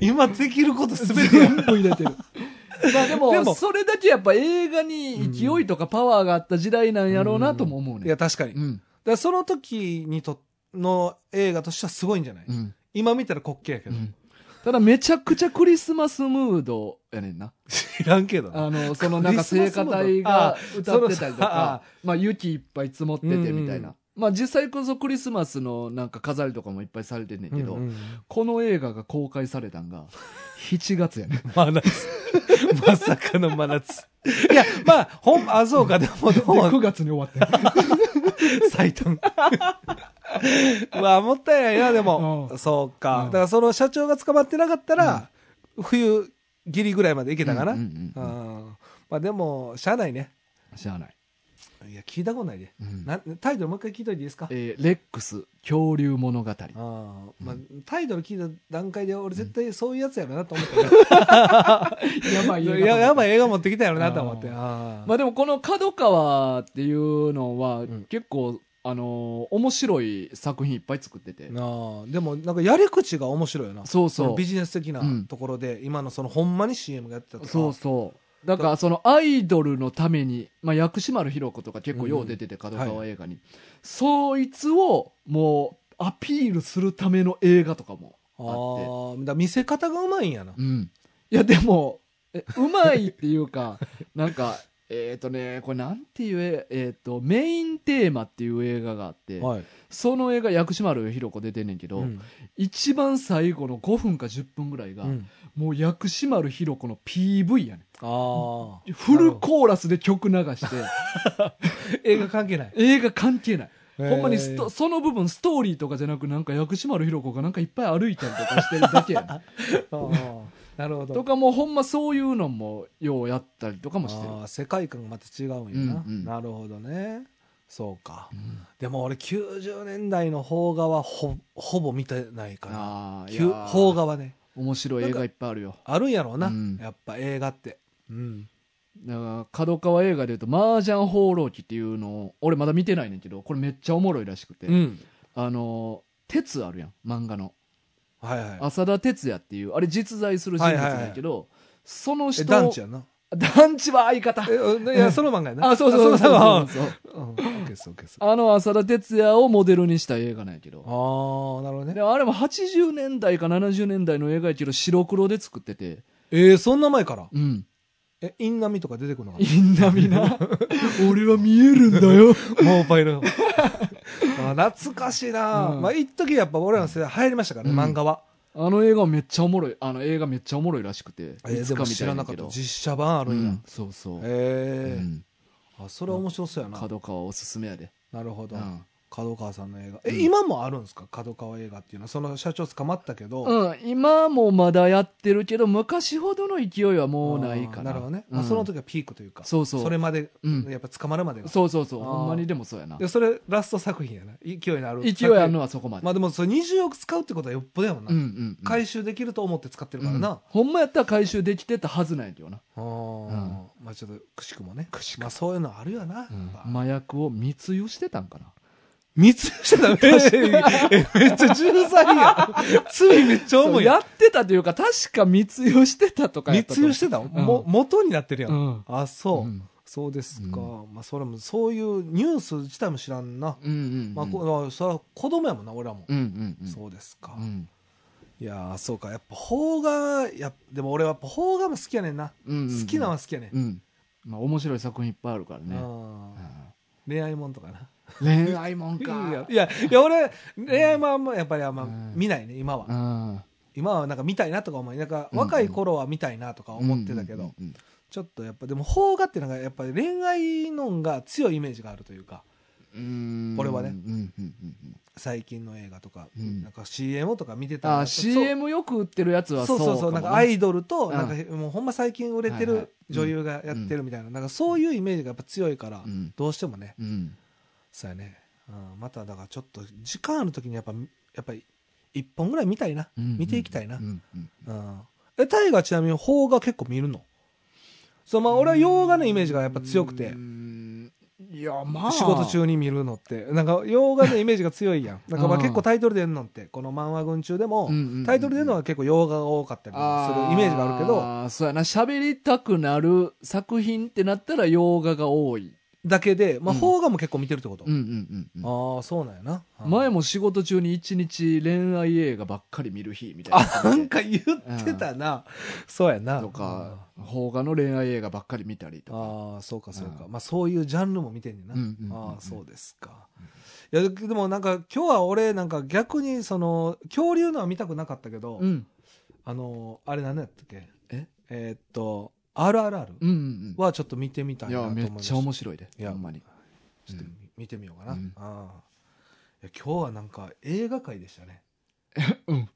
Speaker 2: 今できること全てや
Speaker 3: 全部入れてる。 <laughs> まあでも、
Speaker 2: でも
Speaker 3: それだけやっぱ映画に勢いとかパワーがあった時代なんやろうなとも思う
Speaker 2: い
Speaker 3: ね。
Speaker 2: や、確かに。
Speaker 3: う
Speaker 2: だか
Speaker 3: ん。
Speaker 2: らその時にと、の映画としてはすごいんじゃない、
Speaker 3: うん。
Speaker 2: 今見たら滑稽やけ
Speaker 3: う
Speaker 2: ど。
Speaker 3: んただめちゃくちゃクリスマスムードやねんな。
Speaker 2: 知らんけどな。
Speaker 3: あの、そのなんか
Speaker 2: クリ
Speaker 3: 聖歌
Speaker 2: スマスム
Speaker 3: 隊
Speaker 2: ード
Speaker 3: が歌ってたりと
Speaker 2: あ
Speaker 3: か、まあ雪いっぱい積もっててみたい
Speaker 2: うん
Speaker 3: な。まあ実際こそクリスマスのなんか飾りとかもいっぱいされてんねんけど
Speaker 2: うんう、ん
Speaker 3: この映画が公開されたんが7月
Speaker 2: <laughs>
Speaker 3: やねん。
Speaker 2: 真夏。まさかの真夏。いや、まあ、ほん、あ、そうか、でも、どうも
Speaker 3: 9月に終わってん <laughs>
Speaker 2: 最短。うわ、もったいないな、でも。
Speaker 3: うん
Speaker 2: そうか。
Speaker 3: うん
Speaker 2: だから、その社長が捕まってなかったら、冬、ギリぐらいまでいけたかな。
Speaker 3: う
Speaker 2: うんん
Speaker 3: うんうんうん
Speaker 2: まあ、でも、しゃあないね。
Speaker 3: しゃあない。
Speaker 2: いや、聞いたことないで。
Speaker 3: うん
Speaker 2: なタイトルもう一回聞いといていいですか
Speaker 3: えーレックス恐竜物語
Speaker 2: ああ、まあ、タイトル聞いた段階で俺絶対そういうやつやろな
Speaker 3: <laughs>
Speaker 2: と思っ
Speaker 3: や
Speaker 2: た
Speaker 3: ば
Speaker 2: け
Speaker 3: い
Speaker 2: ど、いや、やばい映画持ってきたやろなと思って。
Speaker 3: あ
Speaker 2: あ
Speaker 3: まあでもこの角川っていうのは
Speaker 2: ん
Speaker 3: 結構、あのー面白い作品いっぱい作ってて、
Speaker 2: あああでもなんかやり口が面白いよな。
Speaker 3: そう
Speaker 2: その
Speaker 3: そ
Speaker 2: ビジネス的な
Speaker 3: うん
Speaker 2: ところで、今のそのほんまに CM がやってたと
Speaker 3: う
Speaker 2: か。
Speaker 3: そうそうだからそのアイドルのために、まあ、薬師丸ひろ子とか結構よう出てて角川映画に、そいつをもうアピールするための映画とかもあっ
Speaker 2: ああ、だから見せ方がうまいんやな
Speaker 3: て。うんいやでもえうまいっていうか <laughs> なんかえっ、とねこれなんていうええーとメインテーマっていう映画があって、
Speaker 2: はい。
Speaker 3: その映画薬師丸ひろ子出てんねんけど、
Speaker 2: うん
Speaker 3: 一番最後の5分か10分ぐらいが、
Speaker 2: うん
Speaker 3: もう薬師丸ひろ子の PV やね
Speaker 2: ああ。
Speaker 3: んフルコーラスで曲流して
Speaker 2: 映画関係ない。
Speaker 3: 映画関係ないほんまにス
Speaker 2: へ
Speaker 3: ト
Speaker 2: ー
Speaker 3: その部分ストーリーとかじゃなくなんか薬師丸ひろ子がなんかいっぱい歩いたりとかしてるだ
Speaker 2: <laughs>
Speaker 3: けやねん
Speaker 2: ああなるほど。
Speaker 3: とかもうほんまそういうのもようやったりとかもしてる
Speaker 2: あー世界観がまた違うんやな、
Speaker 3: うんうん
Speaker 2: なるほどねそうか、でも俺90年代の邦画はほほぼ見てないか
Speaker 3: あ
Speaker 2: ら
Speaker 3: ー
Speaker 2: き
Speaker 3: い
Speaker 2: ゅ
Speaker 3: やー
Speaker 2: 邦画はね
Speaker 3: 面白い映画いっぱいあるよ
Speaker 2: あるんやろうな、
Speaker 3: うん
Speaker 2: やっぱ映画ってうん
Speaker 3: だから角川映画でいうと「麻雀放浪記」っていうのを俺まだ見てないねんけどこれめっちゃおもろいらしくて、
Speaker 2: ん
Speaker 3: あの鉄あるやん漫画の
Speaker 2: はいはい
Speaker 3: 浅田哲也っていうあれ実在する人物なんやけど、その
Speaker 2: え
Speaker 3: 人 <laughs>
Speaker 2: 団地やんな
Speaker 3: 団地は相方
Speaker 2: えいやその漫画やな
Speaker 3: あそうそうそうそうそう
Speaker 2: そう消す消す。あ
Speaker 3: あの浅田哲也をモデルにした映画なんやけ
Speaker 2: あ
Speaker 3: ど。
Speaker 2: ー、なるほどね
Speaker 3: で。あれも80年代か70年代の映画やけど白黒で作ってて。
Speaker 2: えー、そんな前から。
Speaker 3: うん。
Speaker 2: え、インナミとか出てくるのか
Speaker 3: インナミ
Speaker 2: <laughs>
Speaker 3: な。俺は見えるんだよ。
Speaker 2: なモーパイの。 <laughs> あ懐かしいな、
Speaker 3: うん
Speaker 2: まあ、一時やっぱ俺らの世代流行りましたからね、
Speaker 3: うん
Speaker 2: 漫画は。
Speaker 3: あの映画めっちゃおもろい。あの映画めっちゃおもろいらしくて。
Speaker 2: え
Speaker 3: い
Speaker 2: ー、
Speaker 3: つ
Speaker 2: で
Speaker 3: か
Speaker 2: も
Speaker 3: み
Speaker 2: 知
Speaker 3: た
Speaker 2: ら
Speaker 3: い
Speaker 2: な
Speaker 3: な
Speaker 2: か
Speaker 3: け
Speaker 2: った。
Speaker 3: ど。
Speaker 2: 実写版ある
Speaker 3: うん
Speaker 2: や。
Speaker 3: ん、そうそう。
Speaker 2: えー
Speaker 3: うん
Speaker 2: あ、それは面白そうやな。
Speaker 3: 角川おすすめやで。
Speaker 2: なるほど。
Speaker 3: うん
Speaker 2: 角川さんの映画。え、
Speaker 3: うん
Speaker 2: 今もあるんですか角川映画っていうのは。その社長捕まったけど。
Speaker 3: うん、今もまだやってるけど、昔ほどの勢いはもうない
Speaker 2: あー
Speaker 3: かな。
Speaker 2: なるほどね。
Speaker 3: うん
Speaker 2: まあ、その時はピークというか。
Speaker 3: そうそう
Speaker 2: それまで、
Speaker 3: うん
Speaker 2: やっぱ捕まるまでが。
Speaker 3: そうそうそう、
Speaker 2: あー
Speaker 3: ほんまにでもそうやな
Speaker 2: で、。それ、ラスト作品やな。勢いのある。
Speaker 3: 勢いあるのはそこまで。
Speaker 2: まあでも、それ20億使うってことはよっぽどやもんな。
Speaker 3: うんうんうん。
Speaker 2: 回収できると思って使ってるから
Speaker 3: うん
Speaker 2: な。
Speaker 3: ほんまやったら回収できてたはずなんやけどな。
Speaker 2: あーまあちょっと、くしくもね。まあそういうのあるよな。やっぱ
Speaker 3: 麻薬を密輸してたんかな。
Speaker 2: 密輸してたらめっちゃ、 <laughs> めっちゃ重罪やん。罪めっちゃ
Speaker 3: そ
Speaker 2: 重
Speaker 3: う
Speaker 2: いやん
Speaker 3: やってたというか、確か密輸してたとかやったと
Speaker 2: 密
Speaker 3: 思う
Speaker 2: 輸してた、
Speaker 3: ん
Speaker 2: も、元になってるやん。
Speaker 3: うん
Speaker 2: あ、そう。
Speaker 3: うん
Speaker 2: そうですか。
Speaker 3: う
Speaker 2: まあそれも、そういうニュース自体も知らんな。
Speaker 3: うんうん。
Speaker 2: まあ、こそれは子供やもんな、俺らも。
Speaker 3: うんうんうん。
Speaker 2: そうですか。
Speaker 3: うん。
Speaker 2: いやー、そうか。やっぱ、邦画、や、でも俺はやっぱ邦画も好きやねんな。
Speaker 3: うんうんうん
Speaker 2: 好きなのは好きやねん。
Speaker 3: うん。まあ面白い作品いっぱいあるからね。
Speaker 2: うん
Speaker 3: う
Speaker 2: 恋愛もんとかな。
Speaker 3: ん恋愛もん
Speaker 2: <laughs> いや
Speaker 3: か。
Speaker 2: いや、いや俺、恋愛もあんま、やっぱりあんま
Speaker 3: うん
Speaker 2: 見ないね、今は
Speaker 3: う。ん。
Speaker 2: 今はなんか見たいなとか思い、なんか
Speaker 3: うん
Speaker 2: 若い頃は見たいなとか思ってたけど、
Speaker 3: うんうんうん
Speaker 2: ちょっとやっぱでも邦画ってなんかやっぱり恋愛のんが強いイメージがあるというか、
Speaker 3: うん
Speaker 2: これはね
Speaker 3: うんうんうんうん
Speaker 2: 最近の映画とか、
Speaker 3: うん
Speaker 2: なんか CM とか見てたら
Speaker 3: あー CM よく売ってるやつ
Speaker 2: そ
Speaker 3: は
Speaker 2: う
Speaker 3: そ
Speaker 2: そうう
Speaker 3: か
Speaker 2: そ
Speaker 3: も
Speaker 2: うそう、なんかアイドルと、なんかもうほんま最近売れて
Speaker 3: はいはい
Speaker 2: る女優がやってるみたいな、なんかそういうイメージがやっぱ強いから、
Speaker 3: うん
Speaker 2: どうしてもね、
Speaker 3: うん
Speaker 2: そうやね、うん、まただからちょっと時間ある時にやっぱ、やっぱり一本ぐらい見たいな、
Speaker 3: うん
Speaker 2: 見ていきたいな。
Speaker 3: うんうん
Speaker 2: うんえ、タイガーちなみに邦画結構見るのそう、まあ俺は洋画のイメージがやっぱ強くて
Speaker 3: う、んいやまあ
Speaker 2: 仕事中に見るのって、なんか洋画のイメージが
Speaker 3: <laughs>
Speaker 2: 強いやん。なんかまあ結構タイトル出んのって、この漫画群中でも
Speaker 3: うんうんうん、
Speaker 2: タイトル出るのは結構洋画が多かったりするイメージがあるけど、
Speaker 3: あーそうやな喋りたくなる作品ってなったら洋画が多い
Speaker 2: だけで、まあ
Speaker 3: うん
Speaker 2: 邦画も結構見てるってこと、
Speaker 3: うんうんうんうん
Speaker 2: ああ、そうなんやな。
Speaker 3: 前
Speaker 2: も。
Speaker 3: も仕事中に一日恋愛映画ばっかり見る日みたいな
Speaker 2: あ、なんか言ってたな。そうやな。
Speaker 3: とか邦画の恋愛映画ばっかり見たりとか
Speaker 2: ああそうかそうか、
Speaker 3: う
Speaker 2: まあそういうジャンルも見てんねんな、
Speaker 3: うんうんうんうん
Speaker 2: ああそうですか、いやでもなんか今日は俺なんか逆にその恐竜のは見たくなかったけど、
Speaker 3: うん
Speaker 2: あのあれ何やったっけ
Speaker 3: え
Speaker 2: えーっと「RRR
Speaker 3: うんうん」
Speaker 2: はちょっと見てみた
Speaker 3: うん
Speaker 2: い
Speaker 3: い
Speaker 2: なと
Speaker 3: や
Speaker 2: 思い
Speaker 3: め
Speaker 2: ま
Speaker 3: っ
Speaker 2: し
Speaker 3: ち
Speaker 2: た
Speaker 3: ゃ面白いで
Speaker 2: い
Speaker 3: ほ
Speaker 2: や
Speaker 3: んまに
Speaker 2: ちょっと見てみようかな、
Speaker 3: うん
Speaker 2: ああいや今日はなんか映画界でしたね
Speaker 3: <laughs> うん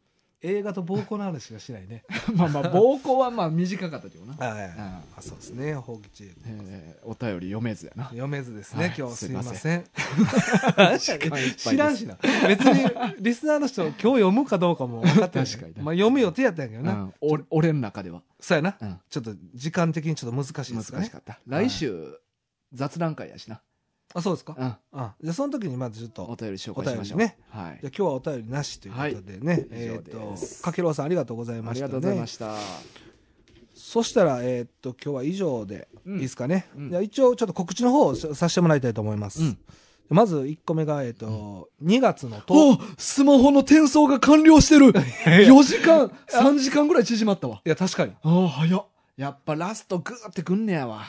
Speaker 2: 映画と暴行の話がしな
Speaker 3: <laughs>
Speaker 2: いね
Speaker 3: <laughs> まあまあ暴行はまあ短かったけどな
Speaker 2: はいはいはい
Speaker 3: うん
Speaker 2: あそうですね放棄地
Speaker 3: えーお便り読めずやな。
Speaker 2: 読めずですね、
Speaker 3: はい
Speaker 2: 今日
Speaker 3: す
Speaker 2: す
Speaker 3: い
Speaker 2: い
Speaker 3: ま
Speaker 2: ま
Speaker 3: せん
Speaker 2: せん。 <laughs>
Speaker 3: 間いっぱいです
Speaker 2: 知らんしな。別に、リスナーの人、今日読むかどうかも分かってない。
Speaker 3: 確かにね
Speaker 2: まあ、読む予定やったんやけ
Speaker 3: う
Speaker 2: どな。
Speaker 3: ん、お俺の中では、
Speaker 2: そうやな、
Speaker 3: うん
Speaker 2: ちょっと、時間的にちょっと難しい
Speaker 3: 難
Speaker 2: で
Speaker 3: し
Speaker 2: す
Speaker 3: か
Speaker 2: かね。
Speaker 3: った。
Speaker 2: はい
Speaker 3: 来週、雑談会やしな。
Speaker 2: あ、そうですか、
Speaker 3: うん、
Speaker 2: あ、じゃあその時にまずちょっ
Speaker 3: お
Speaker 2: と、
Speaker 3: 便り紹介しましょう。
Speaker 2: お便りね
Speaker 3: はい
Speaker 2: じゃあ今日はお便りなしということでね。えっ、
Speaker 3: 以上です
Speaker 2: と、かけろうさんありがとうござい
Speaker 3: あ
Speaker 2: まし
Speaker 3: り
Speaker 2: た、
Speaker 3: がとう
Speaker 2: ね。
Speaker 3: ございました。
Speaker 2: そしたら、えっ、と、今日は以上で、
Speaker 3: うん
Speaker 2: いいですかね。
Speaker 3: うん
Speaker 2: じゃあ一応、ちょっと告知の方をささせてもらいたいと思います。
Speaker 3: うん
Speaker 2: まず1個目が、えっ、と、2月の10日。
Speaker 3: おスマホの転送が完了 <laughs> してる !4 時間、3時間ぐらい縮まったわ。
Speaker 2: いや、確かに。
Speaker 3: ああ、早っ。やっぱラストグーってくんねやわ。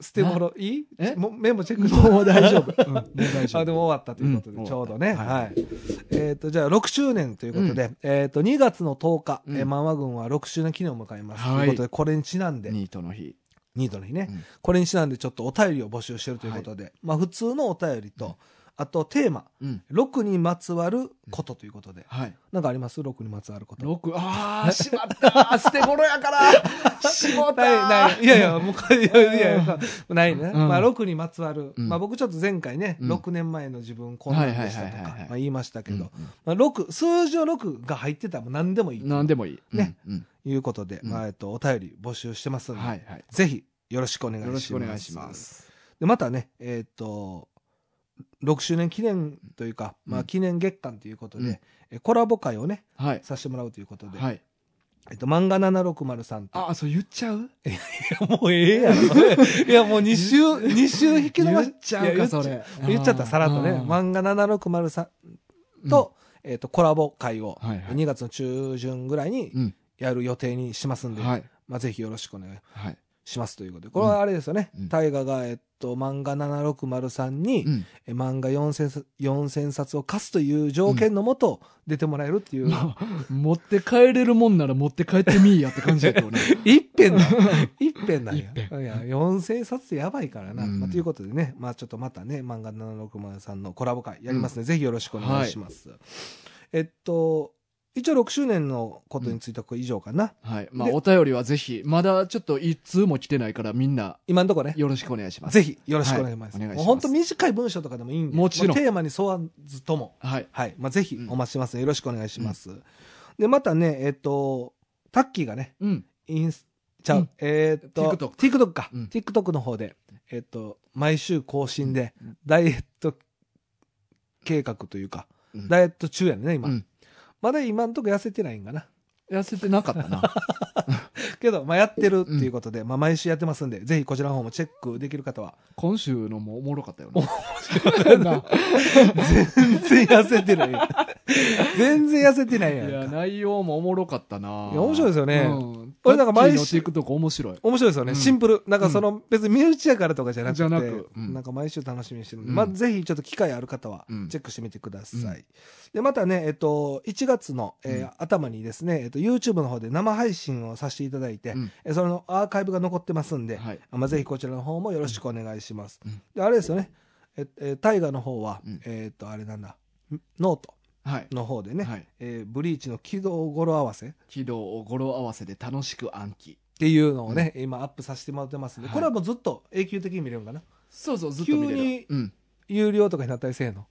Speaker 2: 捨て物いい
Speaker 3: え
Speaker 2: もメモチェックして
Speaker 3: もう大丈
Speaker 2: <laughs>
Speaker 3: 夫。うん、もう大丈
Speaker 2: あ、で
Speaker 3: 夫。
Speaker 2: も終わったということで、
Speaker 3: うん
Speaker 2: ちょうどね。
Speaker 3: 終わった
Speaker 2: はい。えっ、と、じゃあ6周年ということで、えっ、と、2月の10日、
Speaker 3: うん
Speaker 2: えー漫画軍は6周年記念を迎えます。
Speaker 3: はい
Speaker 2: ということで、これにちなんで、
Speaker 3: ニートの日。
Speaker 2: ニートの日ね、
Speaker 3: うん
Speaker 2: これにちなんでちょっとお便りを募集してるということで、まあ、普通のお便りと、
Speaker 3: うん
Speaker 2: あとテーマ、
Speaker 3: うん。
Speaker 2: 6にまつわることということで、
Speaker 3: はい。
Speaker 2: なんかあります ?6 にまつわること。
Speaker 3: 6、あ <laughs> あ、しまった。捨て頃や <laughs> から。しもた。
Speaker 2: な
Speaker 3: <laughs>
Speaker 2: い、ない。いやいや、もうこれ、いやいやいや、ないね。
Speaker 3: うん
Speaker 2: まあ、6にまつわる。
Speaker 3: うん
Speaker 2: まあ、僕ちょっと前回ね、
Speaker 3: うん
Speaker 2: 6年前の自分こんなんでした
Speaker 3: はい
Speaker 2: と
Speaker 3: はいはい
Speaker 2: か
Speaker 3: はいは、い
Speaker 2: まあ言いましたけ
Speaker 3: うんう
Speaker 2: ど
Speaker 3: ん、
Speaker 2: まあ、6、数字の6が入ってたらもう何でもいいと
Speaker 3: 何でもいい。
Speaker 2: ね
Speaker 3: うん。うん
Speaker 2: いうことで、
Speaker 3: うん
Speaker 2: まあ、えっと、お便り募集してますんで、
Speaker 3: はいはい。
Speaker 2: ぜひ、よろしくお願いします。
Speaker 3: よろしくお願いしま。す。
Speaker 2: で、またね、えっと、6周年記念というか、ま
Speaker 3: う
Speaker 2: あ、
Speaker 3: ん
Speaker 2: 記念月間ということ
Speaker 3: うん
Speaker 2: で、えコラボ会をね、
Speaker 3: はい。
Speaker 2: させてもらうということで、
Speaker 3: はい。
Speaker 2: えっと、漫画760さんと。
Speaker 3: あ、そう言っちゃう
Speaker 2: もうええやろ。いや、もう2週、二週引き伸ばし
Speaker 3: 言っちゃうか
Speaker 2: いや
Speaker 3: それ
Speaker 2: 言っちゃった、さらっとね。
Speaker 3: うん
Speaker 2: 漫画760さんと、えっと、コラボ会を、
Speaker 3: はいはい
Speaker 2: 2月の中旬ぐらいに
Speaker 3: うん。
Speaker 2: やる予定にしますんで、
Speaker 3: はい。
Speaker 2: まあ、ぜひよろしくお願い
Speaker 3: はい。
Speaker 2: しますということで。これはあれですよね
Speaker 3: うん。
Speaker 2: 大河が、えっと、漫画760さんに
Speaker 3: う、ん。
Speaker 2: え漫画4000冊4000冊を貸すという条件のもと、出てもらえるっていう。
Speaker 3: まあ持って帰れるもんなら持って帰ってみいやって感じだけどね。
Speaker 2: <laughs> 一
Speaker 3: <laughs>
Speaker 2: 遍だ。一遍なんや。
Speaker 3: 一遍
Speaker 2: いや、4000冊やばいからな。
Speaker 3: うん
Speaker 2: まあ、ということでね、まあちょっとまたね、漫画760さんのコラボ会やりますね。ぜひよろしくお願いします。えっと、一応6周年のことについてはこれ以上かな。
Speaker 3: はい。まあ、
Speaker 2: で
Speaker 3: お便りはぜひ、まだちょっと一通も来てないからみんな
Speaker 2: 今んとこね。
Speaker 3: よろしくお願いします。
Speaker 2: ぜひよろしくお願いします。
Speaker 3: はいお願いします
Speaker 2: もう本当短い文章とかでもいいんで。
Speaker 3: もちろん
Speaker 2: まあテーマに沿わずとも。
Speaker 3: はい。
Speaker 2: はい。まあ、ぜひお待ちしてます、よろしくお願いします。で、またね、えっと、タッキーがね、
Speaker 3: うん。
Speaker 2: インス、ちゃう、
Speaker 3: うん
Speaker 2: えーっと、
Speaker 3: TikTok
Speaker 2: TikTok か、
Speaker 3: うん
Speaker 2: TikTok の方で、えーっと、毎週更新で
Speaker 3: うん、
Speaker 2: ダイエット計画というか、
Speaker 3: うん
Speaker 2: ダイエット中やね、今。
Speaker 3: うん
Speaker 2: まだ今んとこ痩せてないんかな。
Speaker 3: 痩せてなかったな。
Speaker 2: けど、まあ、やってるっていうことで、まあ、毎週やってますんで、ぜひこちらの方もチェックできる
Speaker 3: <laughs>
Speaker 2: 方は、
Speaker 3: 今週のもおもろかったよ
Speaker 2: <laughs> お
Speaker 3: ね。
Speaker 2: も
Speaker 3: な
Speaker 2: 全然痩せてないやん。全然痩せてな
Speaker 3: <laughs>
Speaker 2: い
Speaker 3: い
Speaker 2: やんか
Speaker 3: や、内容もおもろかったな。
Speaker 2: いや面白いですよね
Speaker 3: うん、
Speaker 2: 俺なんか毎週
Speaker 3: 週。TikTok 面白い。
Speaker 2: 面白いですよね、
Speaker 3: うん
Speaker 2: シンプル。なんかその、別に身内やからとかじゃなくて、
Speaker 3: じゃなくうん
Speaker 2: なんか毎週楽しみにしてるんで、
Speaker 3: うん
Speaker 2: まあぜひちょっと機会ある方は
Speaker 3: うん
Speaker 2: チェックしてみてください。
Speaker 3: う
Speaker 2: で、またね、えっと、1月の、えー
Speaker 3: うん
Speaker 2: 頭にですね、えっと、YouTube の方で生配信をさせていただいて、
Speaker 3: うん
Speaker 2: えそれのアーカイブが残ってますんで、
Speaker 3: はい。
Speaker 2: まあ、ぜひこちらの方もよろしくお願いします。
Speaker 3: うん
Speaker 2: で、あれですよね、え、え大河の方は、
Speaker 3: うん
Speaker 2: えっと、あれなんだ、ノート
Speaker 3: はい。
Speaker 2: の方でね、
Speaker 3: はい。
Speaker 2: えーブリーチの軌道語呂合わせっ
Speaker 3: 喜怒を語呂合わせで楽しく暗記。
Speaker 2: ていうのをね、今アップさせてもらってますんで、
Speaker 3: はい
Speaker 2: これはもうずっと永久的に見れるんかな。
Speaker 3: そうそう、ずっと見れる。
Speaker 2: 急に
Speaker 3: うん。
Speaker 2: 有料とかになったりせえ <laughs> の。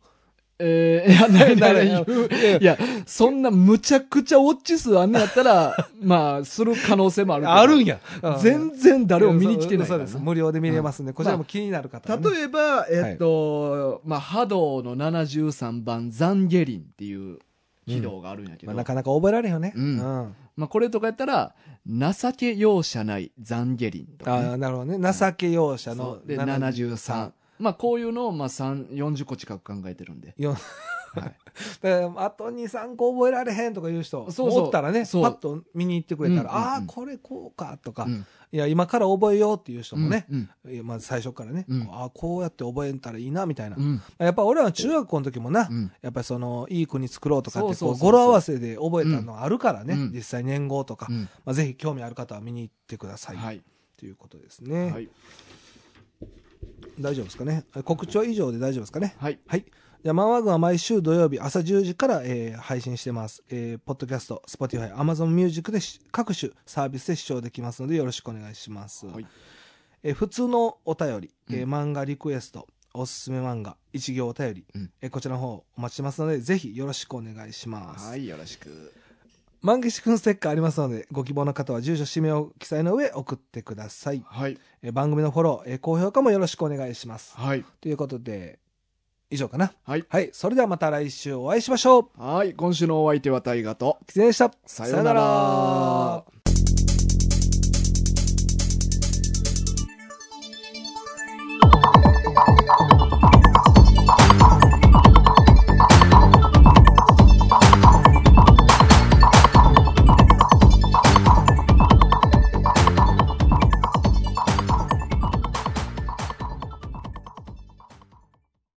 Speaker 3: えー、いや、ない <laughs> な
Speaker 2: <laughs>
Speaker 3: ら言う。
Speaker 2: いや
Speaker 3: いや、そんなむちゃくちゃウォッチ数あんねやったら、 <laughs> まあ、する可能性もあるけど。
Speaker 2: あるんや。
Speaker 3: 全然誰も見に来てないか
Speaker 2: そう
Speaker 3: ら
Speaker 2: で
Speaker 3: な
Speaker 2: す。無料で見れますんで、こちらも気になる方はね、
Speaker 3: 例えば、えっと、まあ、波動の73番、ザンゲリンっていう軌道があるんやけ
Speaker 2: ま
Speaker 3: ど、
Speaker 2: あ、
Speaker 3: ま
Speaker 2: な
Speaker 3: あ、
Speaker 2: かなか覚えられんよね。
Speaker 3: うんこれとかやったら、情け容赦ないザンゲリンとかね、
Speaker 2: ああ、なるほどね。情け容赦
Speaker 3: そ
Speaker 2: の
Speaker 3: うで、73。。まあ、こういうのを、まあ、3、40個近く考えてるんで。
Speaker 2: よ <laughs>
Speaker 3: はい。
Speaker 2: だからあと2、3個覚えられへんとかいう人、
Speaker 3: そうそう
Speaker 2: おったらね、パ
Speaker 3: そう
Speaker 2: ッと見に行ってくれたら、
Speaker 3: うんうんうん
Speaker 2: ああ、これこうかとか、
Speaker 3: うん
Speaker 2: いや、今から覚えようっていう人もね、
Speaker 3: うん。
Speaker 2: いやまあ最初からね、
Speaker 3: うん
Speaker 2: ああ、こうやって覚えたらいいな、みたいな。
Speaker 3: うん。
Speaker 2: やっぱ俺らの中学校の時もな、
Speaker 3: うん。
Speaker 2: やっぱりその、いい国作ろうとかって、
Speaker 3: そ
Speaker 2: こ
Speaker 3: うそうそう
Speaker 2: う、
Speaker 3: そう
Speaker 2: 語呂合わせで覚えたのあるからね、
Speaker 3: うん
Speaker 2: 実際年号とか、
Speaker 3: うん
Speaker 2: まあ、ぜひ興味ある方は見に行ってください。
Speaker 3: はい。
Speaker 2: ということですね、
Speaker 3: はい。
Speaker 2: 大丈夫ですかね。告知は以上で大丈夫ですかね。
Speaker 3: はい。
Speaker 2: はい。じゃあ、マンワグは毎週土曜日朝10時から、えー配信してます。えーポッドキャスト、Spotify、Amazon Music でし各種サービスで視聴できますのでよろしくお願いします。
Speaker 3: はい
Speaker 2: えー普通のお便り、えー
Speaker 3: うん
Speaker 2: 漫画リクエスト、おすすめ漫画、一行お便り、
Speaker 3: うん
Speaker 2: えーこちらの方お待ちしてますので、ぜひよろしくお願いします。
Speaker 3: はい、よろしく。
Speaker 2: 万岸くんステッカーありますので、ご希望の方は住所、氏名を記載の上送ってください。
Speaker 3: はい。
Speaker 2: えー番組のフォロー、えー高評価もよろしくお願いします。
Speaker 3: はい。
Speaker 2: ということで、以上かな。
Speaker 3: はい。
Speaker 2: はい。それではまた来週お会いしましょう。
Speaker 3: はい。今週のお相手は大河と、
Speaker 2: きつねでした。
Speaker 3: さようなら。